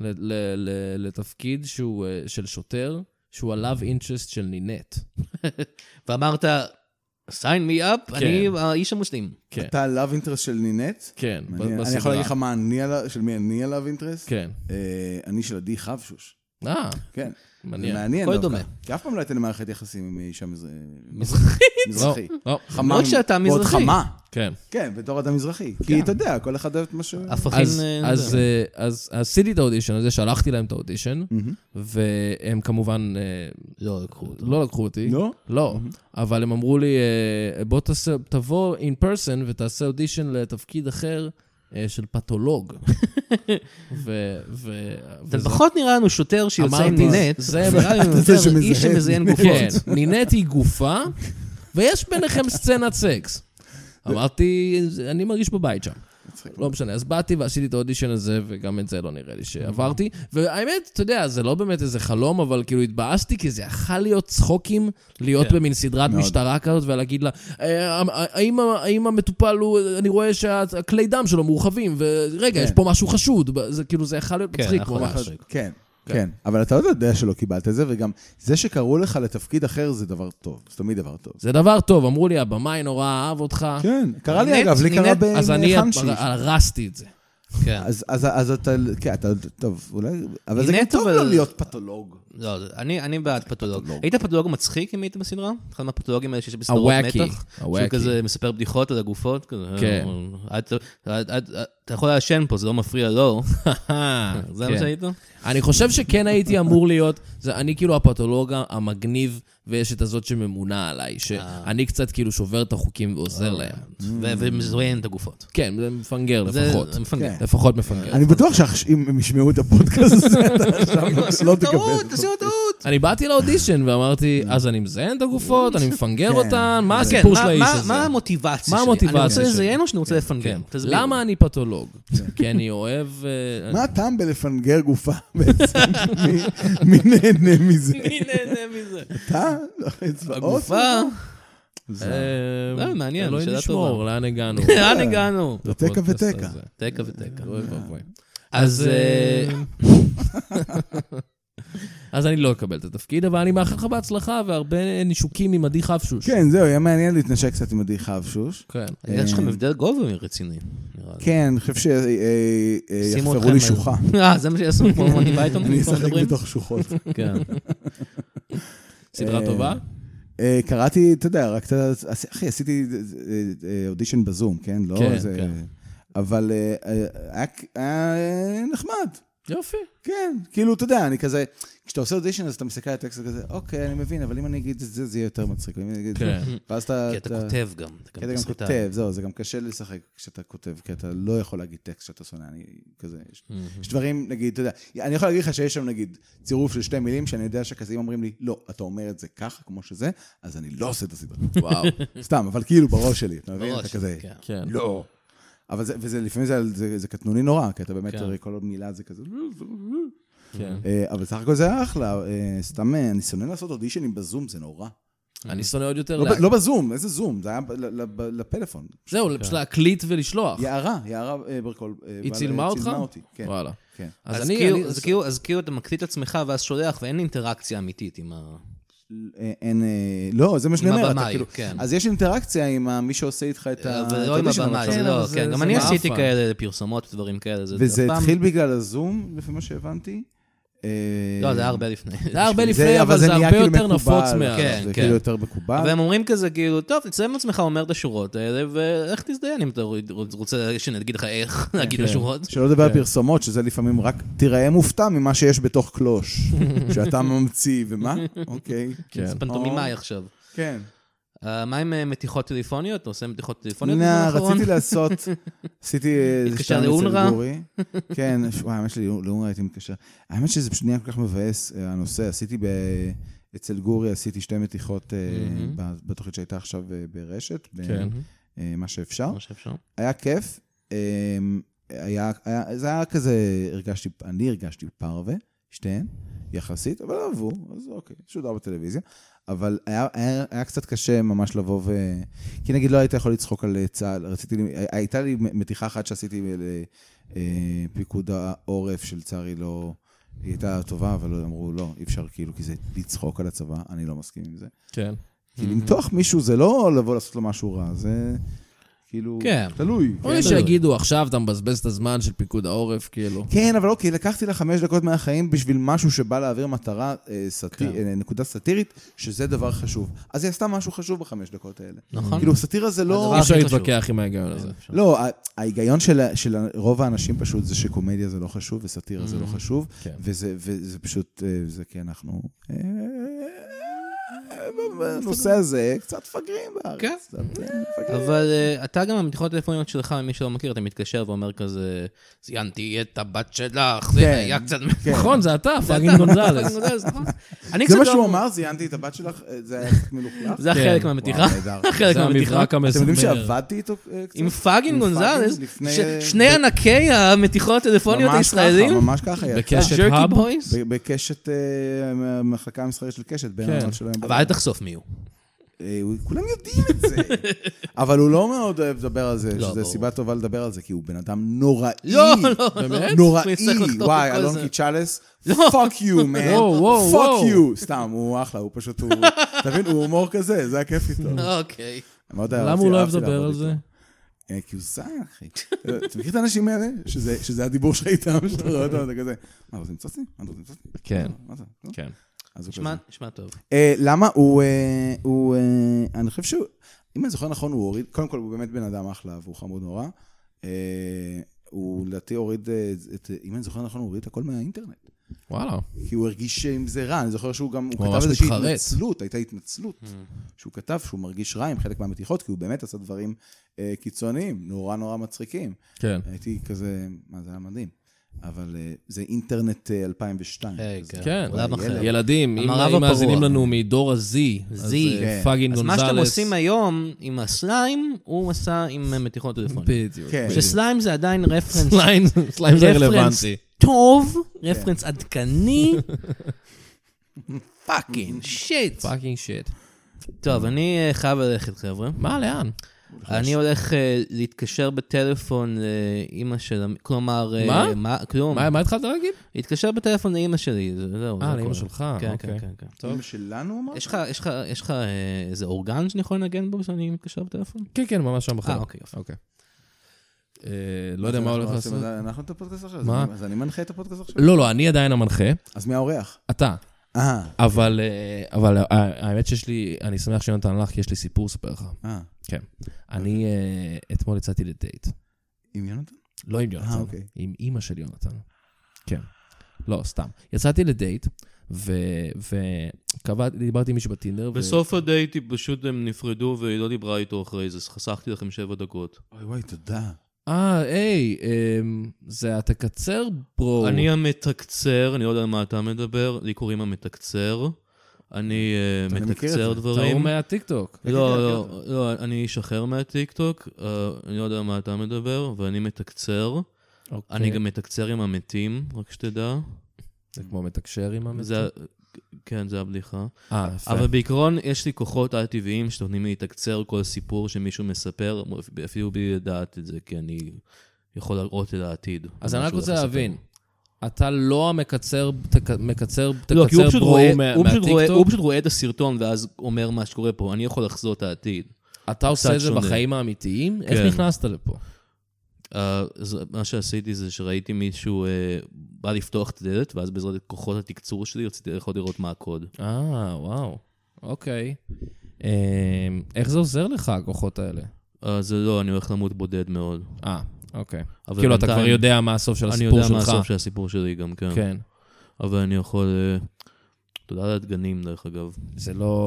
Speaker 2: ל- ל- ל- לתפקיד שהוא אה, של שוטר, שהוא ה-love interest של נינט.
Speaker 4: ואמרת, sign me up, אני האיש המוסלמים.
Speaker 2: כן,
Speaker 3: אתה הלאו אינטרס של נינט?
Speaker 2: כן, ב-
Speaker 3: מעניין. אני יכול
Speaker 2: בסדרה.
Speaker 3: להגיד לך מה אני, עליו- של מי אני הלאו אינטרס?
Speaker 2: כן.
Speaker 3: אה, אני של עדי חבשוש.
Speaker 2: אה,
Speaker 3: כן. זה
Speaker 2: מעניין.
Speaker 3: מעניין
Speaker 4: הכל
Speaker 3: דווקא.
Speaker 4: דומה.
Speaker 3: כי אף פעם לא הייתה לי מערכת יחסים עם אישה מזר-
Speaker 4: מזרחי.
Speaker 3: מזרחי.
Speaker 2: לא, לא.
Speaker 3: חמה.
Speaker 4: למרות שאתה
Speaker 3: ועוד
Speaker 4: מזרחי.
Speaker 3: חמה.
Speaker 2: כן.
Speaker 3: כן, בתור אדם מזרחי. כי אתה יודע, כל אחד אוהב את מה ש...
Speaker 4: הפכים...
Speaker 2: אז, אז, אה, אז עשיתי את האודישן הזה, שלחתי להם את האודישן, והם כמובן אה,
Speaker 4: לא לקחו אותו.
Speaker 2: לא לקחו אותי.
Speaker 3: לא?
Speaker 2: לא, אבל הם אמרו לי, אה, בוא תעשה, תבוא in person ותעשה אודישן לתפקיד אחר אה, של פתולוג. ו... ו...
Speaker 4: זה
Speaker 2: וזה-
Speaker 4: לפחות נראה לנו שוטר שיוצא עם
Speaker 2: אמרתי,
Speaker 4: נינט,
Speaker 2: זה-
Speaker 4: נראה לנו
Speaker 3: זה
Speaker 4: יותר
Speaker 3: שמזיין.
Speaker 4: איש שמזיין
Speaker 2: כן,
Speaker 4: גופות.
Speaker 2: נינט היא גופה, ויש ביניכם סצנת סקס. אמרתי, אני מרגיש בבית שם. לא משנה, אז באתי ועשיתי את האודישן הזה, וגם את זה לא נראה לי שעברתי. והאמת, אתה יודע, זה לא באמת איזה חלום, אבל כאילו התבאסתי, כי זה יכול להיות צחוקים, להיות במין סדרת
Speaker 3: מאוד.
Speaker 2: משטרה כזאת, ולהגיד לה, "אה, אה, האם ה- האם המטופל הוא, אני רואה שהכלי דם שלו מורחבים, ורגע,
Speaker 3: כן.
Speaker 2: יש פה משהו חשוד. זה כאילו, זה יכול להיות
Speaker 4: כן,
Speaker 2: מצחיק
Speaker 4: יכול
Speaker 2: ממש.
Speaker 4: להצחיק.
Speaker 3: כן, כן. אבל אתה עוד יודע שלא קיבלת את זה, וגם זה שקראו לך לתפקיד אחר זה דבר טוב. זה תמיד דבר טוב.
Speaker 2: זה דבר טוב, אמרו לי, הבמאי נורא אהב אותך.
Speaker 3: כן, קרה לי
Speaker 4: נינט,
Speaker 3: אגב, לי קרה
Speaker 4: נינט,
Speaker 2: אז אני
Speaker 3: ב- עם חמשי.
Speaker 2: הרסתי את זה.
Speaker 4: כן.
Speaker 3: אז- אז אז אתה, כן, אתה, טוב, אולי, אבל זה גם
Speaker 4: נינט,
Speaker 3: טוב
Speaker 4: אבל-
Speaker 3: לא להיות פתולוג.
Speaker 4: לא, זה- אני אני בעד פתולוג. היית פתולוג מצחיק אם היית בסדרה? אחד מהפתולוגים האלה שיש בסדרות
Speaker 2: הוואקי,
Speaker 4: מתח? שהוא
Speaker 2: הוואקי.
Speaker 4: כזה מספר בדיחות על הגופות? כזה,
Speaker 2: כן.
Speaker 4: אה, את- את- את- אתה יכול לעשן פה, זה לא מפריע לו. זה מה
Speaker 2: כן.
Speaker 4: שהיית?
Speaker 2: אני חושב שכן הייתי אמור להיות, זה, אני כאילו הפתולוג המגניב, ויש את הזאת שממונה עליי, שאני קצת כאילו שובר את החוקים
Speaker 4: אה.
Speaker 2: ועוזר להם.
Speaker 4: ו- ומזוין את הגופות.
Speaker 2: כן, זה מפנגר
Speaker 4: זה-
Speaker 2: Mm. לפחות.
Speaker 4: זה מפנגר. אה.
Speaker 3: כן.
Speaker 2: לפחות מפנגר.
Speaker 3: אני בטוח שאם הם ישמעו את הפודקאסט הזה, אתה שם לא
Speaker 4: טעות,
Speaker 3: תקבל.
Speaker 4: עשינו טעות.
Speaker 2: אני באתי לאודישן ואמרתי, אז אני מזיין את הגופות, אני מפנגר
Speaker 3: כן.
Speaker 2: אותן, מה
Speaker 4: כן,
Speaker 2: הסיפור
Speaker 4: מה-
Speaker 2: של האיש
Speaker 4: מה-
Speaker 2: הזה?
Speaker 4: מה המוטיבציה שלי?
Speaker 2: מה המוטיבציה
Speaker 4: אני רוצה
Speaker 2: שלי?
Speaker 4: לזיין או שאני רוצה לפנגר?
Speaker 2: כן.
Speaker 4: תסביר. כן.
Speaker 2: למה אני פתולוג? כי אני אוהב... אה,
Speaker 3: מה הטעם בלפנגר גופה בעצם? מי- מי נהנה מזה?
Speaker 4: מי נהנה מזה?
Speaker 3: אתה? אוקיי. לא, אצבעות?
Speaker 4: הגופה?
Speaker 2: אה,
Speaker 4: לא, מעניין,
Speaker 2: אלוהים
Speaker 4: שאלה
Speaker 2: ישמור,
Speaker 4: טובה.
Speaker 2: לאן הגענו?
Speaker 4: לאן הגענו?
Speaker 3: זה תקע
Speaker 2: בפודקאסט
Speaker 3: ותקע.
Speaker 2: הזה.
Speaker 4: תקע ותקע.
Speaker 2: אוי ואבוי.
Speaker 4: אז... אה,
Speaker 2: אז אני לא אקבל את התפקיד, אבל אני מאחל לך בהצלחה והרבה נישוקים עם עדי חפשוש.
Speaker 3: כן, זהו, היה מעניין להתנשק קצת עם עדי חבשוש.
Speaker 2: כן.
Speaker 4: הגעת שלכם הבדל גובה רציני, נראה לי.
Speaker 3: כן, אני חושב
Speaker 4: שימו
Speaker 3: שיחפרו
Speaker 4: אתכם
Speaker 3: לי
Speaker 4: על-
Speaker 3: שוחה.
Speaker 4: אה, זה מה שיעשו כמו מוני פייתון?
Speaker 3: אני
Speaker 4: כמו
Speaker 3: אשחק
Speaker 4: מדברים?
Speaker 3: בתוך שוחות.
Speaker 4: כן.
Speaker 2: סדרה
Speaker 3: אה,
Speaker 2: טובה?
Speaker 3: אה, קראתי, אתה יודע, רק את ה... עש- אחי, עשיתי אה, אה, אודישן בזום, כן? לא
Speaker 2: כן,
Speaker 3: איזה...
Speaker 2: כן.
Speaker 3: אבל אה, אה, היה היה אה, נחמד.
Speaker 2: יופי.
Speaker 3: כן, כאילו, אתה יודע, אני כזה, כשאתה עושה אודישן, אז אתה מסתכל על הטקסט כזה, אוקיי, אני מבין, אבל אם אני אגיד את זה, זה יהיה יותר מצחיק. ואם אני אגיד את זה-
Speaker 2: כן.
Speaker 3: ואז אתה...
Speaker 4: כי אתה כותב גם. אתה
Speaker 3: כי אתה גם
Speaker 4: תסריטאי.
Speaker 3: כותב, זהו, זה גם קשה לשחק כשאתה כותב, כי אתה לא יכול להגיד טקסט כשאתה שונא, אני כזה, יש- יש דברים, נגיד, אתה יודע, אני יכול להגיד לך שיש שם, נגיד, צירוף של שתי מילים, שאני יודע שכזה, אם אומרים לי, לא, אתה אומר את זה ככה, כמו שזה, אז אני לא עושה את הסדרה.
Speaker 2: וואו.
Speaker 3: סתם, אבל כאילו בראש שלי, אתה מבין? אתה
Speaker 4: בראש,
Speaker 3: כזה,
Speaker 4: כן.
Speaker 2: כן.
Speaker 3: לא. אבל זה, וזה, לפעמים זה, זה, זה קטנוני נורא, כי אתה באמת,
Speaker 2: כן.
Speaker 3: הרי כל עוד מילה זה כזה,
Speaker 2: כן.
Speaker 3: אה, אבל סך הכל זה היה אחלה, אה, סתם, אה, אני שונא לעשות אודישנים בזום, זה נורא.
Speaker 2: אה. אני שונא עוד יותר
Speaker 3: לא,
Speaker 2: לה...
Speaker 3: ב- לא בזום, איזה זום? זה היה ב- ל- ל- לפלאפון.
Speaker 2: זהו, פשוט להקליט ולשלוח.
Speaker 3: יערה, יערה אה, ברקול. אה,
Speaker 2: היא
Speaker 3: בעל-
Speaker 2: צילמה אותך?
Speaker 3: צילמה אותי, כן.
Speaker 2: וואלה.
Speaker 3: כן.
Speaker 2: אז
Speaker 4: אז
Speaker 2: אני...
Speaker 4: כאילו-
Speaker 2: אני-
Speaker 4: אז כאילו- אז כאילו אתה מקליט את עצמך ואז שולח ואין אינטראקציה אמיתית עם ה...
Speaker 3: אה, אין, אה, לא, זה מה שאני
Speaker 4: עם
Speaker 3: אומר. אתה
Speaker 4: הבמאי,
Speaker 3: כאילו-
Speaker 4: כן.
Speaker 3: אז יש אינטראקציה עם ה- מי שעושה איתך את ה...
Speaker 4: אבל
Speaker 3: את
Speaker 4: לא עם
Speaker 3: האודישן,
Speaker 4: הבמה,
Speaker 3: אבל- כן.
Speaker 4: זה
Speaker 2: כן,
Speaker 4: לא,
Speaker 2: אבל זה-
Speaker 4: כן. גם
Speaker 2: זה
Speaker 4: אני
Speaker 2: מעפן.
Speaker 4: עשיתי כאלה פרסומות ודברים כאלה. זה-
Speaker 3: וזה
Speaker 4: אף פעם-
Speaker 3: התחיל בגלל הזום, לפי מה שהבנתי. אה,
Speaker 4: לא, זה היה הרבה לפני.
Speaker 2: זה היה הרבה לפני, אבל זה
Speaker 3: נהיה
Speaker 2: הרבה
Speaker 3: כאילו
Speaker 2: יותר
Speaker 3: מקובל,
Speaker 2: נפוץ מאז.
Speaker 4: כן.
Speaker 3: זה כאילו יותר מקובל.
Speaker 4: והם אומרים כזה, כאילו, טוב, תצא עם עצמך, אומר את השורות האלה, ואיך תזדיין אם אתה רוצה שנגיד לך איך להגיד את השורות.
Speaker 3: שלא
Speaker 4: כן.
Speaker 3: לדבר על פרסומות, שזה לפעמים רק תיראה מופתע ממה שיש בתוך קלוש, שאתה ממציא, ומה? אוקיי.
Speaker 2: כן.
Speaker 4: זה פנטומימאי עכשיו.
Speaker 3: כן.
Speaker 4: אה, מה עם אה, מתיחות טלפוניות? אתה עושה מתיחות טלפוניות?
Speaker 3: הנה,
Speaker 4: בזמן האחרון?
Speaker 3: רציתי לעשות, עשיתי אה,
Speaker 4: התקשר
Speaker 3: שתיים אצל
Speaker 4: לאונר"א?
Speaker 3: גורי. כן, ש- וואי, האמת שלי, לאונר"א הייתי מתקשר. האמת שזה פשוט נהיה כל כך מבאס, אה, הנושא. עשיתי ב... אצל גורי עשיתי שתי מתיחות אה,
Speaker 4: מהמם.
Speaker 3: ב- בתוכנית שהייתה עכשיו אה, ברשת,
Speaker 2: כן.
Speaker 3: במה שאפשר.
Speaker 4: מה שאפשר.
Speaker 3: היה כיף. אה, היה, היה, זה היה כזה, הרגשתי, אני הרגשתי פרווה, שתיהן, יחסית, אבל אהבו, אז אוקיי, שודר בטלוויזיה. אבל היה, היה, היה קצת קשה ממש לבוא ו... כי נגיד לא היית יכול לצחוק על אה, צה"ל, רציתי, לי- הי- הייתה לי מתיחה אחת שעשיתי לפיקוד העורף שלצערי לא... היא הייתה טובה, אבל לא- אמרו, לא, אי אפשר כאילו, כי זה לצחוק על הצבא, אני לא מסכים עם זה.
Speaker 2: כן.
Speaker 3: כי למתוח מישהו זה לא לבוא לעשות לו משהו רע, זה... כאילו,
Speaker 4: כן.
Speaker 3: תלוי.
Speaker 2: או לי
Speaker 3: כן.
Speaker 2: שיגידו, עכשיו אתה מבזבז את הזמן של פיקוד העורף, כאילו.
Speaker 3: כן, אבל אוקיי, לקחתי לה חמש דקות מהחיים בשביל משהו שבא להעביר מטרה, אה, סטי,
Speaker 2: כן.
Speaker 3: אה, נקודה סאטירית, שזה דבר חשוב. אז היא עשתה משהו חשוב בחמש דקות האלה.
Speaker 4: נכון.
Speaker 3: כאילו, סאטירה זה לא...
Speaker 2: אי
Speaker 4: הדבר
Speaker 2: אפשר
Speaker 4: הכי חשוב.
Speaker 2: להתווכח עם ההיגיון הזה.
Speaker 3: לא, ה- ההיגיון של, ה- של רוב האנשים פשוט זה שקומדיה זה לא חשוב וסאטירה זה לא חשוב,
Speaker 2: כן.
Speaker 3: וזה, וזה פשוט, אה, זה כי אנחנו... אה, בנושא הזה קצת מפגרים בארץ.
Speaker 4: כן.
Speaker 3: קצת, אה, מפגרים.
Speaker 4: אבל אה, אתה גם המתיחות הטלפוניות שלך, למי שלא מכיר, אתה מתקשר ואומר כזה, ציינתי את הבת שלך, זה
Speaker 3: כן,
Speaker 4: היה קצת...
Speaker 3: כן.
Speaker 2: נכון, זה אתה, פאגינג גונזלס.
Speaker 4: אני
Speaker 3: זה
Speaker 4: קצת לא-
Speaker 3: מה שהוא אמר, זיינתי את הבת שלך, אה, זה היה קצת מלוכלך.
Speaker 4: זה
Speaker 2: כן.
Speaker 4: חלק מהמתיחה.
Speaker 3: וואו, נהדר.
Speaker 4: חלק
Speaker 2: זה
Speaker 4: מהמתיחה.
Speaker 2: המברק המסמר.
Speaker 3: אתם יודעים שעבדתי איתו אה, קצת?
Speaker 4: עם פאגינג גונזלס,
Speaker 3: לפני- אה,
Speaker 4: ש- שני ענקי המתיחות הטלפוניות
Speaker 3: ממש
Speaker 4: הישראלים,
Speaker 3: ככה, ממש ככה, יצא.
Speaker 2: בקשת
Speaker 4: ג'רקי
Speaker 2: האב.
Speaker 4: בויז.
Speaker 3: ב- בקשת, אה, המחלקה המסחרית של קשת, בין
Speaker 2: כן.
Speaker 3: הרעיון שלו. עם
Speaker 4: אבל אל תחשוף מי הוא.
Speaker 3: אה, הוא- כולם יודעים את זה. אבל הוא לא מאוד אוהב לדבר על זה,
Speaker 4: לא,
Speaker 3: שזו
Speaker 4: ברור.
Speaker 3: סיבה טובה לדבר על זה, כי הוא בן אדם נוראי.
Speaker 4: לא, לא,
Speaker 2: באמת?
Speaker 3: נוראי.
Speaker 4: הוא יצטרך לחתוך
Speaker 3: וואי,
Speaker 4: את כל
Speaker 3: אלון
Speaker 4: זה.
Speaker 3: קיצ'אלס,
Speaker 4: לא.
Speaker 3: פאק יו, מן.
Speaker 2: וואו, וואו,
Speaker 3: פאק
Speaker 2: וואו.
Speaker 3: יו. סתם, הוא אחלה, הוא פשוט, הוא... אתה מבין, הוא הומור כזה, זה הכיף איתו.
Speaker 4: אוקיי.
Speaker 3: מאוד
Speaker 2: למה
Speaker 3: אהבתי-
Speaker 2: הוא לא אוהב
Speaker 3: אהבתי
Speaker 2: לדבר
Speaker 3: לעבוד
Speaker 2: על
Speaker 3: איתו.
Speaker 2: זה?
Speaker 3: אה, כי הוא זין, אחי. אתה מכיר את האנשים האלה? שזה שזה הדיבור שלך איתם, שאתה רואה אותם, אתה כזה, מה, רוצים צוצי? מה, רוצים צוצי?
Speaker 2: כן.
Speaker 3: מה זה? לא?
Speaker 2: כן.
Speaker 3: אז הוא
Speaker 4: נשמע-
Speaker 3: כזה.
Speaker 4: נשמע טוב.
Speaker 3: אה, למה הוא... אה, הוא, אה, אני חושב שהוא... אם אני זוכר נכון, הוא הוריד... קודם כל, הוא באמת בן אדם אחלה, והוא חמוד נורא. אה, הוא לדעתי הוריד אה, את... אם אני זוכר נכון, הוא הוריד את הכל מהאינטרנט.
Speaker 2: וואלה.
Speaker 3: כי הוא הרגיש עם זה רע. אני זוכר שהוא גם...
Speaker 2: הוא
Speaker 3: הוא
Speaker 2: ממש
Speaker 3: כתב איזושהי
Speaker 2: מתחרט.
Speaker 3: התנצלות, הייתה התנצלות. שהוא כתב שהוא מרגיש רע עם חלק מהמתיחות, כי הוא באמת עשה דברים אה, קיצוניים, נורא נורא מצחיקים.
Speaker 2: כן.
Speaker 3: הייתי כזה, מה, זה היה מדהים. אבל אה, זה אינטרנט אה, 2002. כזה.
Speaker 2: כן,
Speaker 4: עולם
Speaker 3: אולי
Speaker 4: אחר.
Speaker 3: ילד.
Speaker 2: ילדים, אם
Speaker 4: המערב
Speaker 2: אם מאזינים
Speaker 4: הפרוע.
Speaker 2: לנו מדור ה-Z, אז
Speaker 4: Z,
Speaker 2: אה,
Speaker 3: כן.
Speaker 2: פאגינג
Speaker 4: אז
Speaker 2: גונזלס.
Speaker 4: מה שאתם עושים היום עם הסליים, הוא עשה עם אה, מתיחות טלפוניות.
Speaker 2: בדיוק.
Speaker 3: כן.
Speaker 4: שסליים זה עדיין רפרנס
Speaker 2: סליים סליים זה
Speaker 4: רפרנס
Speaker 2: רלוונטי.
Speaker 4: טוב, רפרנס עדכני. פאקינג שיט.
Speaker 2: פאקינג שיט.
Speaker 4: טוב, אני אה, חייב ללכת, חבר'ה.
Speaker 2: מה, לאן?
Speaker 4: Oh. אני הולך אה, להתקשר בטלפון לאימא של... המ- כלומר... אה,
Speaker 2: מה?
Speaker 4: מה? כלום.
Speaker 2: מה מה התחלת להגיד?
Speaker 4: להתקשר בטלפון לאימא שלי, זה- זהו. זה
Speaker 2: אה,
Speaker 4: הכל.
Speaker 2: לאמא שלך,
Speaker 4: כן,
Speaker 2: אוקיי.
Speaker 4: כן, כן, כן.
Speaker 3: טוב. שלנו אמרת?
Speaker 4: יש לך- יש לך- יש לך אה, איזה אורגן שאני יכול לנגן בו כשאני מתקשר בטלפון?
Speaker 2: כן, כן, ממש שם בחדר.
Speaker 4: אה, אוקיי, יופי.
Speaker 2: אוקיי. אה, לא יודע מה
Speaker 3: אנחנו
Speaker 2: הולך
Speaker 3: עושים-
Speaker 2: לעשות.
Speaker 3: אנחנו את הפודקאסט עכשיו?
Speaker 2: מה?
Speaker 3: אז אני- אז אני מנחה את הפודקאסט עכשיו.
Speaker 2: לא, לא, אני עדיין המנחה,
Speaker 3: אז מי האורח?
Speaker 2: אתה.
Speaker 3: אה,
Speaker 2: אבל אה, אבל, אה, האמת שיש לי, אני שמח שיונתן הלך, כי יש לי סיפור לספר לך.
Speaker 3: אה,
Speaker 2: כן. אני אה, אתמול יצאתי לדייט.
Speaker 3: עם יונתן?
Speaker 2: לא עם יונתן,
Speaker 3: אה, אוקיי.
Speaker 2: עם אימא של יונתן. כן. לא, סתם. יצאתי לדייט, ודיברתי עם מישהו בטינדר. ו-
Speaker 4: הדייט פשוט הם נפרדו והיא לא דיברה איתו אחרי זה, חסכתי לכם שבע דקות.
Speaker 3: אוי וואי, תודה.
Speaker 2: אה, היי, אמ, זה התקצר, ברו.
Speaker 5: אני המתקצר, אני לא יודע על מה אתה מדבר, לי קוראים המתקצר. אני אה,
Speaker 3: אני לא מכיר את
Speaker 5: מתקצר
Speaker 3: זה.
Speaker 2: טעו
Speaker 5: דברים.
Speaker 2: מהטיקטוק.
Speaker 5: לא,
Speaker 3: מכיר,
Speaker 5: לא, לא, אני איש אחר מהטיקטוק, אה, אני לא יודע על מה אתה מדבר, ואני מתקצר.
Speaker 2: אוקיי.
Speaker 3: כן.
Speaker 5: אני גם מתקצר עם המתים, רק שתדע.
Speaker 2: זה כמו מתקשר עם המצ...
Speaker 5: זה ה- כן, זה הבדיחה.
Speaker 2: אה, יפה.
Speaker 5: אבל בעיקרון, יש לי כוחות על-טבעיים שנותנים לי לתקצר כל סיפור שמישהו מספר, אפילו בלי לדעת את זה, כי אני יכול לראות את העתיד. לא
Speaker 2: אז אני
Speaker 5: מה
Speaker 2: רק
Speaker 5: שהוא
Speaker 2: רוצה
Speaker 5: הולך לספר.
Speaker 2: להבין. אתה לא המקצר, תק- מקצר,
Speaker 5: לא, כי הוא
Speaker 2: תקצר
Speaker 5: פשוט
Speaker 2: ברו
Speaker 5: רואה-
Speaker 2: מה-
Speaker 5: הוא פשוט רואה- הוא
Speaker 2: מהטיקטוק?
Speaker 5: פשוט רואה את הסרטון ואז אומר מה שקורה פה, אני יכול לחזות את העתיד.
Speaker 2: אתה עושה את זה
Speaker 5: שונה.
Speaker 2: בחיים האמיתיים? איך
Speaker 5: כן.
Speaker 2: נכנסת לפה?
Speaker 5: אה, אז מה שעשיתי זה שראיתי מישהו אה, בא לפתוח את הדלת, ואז בעזרת כוחות התקצור שלי רציתי ללכות לראות מה הקוד.
Speaker 2: אה, וואו. אוקיי. אמ, איך זה עוזר לך, הכוחות האלה?
Speaker 5: אה, זה לא, אני הולך למות בודד מאוד.
Speaker 2: אה, אוקיי.
Speaker 5: אבל
Speaker 2: כאילו, אתה
Speaker 5: בינתיים-
Speaker 2: כבר יודע מה הסוף של
Speaker 5: אני
Speaker 2: הסיפור
Speaker 5: יודע
Speaker 2: שלך.
Speaker 5: מה הסוף של הסיפור שלי גם, כן.
Speaker 2: כן.
Speaker 5: אבל אני יכול... אה, תודה על הדגנים, דרך אגב.
Speaker 2: זה לא...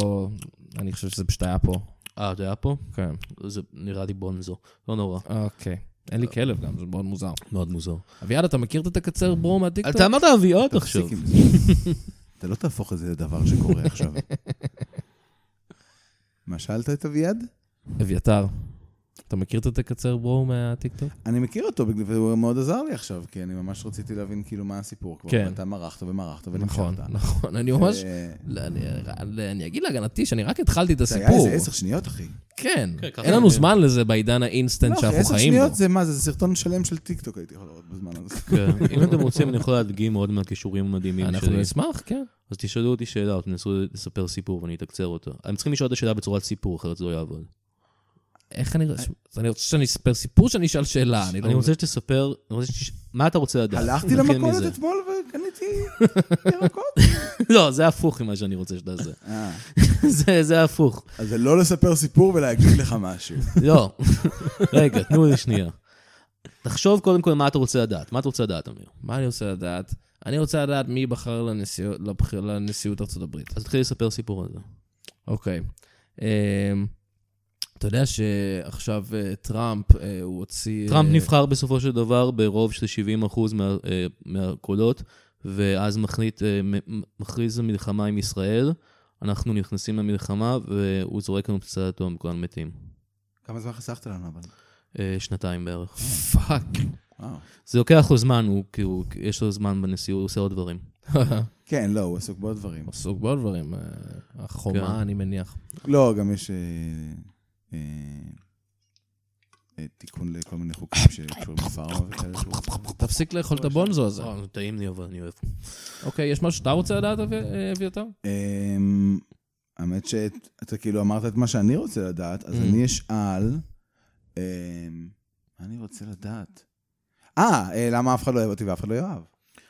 Speaker 2: אני חושב שזה פשוט היה פה.
Speaker 5: אה, אתה היה פה?
Speaker 2: כן.
Speaker 5: זה נראה לי בונזו. לא נורא.
Speaker 2: אוקיי. אין לי כלב גם, זה מאוד מוזר.
Speaker 5: מאוד מוזר.
Speaker 2: אביעד, אתה מכיר את התקצר ברו מהטיקטוק?
Speaker 4: אתה אמרת אביות עכשיו.
Speaker 3: תפסיק עם זה. אתה לא תהפוך את זה לדבר שקורה עכשיו. מה, שאלת את אביעד?
Speaker 2: אביתר. אתה מכיר את התקצר ברו מהטיקטוק?
Speaker 3: אני מכיר אותו, בגלל- והוא מאוד עזר לי עכשיו, כי אני ממש רציתי להבין כאילו מה הסיפור כבר.
Speaker 2: כן.
Speaker 3: ואתה מרחת ומרחת ונמשכת.
Speaker 2: נכון, נכון. אני ממש...
Speaker 3: אה,
Speaker 2: לא, אני- אני אגיד להגנתי שאני רק התחלתי את
Speaker 3: זה היה איזה
Speaker 2: הסיפור.
Speaker 3: עשר שניות, אחי.
Speaker 2: כן.
Speaker 5: כן, ככה
Speaker 2: אין לנו
Speaker 5: אני-
Speaker 2: זמן לזה בעידן האינסטנט
Speaker 3: לא, אחי,
Speaker 2: שאנחנו
Speaker 3: עשר
Speaker 2: חיים
Speaker 3: שניות
Speaker 2: בו.
Speaker 3: זה מה, זה סרטון שלם של טיקטוק הייתי יכול לראות בזמן הזה.
Speaker 5: כן. אם אתם רוצים, אני יכול להדגים עוד מהכישורים המדהימים שלי.
Speaker 2: אנחנו נשמח, כן.
Speaker 5: אז תשאלו אותי שאלה, תנסו לספר סיפור ואני אתקצר אותו. הם צריכים לשאול את השאלה בצורת סיפור, אחרת זה לא יעבוד.
Speaker 2: איך אני... אז אני רוצה שאני אספר סיפור שאני אשאל שאלה. אני לא...
Speaker 4: אני רוצה שתספר, אני רוצה שתש- מה אתה רוצה לדעת?
Speaker 3: הלכתי
Speaker 4: נתחיל מזה.
Speaker 3: למכולת אתמול וקניתי ירקות.
Speaker 4: לא, זה הפוך ממה שאני רוצה שתעשה.
Speaker 3: אה,
Speaker 4: זה- זה הפוך.
Speaker 3: אז זה לא לספר סיפור ולהגיד לך משהו.
Speaker 4: לא. רגע, תנו לי שנייה. תחשוב קודם כל מה אתה רוצה לדעת. מה אתה רוצה לדעת, אמיר?
Speaker 2: מה אני רוצה לדעת? אני רוצה לדעת מי ייבחר לנשיאות- לבח- לנשיאות ארצות הברית.
Speaker 4: אז תתחיל לספר סיפור על זה.
Speaker 2: אוקיי. אמ, אתה יודע שעכשיו אה, טראמפ, אה, הוא הוציא...
Speaker 4: טראמפ
Speaker 2: אה,
Speaker 4: נבחר בסופו של דבר ברוב של 70% מה- אה, מהקולות, ואז מחליט, אה, מ- מכריז מלחמה עם ישראל. אנחנו נכנסים למלחמה, והוא זורק לנו פצצת אטום, כולנו מתים.
Speaker 3: כמה זמן חסכת לנו, אבל...
Speaker 4: אה, שנתיים בערך.
Speaker 2: פאק.
Speaker 3: וואו.
Speaker 4: זה לוקח לו זמן, הוא כאילו, יש לו זמן בנשיאות, הוא עושה עוד דברים.
Speaker 3: כן, לא, הוא עסוק בעוד דברים.
Speaker 2: עסוק בעוד דברים. אה, החומה,
Speaker 4: כן.
Speaker 2: אני מניח.
Speaker 3: לא, גם יש אה, אה, אה, תיקון לכל מיני חוקים שקשורים לפארמה וכאלה. שהוא רוצה.
Speaker 2: תפסיק לאכול את הבונזו הזה.
Speaker 4: אה, טעים לי, אבל אני אוהב.
Speaker 2: אוקיי, יש משהו שאתה רוצה לדעת, אבי- אה, אביתר?
Speaker 3: אמ, האמת שאתה כאילו אמרת את מה שאני רוצה לדעת,
Speaker 4: Mm.
Speaker 3: אז אני אשאל, אמ, מה אני רוצה לדעת? אה, אה, למה אף אחד לא אוהב אותי ואף אחד לא יאהב?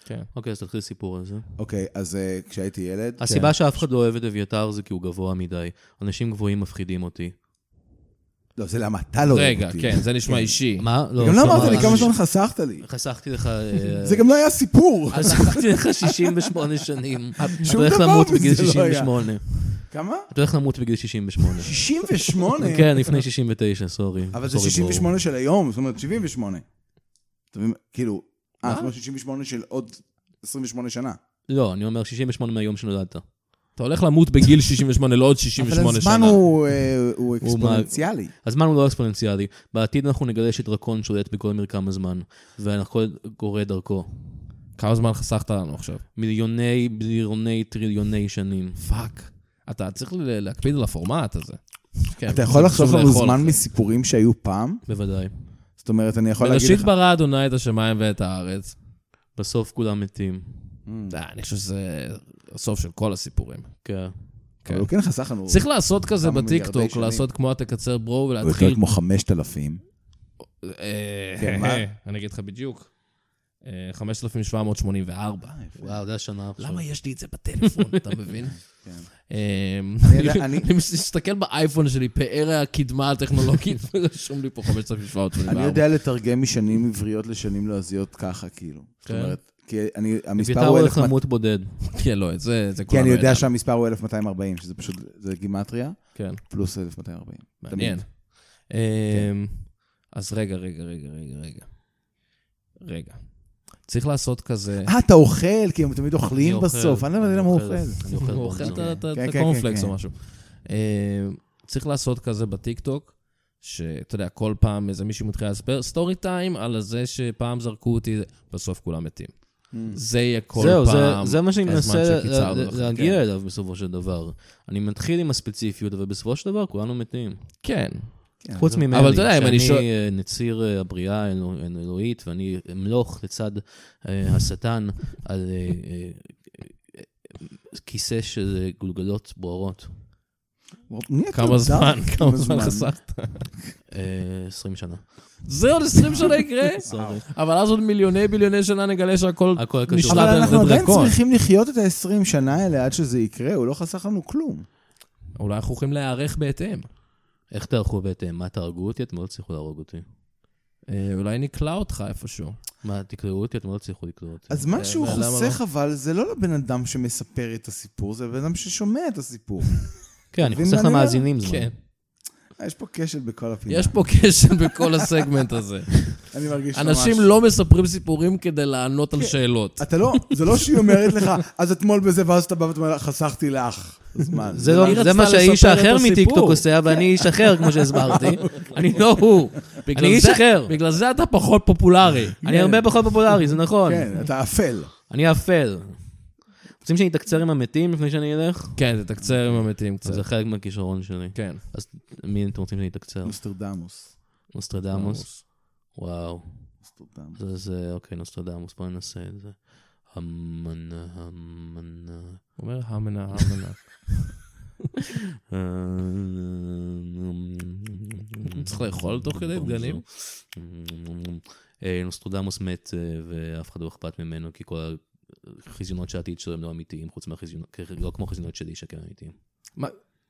Speaker 2: כן.
Speaker 4: אוקיי, אז תתחיל סיפור על זה.
Speaker 3: אוקיי, אז אה, כשהייתי ילד,
Speaker 4: הסיבה שאף אחד לא אוהב את אביתר זה כי הוא גבוה מדי. אנשים גבוהים מפחידים אותי.
Speaker 3: לא, זה למה אתה לא אוהב אותי.
Speaker 2: רגע, כן, זה נשמע אישי.
Speaker 4: מה? לא,
Speaker 3: גם לא
Speaker 4: סתם,
Speaker 3: אמרת לי
Speaker 4: אז-
Speaker 3: כמה זמן חסכת לי.
Speaker 4: חסכתי לך... אה,
Speaker 3: זה גם לא היה סיפור.
Speaker 4: חסכתי לך 68 שנים. אתה
Speaker 3: שום
Speaker 4: הולך
Speaker 3: דבר
Speaker 4: למות
Speaker 3: מזה
Speaker 4: בגיל
Speaker 3: לא
Speaker 4: 68.
Speaker 3: כמה?
Speaker 4: אתה הולך למות בגיל 68.
Speaker 3: 68?
Speaker 4: כן, לפני 69, סורי.
Speaker 3: אבל זה
Speaker 4: סורי, ברור.
Speaker 3: 68 של היום, זאת אומרת 78. אתה מבין? כאילו, אה, זאת אומרת 68 של עוד 28 שנה.
Speaker 4: לא, אני אומר 68 מהיום שנולדת.
Speaker 2: אתה הולך למות בגיל 68, לא עוד 68 שנה.
Speaker 3: אבל הזמן הוא, אה, הוא אקספוננציאלי.
Speaker 4: הזמן הוא לא אקספוננציאלי. בעתיד אנחנו נגלה שדרקון שולט בכל מרקם הזמן, והכל גורה דרכו.
Speaker 2: כמה זמן חסכת לנו עכשיו?
Speaker 4: מיליוני, ביליוני, טריליוני שנים.
Speaker 2: פאק. אתה צריך ל- להקפיד על הפורמט הזה. כן,
Speaker 3: אתה יכול
Speaker 2: זה
Speaker 3: לחסוך
Speaker 2: חשוב
Speaker 3: לנו
Speaker 2: לאכול.
Speaker 3: זמן מסיפורים שהיו פעם?
Speaker 4: בוודאי.
Speaker 3: זאת אומרת, אני יכול להגיד
Speaker 2: בראשית
Speaker 3: לך...
Speaker 2: ברא אדוני את השמיים ואת הארץ.
Speaker 4: בסוף כולם מתים.
Speaker 2: די, אני חושב שזה הסוף של כל הסיפורים.
Speaker 4: כן.
Speaker 3: אבל הוא כן חסך לנו...
Speaker 2: צריך לעשות כזה
Speaker 3: כמה מיליארדי
Speaker 2: בטיקטוק,
Speaker 3: שנים.
Speaker 2: לעשות כמו התקצר ברו
Speaker 3: הוא יותר
Speaker 2: ולהתחיל...
Speaker 3: כמו 5,000.
Speaker 2: אה,
Speaker 3: כן, מה?
Speaker 2: אני אגיד לך בדיוק. אה,
Speaker 3: אה,
Speaker 2: 5,784.
Speaker 4: וואו, זה השנה עכשיו.
Speaker 2: למה יש לי את זה בטלפון, אתה מבין? אה,
Speaker 3: יודע, כן. אני-
Speaker 2: אני מסתכל באייפון שלי, פאר הקדמה הטכנולוגית, ורשום לי פה 5,784.
Speaker 3: אני יודע לתרגם משנים עבריות לשנים לועזיות ככה, כאילו. זאת אומרת, כי אני- המספר
Speaker 4: אביתר
Speaker 3: הוא
Speaker 4: הולך
Speaker 3: 1,200
Speaker 4: למות בודד.
Speaker 2: כן, לא, את זה זה
Speaker 3: כי
Speaker 2: כולנו
Speaker 3: אני
Speaker 2: ידענו.
Speaker 3: יודע שהמספר הוא 1,240, שזה פשוט, זה גימטריה,
Speaker 2: כן,
Speaker 3: פלוס 1,240.
Speaker 2: מעניין.
Speaker 3: תמיד. כן.
Speaker 2: אמ, אז רגע, רגע, רגע, רגע, רגע. רגע. צריך לעשות כזה...
Speaker 3: אה, אתה אוכל, כי הם תמיד
Speaker 4: אני
Speaker 3: אוכלים
Speaker 4: אוכל,
Speaker 3: בסוף. אני לא מבין למה הוא אוכל.
Speaker 4: אני אוכל
Speaker 2: הוא אוכל
Speaker 4: בונזון.
Speaker 2: את ה- את ה-
Speaker 3: כן,
Speaker 2: את
Speaker 3: כן,
Speaker 2: הקורנפלקס
Speaker 3: כן,
Speaker 2: או
Speaker 3: כן.
Speaker 2: משהו. אמ, צריך לעשות כזה בטיקטוק, שאתה יודע, כל פעם איזה מישהו מתחיל לספר סטורי טיים על זה שפעם זרקו אותי, בסוף כולם מתים.
Speaker 4: Mm.
Speaker 2: זה יהיה כל
Speaker 4: זהו,
Speaker 2: פעם.
Speaker 4: זה, זה מה שאני
Speaker 2: הזמן
Speaker 4: מנסה ל-
Speaker 2: שקיצרנו
Speaker 4: ל-
Speaker 2: לך,
Speaker 4: להגיע
Speaker 2: כן.
Speaker 4: אליו בסופו של דבר. אני מתחיל עם הספציפיות, אבל בסופו של דבר כולנו מתים.
Speaker 2: כן.
Speaker 4: חוץ ממני,
Speaker 2: אבל אתה יודע, אם אני שואל-
Speaker 4: שאני אה, נציר אה, הבריאה האלו- האלוהית, ואני אמלוך לצד אה, השטן על אה, אה, אה, כיסא של אה, גולגלות בוערות.
Speaker 3: מי אתה
Speaker 2: כמה
Speaker 3: יודע?
Speaker 2: זמן, כמה זמן
Speaker 3: זמן?
Speaker 2: חסכת?
Speaker 4: אה, 20 שנה.
Speaker 2: זה עוד 20 שנה יקרה?
Speaker 4: סורי.
Speaker 2: אבל אז עוד מיליוני ביליוני שנה נגלה שהכל
Speaker 4: הכל קשור.
Speaker 2: נשלט
Speaker 3: אבל
Speaker 2: על
Speaker 3: אנחנו
Speaker 2: ידי
Speaker 3: עדיין
Speaker 2: דרקון.
Speaker 3: צריכים לחיות את ה-20 שנה האלה עד שזה יקרה, הוא לא חסך לנו כלום.
Speaker 2: אולי אנחנו יכולים להיערך בהתאם.
Speaker 4: איך תערכו בהתאם? מה, תהרגו אותי? אתם לא תצליחו להרוג אותי.
Speaker 2: אה, אולי נקלע אותך איפשהו.
Speaker 4: מה, תקראו אותי? אתם לא תצליחו לקרוא אותי.
Speaker 2: כן,
Speaker 3: אז מה שהוא
Speaker 2: ולמה
Speaker 3: חוסך, אבל, זה לא לבן אדם שמספר את הסיפור, זה לבן אדם ששומע את הסיפור.
Speaker 4: כן, אני
Speaker 3: מבין
Speaker 4: חוסך
Speaker 3: מה אני אומר?
Speaker 4: למאזינים זמן.
Speaker 2: כן.
Speaker 3: אה, יש פה כשל בכל הפינה.
Speaker 2: יש פה כשל בכל הסגמנט הזה.
Speaker 3: אני מרגיש ממש...
Speaker 2: אנשים לא מספרים סיפורים כדי לענות על שאלות.
Speaker 3: אתה לא, זה לא שהיא אומרת לך, אז אתמול בזה, ואז אתה בא ואתה אומר, לה, חסכתי לך זמן.
Speaker 4: זה, לא,
Speaker 2: רצתה
Speaker 4: זה מה שהאיש
Speaker 2: לספר את
Speaker 4: האחר
Speaker 2: הסיפור. כן.
Speaker 4: מטיקטוק עושה, ואני איש אחר, כמו שהסברתי. אני לא הוא.
Speaker 2: בגלל
Speaker 4: אני איש
Speaker 2: זה-
Speaker 4: אחר.
Speaker 2: בגלל זה אתה פחות פופולרי.
Speaker 4: אני הרבה פחות פופולרי, זה נכון.
Speaker 3: כן, אתה אפל.
Speaker 4: אני אפל. רוצים שאני אתקצר עם המתים לפני שאני אלך?
Speaker 2: כן, תתקצר עם המתים
Speaker 4: אז
Speaker 2: קצת.
Speaker 4: זה חלק מהכישרון שלי.
Speaker 2: כן.
Speaker 4: אז מי אתם רוצים שאני אתקצר?
Speaker 3: נוסטרדמוס.
Speaker 4: נוסטרדמוס? וואו.
Speaker 3: נוסטרדמוס.
Speaker 4: זה, זה, אוקיי, נוסטרדמוס, בואו ננסה את זה. המנה, המנה.
Speaker 2: הוא אומר המנה, המנה.
Speaker 4: אה,
Speaker 2: צריך לאכול תוך כדי דגנים?
Speaker 4: אה, נוסטרדמוס מת אה, ואף אחד לא אכפת ממנו, כי כל החזיונות שעתיד שלו הם לא אמיתיים, חוץ מהחזיונות, לא כמו החזיונות שלי שכן אמיתיים.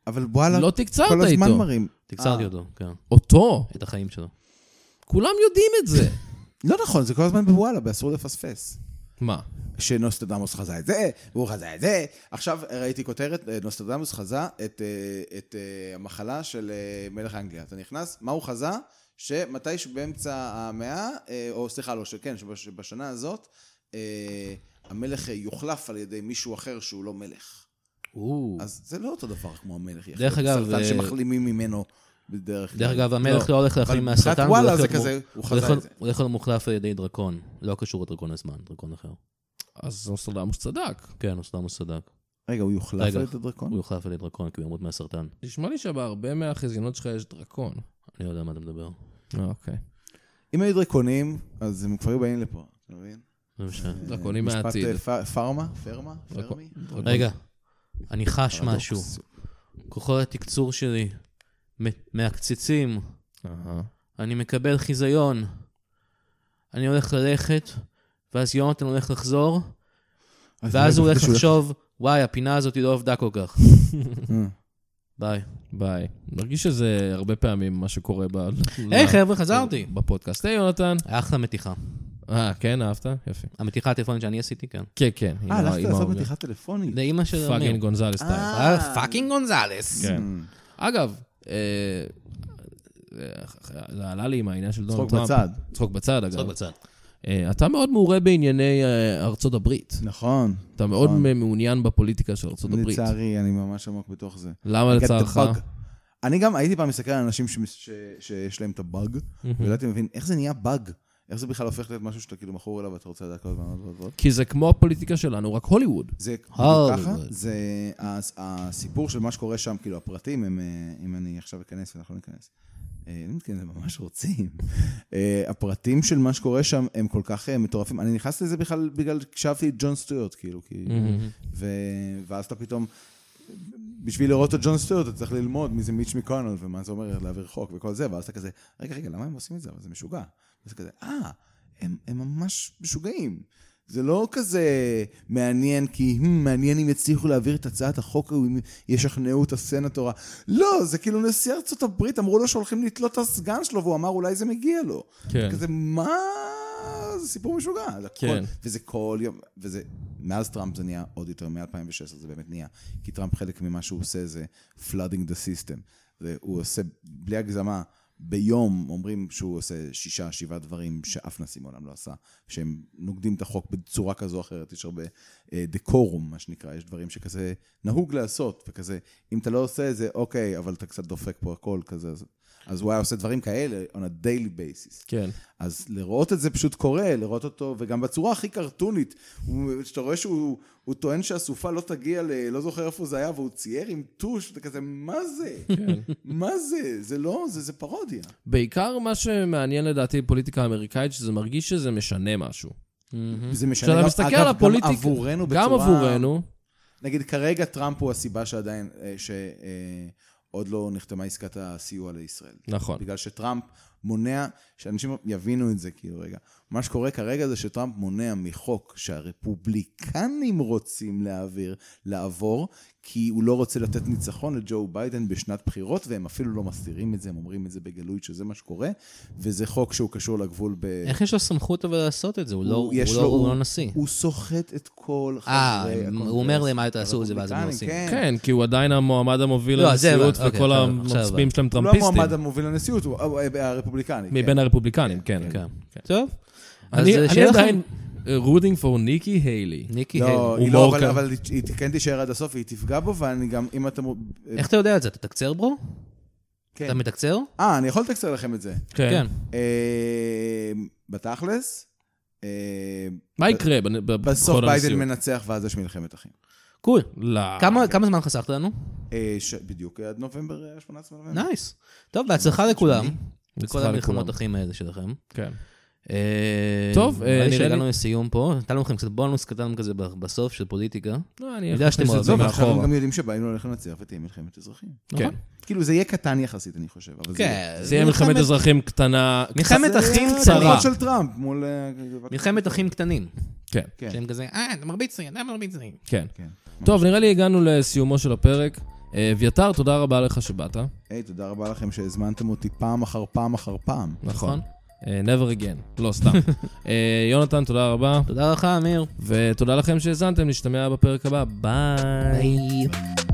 Speaker 3: אבל וואלה,
Speaker 2: לא תקצרת
Speaker 3: כל הזמן
Speaker 2: איתו.
Speaker 3: מראים.
Speaker 4: תקצרתי
Speaker 3: אה.
Speaker 4: אותו, כן,
Speaker 2: אותו.
Speaker 4: את החיים שלו.
Speaker 2: כולם יודעים את זה.
Speaker 3: לא נכון, זה כל הזמן בוואלה, באסור לפספס.
Speaker 2: מה?
Speaker 3: שנוסטרדמוס חזה את זה, והוא חזה את זה. עכשיו ראיתי כותרת, אה, נוסטרדמוס חזה את, אה, את אה, המחלה של אה, מלך אנגליה. אתה נכנס, מה הוא חזה? שמתישהו באמצע המאה, אה, או סליחה, לא, שכן, שבש- שבשנה הזאת, אה, המלך אה, יוחלף על ידי מישהו אחר שהוא לא מלך. אז זה לא אותו דבר כמו המלך. יחד.
Speaker 4: דרך אגב,
Speaker 3: סרטן
Speaker 4: אה,
Speaker 3: שמחלימים ממנו בדרך כלל.
Speaker 4: דרך אגב, המלך לא הולך
Speaker 3: אבל
Speaker 4: להחלים
Speaker 3: מבחינת
Speaker 4: מהסרטן, הוא
Speaker 3: וואלה
Speaker 4: הולך
Speaker 3: זה
Speaker 4: להיות
Speaker 3: כזה,
Speaker 4: מור-
Speaker 3: הוא
Speaker 4: הוא
Speaker 3: חזה
Speaker 4: הולך
Speaker 3: את
Speaker 4: להיות- הוא הולך להיות מוחלף על ידי דרקון, לא קשור לדרקון הזמן, דרקון אחר.
Speaker 2: אז נוסטרדמוס צדק.
Speaker 4: כן, נוסטרדמוס צדק.
Speaker 3: רגע, הוא יוחלף
Speaker 4: רגע.
Speaker 3: על ידי דרקון?
Speaker 4: הוא יוחלף על ידי דרקון כי הוא ימות מהסרטן.
Speaker 2: נשמע לי שבהרבה מהחזיונות שלך יש דרקון.
Speaker 4: אני לא יודע מה אתה מדבר.
Speaker 2: אוקיי.
Speaker 3: אה, אם היו דרקונים, אז הם כבר היו באים לפה, אתה מבין?
Speaker 4: לא משנה.
Speaker 2: דרקונים מהעתיד.
Speaker 3: משפט אה, פ- פארמה? פרמה? פרמי? לא,
Speaker 2: דרקון.
Speaker 4: רגע, אני חש
Speaker 3: פרדוקס.
Speaker 4: משהו. כוחות התקצור שלי מ- מעקצצים,
Speaker 2: אהה.
Speaker 4: אני מקבל חיזיון. אני הולך ללכת, ואז יונתן הולך לחזור, ואז הוא הולך לחשוב, וואי, הפינה הזאת לא עבדה כל כך.
Speaker 3: אה.
Speaker 4: ביי.
Speaker 2: ביי. מרגיש שזה הרבה פעמים מה שקורה ב...
Speaker 4: היי
Speaker 2: ל-
Speaker 4: חבר'ה, חזרתי.
Speaker 2: בפודקאסט. היי, יונתן.
Speaker 4: אחלה מתיחה.
Speaker 2: אה, כן, אהבת? יפה.
Speaker 4: המתיחה הטלפונית שאני עשיתי, כן.
Speaker 2: כן, כן. עם ה-
Speaker 3: אה, הלכת
Speaker 2: עם
Speaker 3: לעשות
Speaker 2: האומר.
Speaker 3: מתיחה טלפונית.
Speaker 4: לאימא של
Speaker 2: פאקינג
Speaker 4: אמיר.
Speaker 2: גונזלס טיים.
Speaker 4: אה, פאקינג גונזלס.
Speaker 2: כן.
Speaker 3: Mm.
Speaker 2: אגב, אה, אה, זה עלה לי עם העניין של דונלד
Speaker 3: צחוק
Speaker 2: טראמפ.
Speaker 3: בצד.
Speaker 2: צחוק בצד, אגב.
Speaker 4: צחוק בצד.
Speaker 2: אה, אתה מאוד מעורה בענייני אה, ארצות הברית.
Speaker 3: נכון.
Speaker 2: אתה מאוד
Speaker 3: נכון.
Speaker 2: מעוניין בפוליטיקה של ארצות הברית.
Speaker 3: לצערי, אני ממש עמוק בתוך זה.
Speaker 2: למה
Speaker 3: I get the
Speaker 2: לצערך?
Speaker 3: bug. אני גם הייתי פעם מסתכל על אנשים שמס- ש- שיש להם את הבאג, ולא הייתי מבין איך זה נהיה באג. איך זה בכלל הופך להיות משהו שאתה כאילו מכור אליו ואתה רוצה לדעת כל הזמן עוד ועוד ועוד.
Speaker 2: כי זה כמו הפוליטיקה שלנו, רק הוליווד.
Speaker 3: זה בדיוק
Speaker 4: הוליווד.
Speaker 3: ככה, זה הס- הסיפור של מה שקורה שם, כאילו הפרטים, הם, אה, אם אני עכשיו אכנס ואנחנו לא ניכנס. אה, אני מתכוון, הם ממש רוצים. אה, הפרטים של מה שקורה שם הם כל כך אה, מטורפים. אני נכנסתי לזה בכלל בגלל שאהבתי את ג'ון סטיוארט, כאילו, כי... ו- ואז אתה פתאום... בשביל לראות את ג'ון סטיוארט, אתה צריך ללמוד מי זה מיץ' מקונל ומה זה אומר להעביר חוק וכל זה, ואז אתה כזה, רגע, רגע, למה הם עושים את זה? אבל זה משוגע. וזה כזה, אה, הם, הם ממש משוגעים. זה לא כזה מעניין, כי "הם, מעניין אם יצליחו להעביר את הצעת החוק, או אם ישכנעו את הסנטור. ה-" לא, זה כאילו נשיא ארצות הברית, אמרו לו שהולכים לתלות את הסגן שלו, והוא אמר, אולי זה מגיע לו.
Speaker 2: כן.
Speaker 3: כזה, מה? זה סיפור משוגע. זה
Speaker 2: כן.
Speaker 3: כן. וזה כל יום, וזה, מאז טראמפ זה נהיה עוד יותר, מ-2016 זה באמת נהיה, כי טראמפ חלק ממה שהוא עושה זה flooding the system. זה, הוא עושה, בלי הגזמה, ביום אומרים שהוא עושה שישה, שבעה דברים שאף נשיא מעולם לא עשה, שהם נוגדים את החוק בצורה כזו או אחרת, יש הרבה אה, דקורום, מה שנקרא, יש דברים שכזה נהוג לעשות, וכזה, אם אתה לא עושה את זה, אוקיי, אבל אתה קצת דופק פה הכל כזה. אז- אז הוא היה עושה דברים כאלה on a daily basis.
Speaker 2: כן.
Speaker 3: אז לראות את זה פשוט קורה, לראות אותו, וגם בצורה הכי קרטונית, הוא- שאתה רואה שהוא הוא טוען שהסופה לא תגיע ל... לא זוכר איפה זה היה, והוא צייר עם טוש, אתה כזה, מה זה?
Speaker 2: כן.
Speaker 3: מה זה? זה לא, זה, זה פרודיה.
Speaker 2: Mm-hmm. בעיקר מה שמעניין לדעתי בפוליטיקה האמריקאית, שזה מרגיש שזה משנה משהו.
Speaker 3: זה משנה.
Speaker 2: כשאתה
Speaker 3: גם-
Speaker 2: מסתכל
Speaker 3: אגב,
Speaker 2: על הפוליטיקה...
Speaker 3: גם עבורנו בצורה...
Speaker 2: גם עבורנו.
Speaker 3: נגיד, כרגע טראמפ הוא הסיבה שעדיין, אה, שעוד לא נחתמה עסקת הסיוע לישראל.
Speaker 2: נכון.
Speaker 3: בגלל שטראמפ מונע, שאנשים יבינו את זה, כאילו, רגע. מה שקורה כרגע זה שטראמפ מונע מחוק שהרפובליקנים רוצים להעביר, לעבור, כי הוא לא רוצה לתת ניצחון לג'ו ביידן בשנת בחירות, והם אפילו לא מסתירים את זה, הם אומרים את זה בגלוי שזה מה שקורה, וזה חוק שהוא קשור לגבול ב...
Speaker 4: איך יש לו סמכות אבל לעשות את זה? הוא לא- הוא
Speaker 3: יש
Speaker 4: לא-
Speaker 3: לו-
Speaker 4: הוא לא נשיא.
Speaker 3: הוא סוחט את כל חברי
Speaker 4: אה,
Speaker 3: הקונגרס.
Speaker 4: הוא אומר להם, "אל תעשו את זה", ואז הם לא
Speaker 3: הרפובליקנים,
Speaker 4: עושים.
Speaker 3: כן.
Speaker 2: כן, כי הוא עדיין המועמד המוביל
Speaker 4: לא, זה
Speaker 2: לנשיאות,
Speaker 4: הבנתי,
Speaker 2: וכל
Speaker 4: אוקיי, בסדר, עכשיו
Speaker 2: המצביעים שלהם
Speaker 3: הוא לא
Speaker 2: טראמפיסטים.
Speaker 3: המועמד המוביל לנשיאות, הוא הוא- הרפובליקני. כן.
Speaker 2: מבין הרפובליקנים, כן.
Speaker 4: כן.
Speaker 2: כן.
Speaker 4: טוב. אז
Speaker 2: אני
Speaker 4: אה,
Speaker 2: אני
Speaker 4: שיהיה לכם-
Speaker 2: עדיין אה, רודינג פור ניקי היילי.
Speaker 4: ניקי,
Speaker 3: לא,
Speaker 4: היי,
Speaker 2: הומור
Speaker 3: היא לא, אבל,
Speaker 2: כאן.
Speaker 3: אבל היא, היא כן תישאר עד הסוף, והיא תפגע בו, ואני גם, אם אתה... מו-
Speaker 4: איך אתה יודע את זה? אתה תקצר ברו?
Speaker 3: כן.
Speaker 4: אתה מתקצר?
Speaker 3: אה, אני יכול לתקצר לכם את זה.
Speaker 4: כן.
Speaker 3: אה, בתכלס, אה,
Speaker 2: מה יקרה בנ- ב-
Speaker 3: בסוף
Speaker 2: בבחירות
Speaker 3: ביידן
Speaker 2: הנשיאות?
Speaker 3: מנצח, ואז יש מלחמת אחים.
Speaker 4: קול.
Speaker 2: לא.
Speaker 4: כמה- כמה זמן חסכת לנו?
Speaker 3: אה, ש... בדיוק עד נובמבר, אה, 18 נובמבר.
Speaker 4: נייס. טוב, בהצלחה לכולם. בכל
Speaker 2: בהצלחה
Speaker 4: המלחמות
Speaker 2: לכולם.
Speaker 4: אחים האלה שלכם.
Speaker 2: כן.
Speaker 4: אה,
Speaker 2: טוב, אה,
Speaker 4: נראה לי
Speaker 2: נראה לי-
Speaker 4: שהגענו לסיום פה, נתנו לכם קצת בונוס קטן כזה ב- בסוף של פוליטיקה.
Speaker 2: לא, אני
Speaker 4: אני יודע שאתם
Speaker 2: אכניס את זה
Speaker 4: אוהבים,
Speaker 3: טוב, עכשיו
Speaker 2: מאחורה.
Speaker 3: הם גם יודעים שבאנו הולכים לנצח ותהיה מלחמת אזרחים.
Speaker 2: כן.
Speaker 4: נכון?
Speaker 3: כאילו, זה יהיה קטן יחסית, אני חושב,
Speaker 4: כן,
Speaker 3: אבל זה יהיה.
Speaker 2: זה יהיה מלחמת אזרחים קטנה.
Speaker 4: מלחמת
Speaker 3: זה
Speaker 4: אחים
Speaker 3: יהיה
Speaker 4: קצרה.
Speaker 3: תגובות של טראמפ מול... אה,
Speaker 4: מלחמת אחים קטנים.
Speaker 2: כן,
Speaker 3: כן.
Speaker 4: שהם כזה, אה, אתה מרביץ לי, אתה מרביץ לי.
Speaker 2: כן.
Speaker 3: כן.
Speaker 2: טוב, נראה לי הגענו לסיומו של הפרק. אה, אביתר, תודה רבה לך שבאת.
Speaker 3: היי, תודה רבה לכם שהזמנתם אותי פעם אחר פעם אחר פעם.
Speaker 2: נכון. אה, never again. לא, סתם. אה, יונתן, תודה רבה.
Speaker 4: תודה לך, אמיר.
Speaker 2: ותודה לכם שהאזנתם, נשתמע בפרק הבא. ביי.
Speaker 4: ביי.